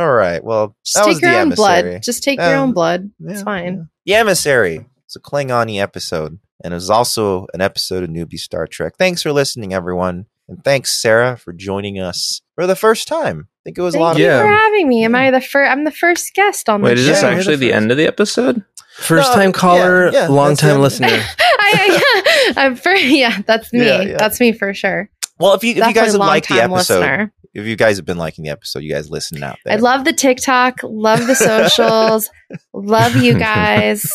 All right. Well,
Just
that was
take
the
your own
emissary.
blood. Just take your
Um,
own blood.
Yeah,
It's fine.
The Emissary. It's a Klingon episode, and it was also an episode of Newbie Star Trek. Thanks for listening, everyone. And thanks, Sarah, for joining us for the first time. I think it was a lot
Thank
of
you
Yeah.
for having me. Am I the first? I'm the first guest on
Wait,
the
is
show.
this
Yeah, we're
actually
the
the
first.
end of the episode?
First time
yeah,
caller,
yeah,
long
that's the
time
end.
listener.
I, I, am for, yeah, that's me.
Yeah, yeah.
That's me for sure.
Well, if you if you
Definitely
guys have liked the
long-time
episode,
listener.
if you guys have been liking the episode, you guys listen out there.
I love the TikTok, love the socials, love you guys,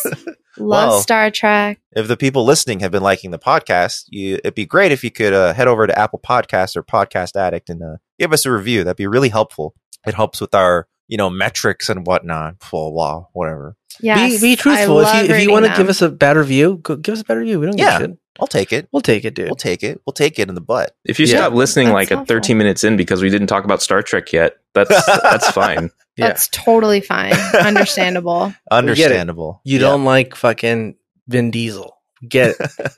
love
Wow.
Star Trek.
if the people listening have been liking the podcast, you, it'd be great if you could uh, head over to Apple Podcasts or Podcast Addict and uh, give us a review. That'd be really helpful. It helps with our you know metrics and whatnot. Blah blah, whatever.
Yes,
be, be truthful.
I
If
love
you if you
reading
want to
them.
give us a bad review, go, give us a bad review. We don't
Yeah.
give a shit.
I'll take it.
We'll take it, dude.
We'll take it. We'll take it in the butt.
If you
Yeah.
stop listening
That's
like
awful.
at 13 minutes in because we didn't talk about Star Trek yet, that's that's fine.
yeah.
that's totally fine, understandable.
We get it.
Understandable.
you
Yeah.
don't like fucking Vin Diesel. Get it.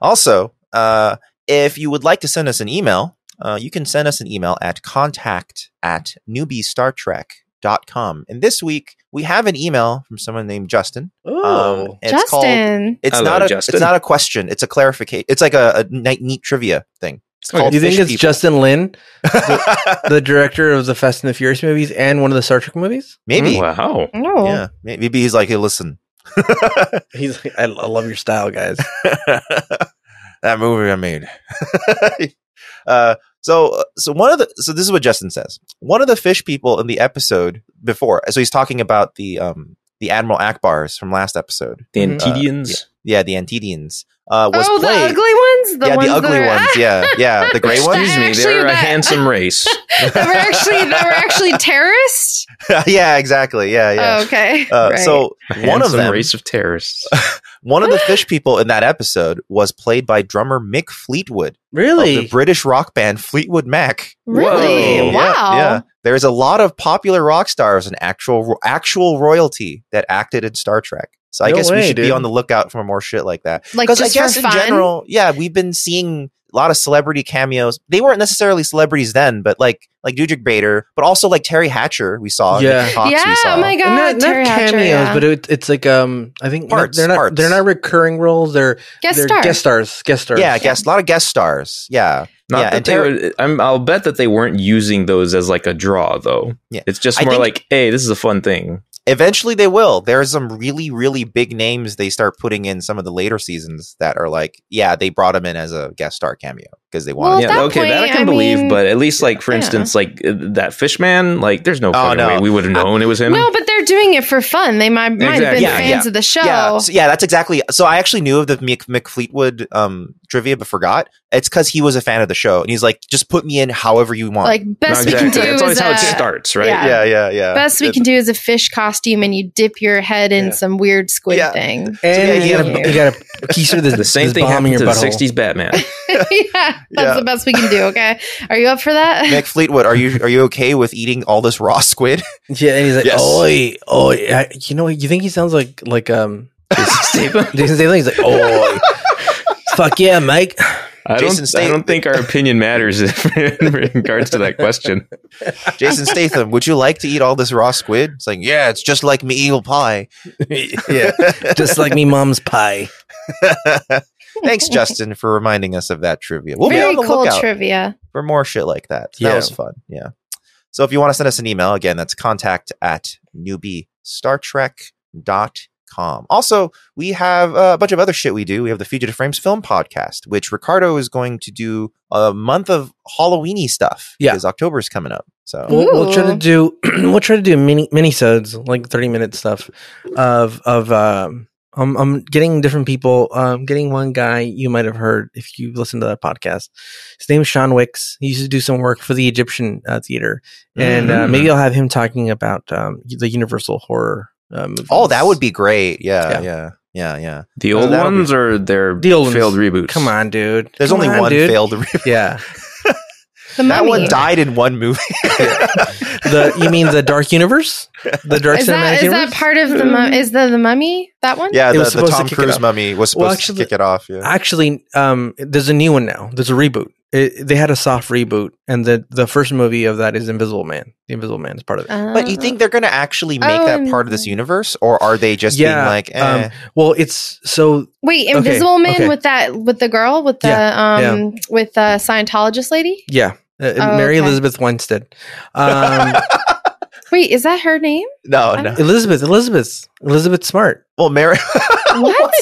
Also, uh, if you would like to send us an email, uh, you can send us an email at contact at newbiestartrek.com. And this week, we have an email from someone named Justin.
Oh.
and it's called.
Justin,
It's
Hello,
not a.
Justin.
It's not a question. It's a clarification. It's like a, a ni- neat trivia thing. It's
Okay.
called
Oh, you think
Fish
it's
People.
Justin Lin, the director of the Fast and the Furious movies and one of the Star Trek movies?
maybe?
Hmm, Mm, Wow.
no,
Yeah, May- maybe he's like, hey, listen,
He's like, I, I love your style, guys.
that movie I made. uh, so, so one of the so this is what Justin says. One of the fish people in the episode before, so he's talking about the um the Admiral Akbars from last episode.
The
Mhm.
Antidians.
yeah, the Antidians. Uh, was
oh,
played.
the ugly ones, the
yeah,
ones
the ugly
that are,
ones. Yeah, yeah, the gray ones.
Excuse me,
Actually,
they're a
that-
handsome race.
that were actually that were actually terrorists.
yeah, exactly. Yeah, yeah.
Oh, okay,
Uh,
Right.
So one of
Handsome
them,
race of terrorists.
one of the fish people in that episode was played by drummer Mick Fleetwood
Really?
of the British rock band Fleetwood Mac.
really,
Whoa.
Yeah,
wow,
yeah. There's a lot of popular rock stars and actual actual royalty that acted in Star Trek. So I
No
guess
way,
we should be
dude.
on the lookout for more shit like that.
like
Because
just
I guess
for
in
fun.
general, yeah, we've been seeing a lot of celebrity cameos. They weren't necessarily celebrities then, but like like Dudrick Bader, but also like Terry Hatcher we saw. and
Yeah.
Nick Cox
yeah,
we saw.
oh my god,
not, not
Terry Hatcher,
cameos,
yeah.
but it, it's like um, I think
Parts,
they're not
parts.
they're not recurring roles. They're
guest
they're
star.
guest stars, guest stars.
yeah, guest a lot of guest stars. Yeah.
Not
Yeah,
that
and
they
Terry-
were, I'm, I'll bet that they weren't using those as like a draw, though.
Yeah.
It's just
I
more
think-
like, hey, this is a fun thing.
Eventually they will. There are some really, really big names they start putting in some of the later seasons that are like, yeah, they brought him in as a guest star cameo because they wanted
Well,
to
yeah,
that
okay, that I
point,
can
I
believe,
mean-
but at least, like, for
Yeah.
instance, like uh, that fish man, like, there's no
Oh,
fucking
no.
way we would have known it was him.
Uh, no, but they're doing it for fun. They might, might have been
Exactly.
Yeah,
fans of the show.
Yeah, so- yeah, that's exactly. So I actually knew of the Mick, Mick Fleetwood um, trivia, but forgot. It's because he was a fan of the show, and he's like, "Just put me in however you want."
Like
No,
best we
exactly.
can
That's
do
always
is
how it
a,
starts, right?
yeah.
yeah, yeah.
best we
It-
can do is a fish costume, and you dip your head in
Yeah.
some weird squid
Yeah.
thing.
and
So, yeah,
you
yeah.
gotta you gotta keister this,
The same
this
thing
bomb
happened
in your
to the
butthole.
60s Batman.
yeah, that's
Yeah.
the best we can do. Okay, are you up for that?
Mick Fleetwood, are you are you okay with eating all this raw squid?
Yeah, and he's like,
Yes.
oi, oi. I, you know, what? you think he sounds like like um Jason Statham. He's like, oi, fuck yeah, Mike.
I
Jason
don't, I
Statham-
don't think our opinion matters if, in regards to that question.
Jason Statham, would you like to eat all this raw squid? It's like, yeah, it's just like me eagle pie.
yeah, just like me, mom's pie.
Thanks, Justin, for reminding us of that trivia. We'll
Very
be on the
cool
lookout
trivia.
for more shit like that. That
Yeah.
was fun. Yeah. So if you want to send us an email, again, that's contact at newbiestartrek.com. Also, we have uh, a bunch of other shit we do. We have the Fugitive Frames Film Podcast, which Ricardo is going to do a month of Halloweeny stuff.
Yeah.
Because October's coming up. So
We'll, we'll try
Ooh.
to do we'll try to do mini minisodes like thirty minute stuff of of um I'm I'm getting different people um getting one guy you might have heard if you listen to that podcast. His name's Sean Wicks. He used to do some work for the Egyptian uh, theater, and uh,
Mhm.
Mm.
maybe I'll have him talking about um the Universal horror. Uh, movies.
Oh, that would be great. Yeah, yeah,
Yeah.
yeah, yeah.
The
Oh,
old
that would be-
ones or their
The old ones.
failed reboots?
Come on, dude.
There's
Come
only
on,
one
dude.
failed.
Yeah,
The
that
mummy.
one died in one movie.
the you mean the Dark Universe? The Dark
Is that,
Cinematic
is
Universe?
that part of the mum? Is the the mummy that one?
yeah,
It
the,
was
the
supposed to
Tom
kick it
Cruise
off.
mummy was supposed
Well,
to
actually-
kick it off. Yeah.
Actually, um, there's a new one now. There's a reboot. It, they had a soft reboot, and the the first movie of that is Invisible Man. The Invisible Man is part of it.
Uh,
But you think they're going to actually make
Oh,
that
I'm-
part of this universe, or are they just being
Yeah,
like, eh,
um, Well, it's so
wait,
okay,
Invisible Man
okay.
with that with the girl with the um with the Scientologist lady.
yeah. Uh,
Oh,
Mary
okay.
Elizabeth Winstead. Um,
Wait, is that her name?
no,
I'm-
no?
Elizabeth, Elizabeth, Elizabeth Smart.
Well, Mary
What?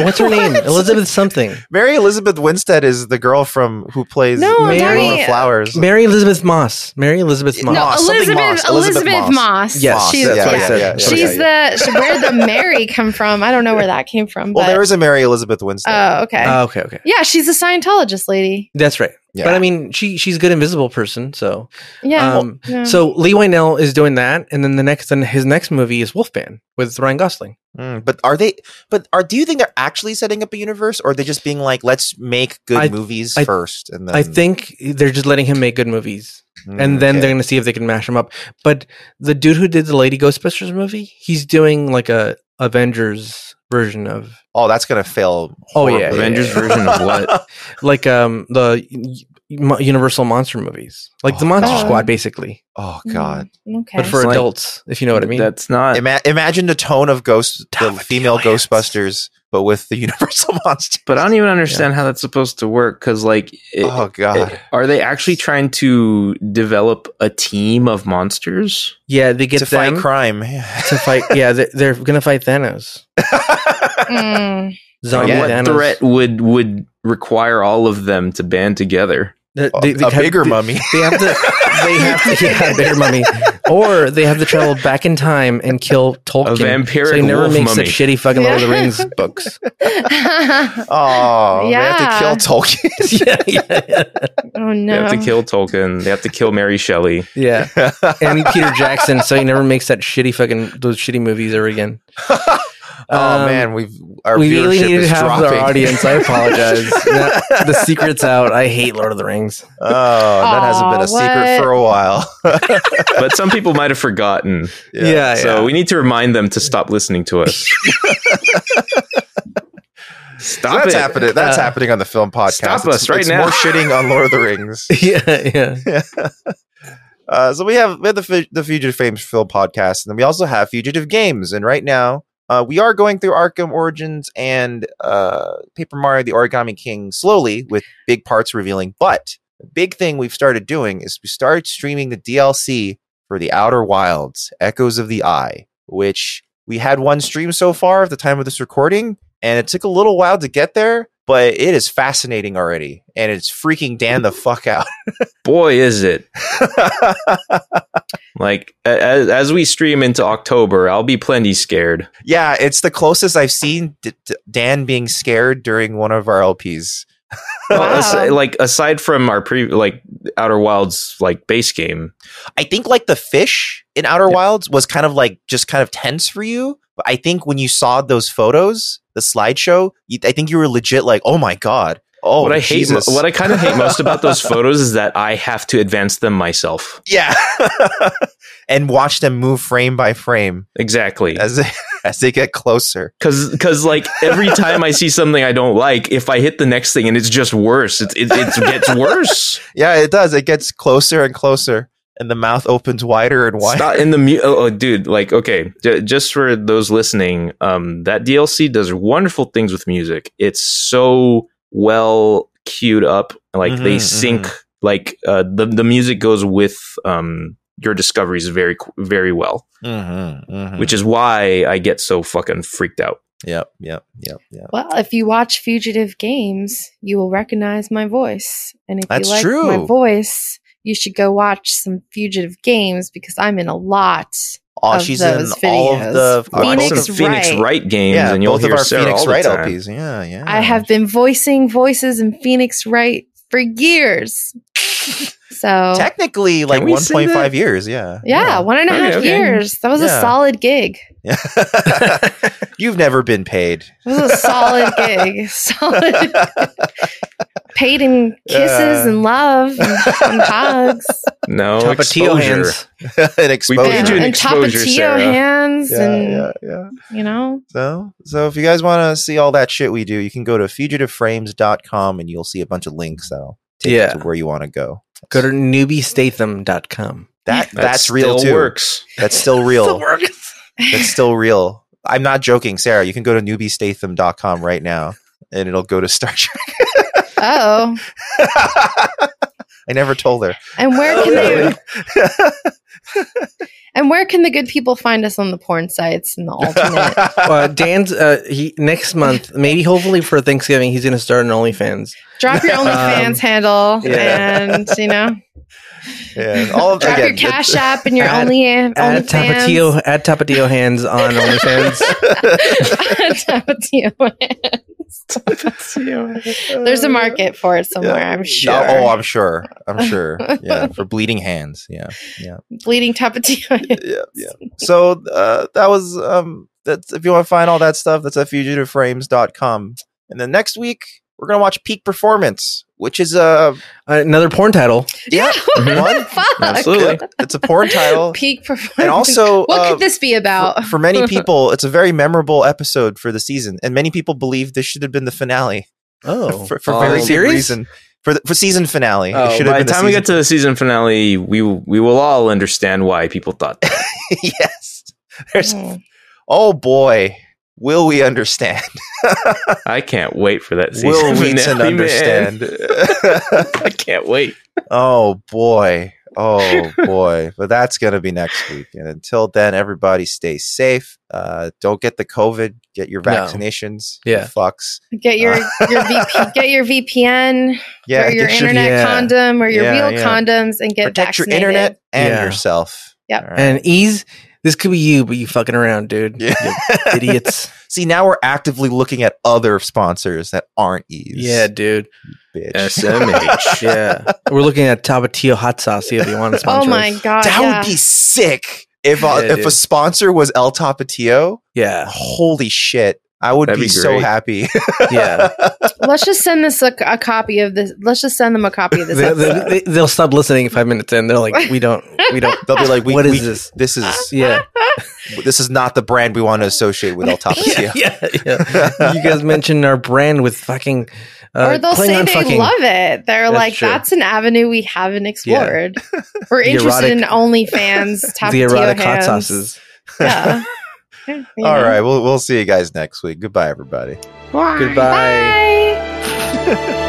What's her name?
What?
Elizabeth something.
Mary Elizabeth Winstead is the girl from who plays
No,
Mary
Mary-
Flowers.
Mary Elizabeth Moss. Mary Elizabeth
No,
Moss.
No,
something
Elizabeth
Moss, Elizabeth
Elizabeth,
Moss.
Moss.
Yes,
she's
that's
yeah.
what I said. That's what I
She's the she, where the Mary come from. I don't know where that came from. But,
well, there is a Mary Elizabeth Winstead.
oh, okay.
Ah, okay, okay.
yeah, she's a Scientologist lady.
That's right.
Yeah.
But I mean, she she's a good invisible person. So,
Yeah.
um,
yeah.
so Lee Wynell is doing that, and then the next, then his next movie is Wolfman with Ryan Gosling.
Mm, but are they? But are? Do you think they're actually setting up a universe, or are they just being like, let's make good
I-
movies
I-
first, and then
I think they're just letting him make good movies,
Mm,
and then
okay.
they're going to see if they can mash him up. But the dude who did the Lady Ghostbusters movie, he's doing like a Avengers version of
oh, that's gonna fail.
Oh, yeah,
horribly.
Avengers version of what?
like um the U- Universal monster movies, like the
Oh,
Monster
God.
Squad, basically,
oh God.
Mm, okay.
but for
It's like-
adults, if you know what I mean.
That's not.
Ima- imagine the tone of Ghost,
Tom
the
with Mm. the
female
aliens.
Ghostbusters, but with the Universal monster.
uh,
But I don't even understand how that's supposed to work because, like, it-
oh God.
it- are they actually trying to develop a team of monsters?
yeah, they get
to
them
fight crime.
to fight. Yeah, they- they're going to fight Thanos,
Mm.
zombie
Yeah.
what
Thanos.
threat would would require all of them to band together?
They-
A-
they- they
a
have-
bigger
they-
mummy.
They have to. They have to yeah, bigger mummy, or they have to travel back in time and kill Tolkien.
A vampiric
so he never
wolf
makes
mummy.
such shitty fucking Lord of the
Yeah.
Rings books.
Oh, they have to kill
Yeah.
Tolkien.
yeah, yeah,
oh
They
no.
have to kill Tolkien. They have to kill Mary Shelley.
yeah. And Peter Jackson, so he never makes that shitty fucking those shitty movies ever again.
oh
Um,
man, we've our
we
viewership
really need to
is
have
dropping.
our audience. I apologize. Now, the secret's out. I hate Lord of the Rings.
Oh, that hasn't been a
Aw,
secret
what?
for a while.
But some people might have forgotten.
Yeah,
so we need to remind them to stop listening to us. Stop
so that's
it.
happening. That's
Uh,
happening on the film podcast.
stop
It's-
us right
it's
now.
More shitting on Lord of the Rings.
yeah, yeah.
Uh, so we have, we have the Fu- the Fugitive Fame Film podcast, and then we also have Fugitive Games. And right now, uh, we are going through Arkham Origins and uh, Paper Mario: The Origami King slowly, with big parts revealing. But the big thing we've started doing is we started streaming the DLC for The Outer Wilds: Echoes of the Eye, which we had one stream so far at the time of this recording, and it took a little while to get there. But it is fascinating already, and it's freaking Dan the fuck out.
Boy, is it. Like, a- as, as we stream into October, I'll be plenty scared.
Yeah, it's the closest I've seen D- D- Dan being scared during one of our LPs.
Well, as-
Wow.
like, aside from our pre, like, Outer Wilds, like, base game,
I think like the fish in Outer
Yeah.
Wilds was kind of like just kind of tense for you. But I think when you saw those photos, the slideshow, you, I think you were legit like, oh my god, oh
what I
Jesus.
hate, what I kind of hate most about those photos is that I have to advance them myself.
yeah, and watch them move frame by frame
Exactly,
as they, as they get closer.
because because Uh, like every time I see something I don't like, if I hit the next thing and it's just worse, it it, it gets worse.
Yeah, it does. It gets closer and closer, and the mouth opens wider and wider.
Stop in the mu- oh, oh, dude, like okay, j- just for those listening, um, that DLC does wonderful things with music. It's so well queued up, like they
Mhm,
sync, like uh, the the music goes with um your discoveries very qu- very well,
Mm-hmm, mm-hmm.
which is why I get so fucking freaked out.
Yep, yep, yep, yep.
Well, if you watch Fugitive Games, you will recognize my voice. And if
That's
you like my
true.
voice, you should go watch some Fugitive Games because I'm in a lot.
all
of
she's
those
in all of the
videos.
Watch
Phoenix
some Phoenix
Wright.
Wright games,
yeah,
and you'll
both of
hear
our
Sarah
Phoenix
all the
Wright
time.
LPs. Yeah, yeah.
I have been voicing voices in Phoenix Wright for years. So,
technically like
we say
1.5
that?
years. Yeah,
yeah, one and a
Okay,
half
okay.
years. That was
Yeah.
a solid gig.
yeah. You've never been paid.
It was a solid gig. Solid. Paid in kisses
Uh.
and love and, and hugs.
Oh,
No
Tapatio
exposure.
hands.
An
We paid you
exposure.
an
and
exposure,
tapatio
Sarah.
hands and,
yeah, yeah.
you know.
So, so if you guys want to see all that shit we do, you can go to fugitiveframes.com and you'll see a bunch of links that'll take
Yeah.
you to where you want to go.
Go to newbiestatham.com.
That
That
that's real
still
too.
Works.
That's still real.
works.
That's still real. I'm not joking, Sarah. You can go to newbiestatham.com right now and it'll go to Star Trek.
Oh,
I never told her.
and where can
Really?
they? And where can the good people find us on the porn sites and the alternate?
Uh, Dan's uh, he, next month, maybe hopefully for Thanksgiving, he's going to start an OnlyFans.
Drop your OnlyFans
Um,
handle,
yeah.
and you know,
yeah, all of,
drop your
again,
Cash App and your
Add-
Only
At
OnlyFans.
Tapatio, at Tapatio Hands on OnlyFans. Uh,
Tapatio. There's a market for it somewhere,
Yeah.
I'm
Oh,
sure.
oh, I'm sure. I'm sure. Yeah, for bleeding hands. Yeah, yeah,
Bleeding Tapatio.
yeah, yeah. So uh, that was um. That's if you want to find all that stuff. That's at fugitiveframes.com. And then next week we're gonna watch Peak Performance, which is a
Another porn title.
yeah,
Mhm.
one.
Fuck.
Absolutely.
It's a porn title.
Peak performance.
And also,
what
uh,
could this be about?
For, for many people, it's a very memorable episode for the season, and many people believe this should have been the finale
Oh,
for, for very good
serious?
reason. For the for season finale,
Oh,
it should have
By
been
the time we get to the season finale, we we will all understand why people thought that.
season- yes, there's
Mm.
oh boy, will we understand?
I can't wait for that season.
Will we
finale, man.
understand?
I can't wait.
oh boy. Oh boy. But that's going to be next week. And until then, everybody stay safe. Uh, don't get the COVID. Get your
No.
vaccinations. you
Yeah.
fucks.
Get your
Uh,
your VP, get your VPN
Yeah.
or your
get
internet
yeah.
condom or your
Yeah,
real
yeah.
condoms and get
protect your
vaccinated.
internet and
Yeah.
yourself.
Yep.
All right.
And ease. This could be you, but you fucking around, dude.
Yeah.
You idiots.
See, now we're actively looking at other sponsors that aren't Ease.
Yeah, dude.
Bitch.
SMH.
Yeah. We're looking at Tapatio hot sauce. See if you want to
Oh
sponsor.
my
us.
god.
that
yeah.
would be sick if, uh,
Yeah,
if a
dude.
sponsor was El Tapatio.
Yeah.
Holy shit. I would
That'd
be,
be
so
great.
happy.
Yeah.
Let's just send this a, a copy of this. Let's just send them a copy of this.
they,
episode.
they, they, will stop listening five minutes in. They're like, we don't, we don't.
They'll be like, we,
What is
we-
this?
This is
Yeah.
this is not the brand we want to associate with El Tapatío.
Yeah. yeah. you guys mentioned our brand with fucking. Uh,
or they'll say
Klingon
they
fucking.
love it. They're
That's
like,
true.
that's an avenue we haven't explored. We're
The
interested
erotic-
in OnlyFans, top
the erotic hot
hands.
sauces.
Yeah. Yeah, you
All
know.
right, we'll we'll see you guys next week. Goodbye, everybody.
Bye.
Goodbye.
Bye.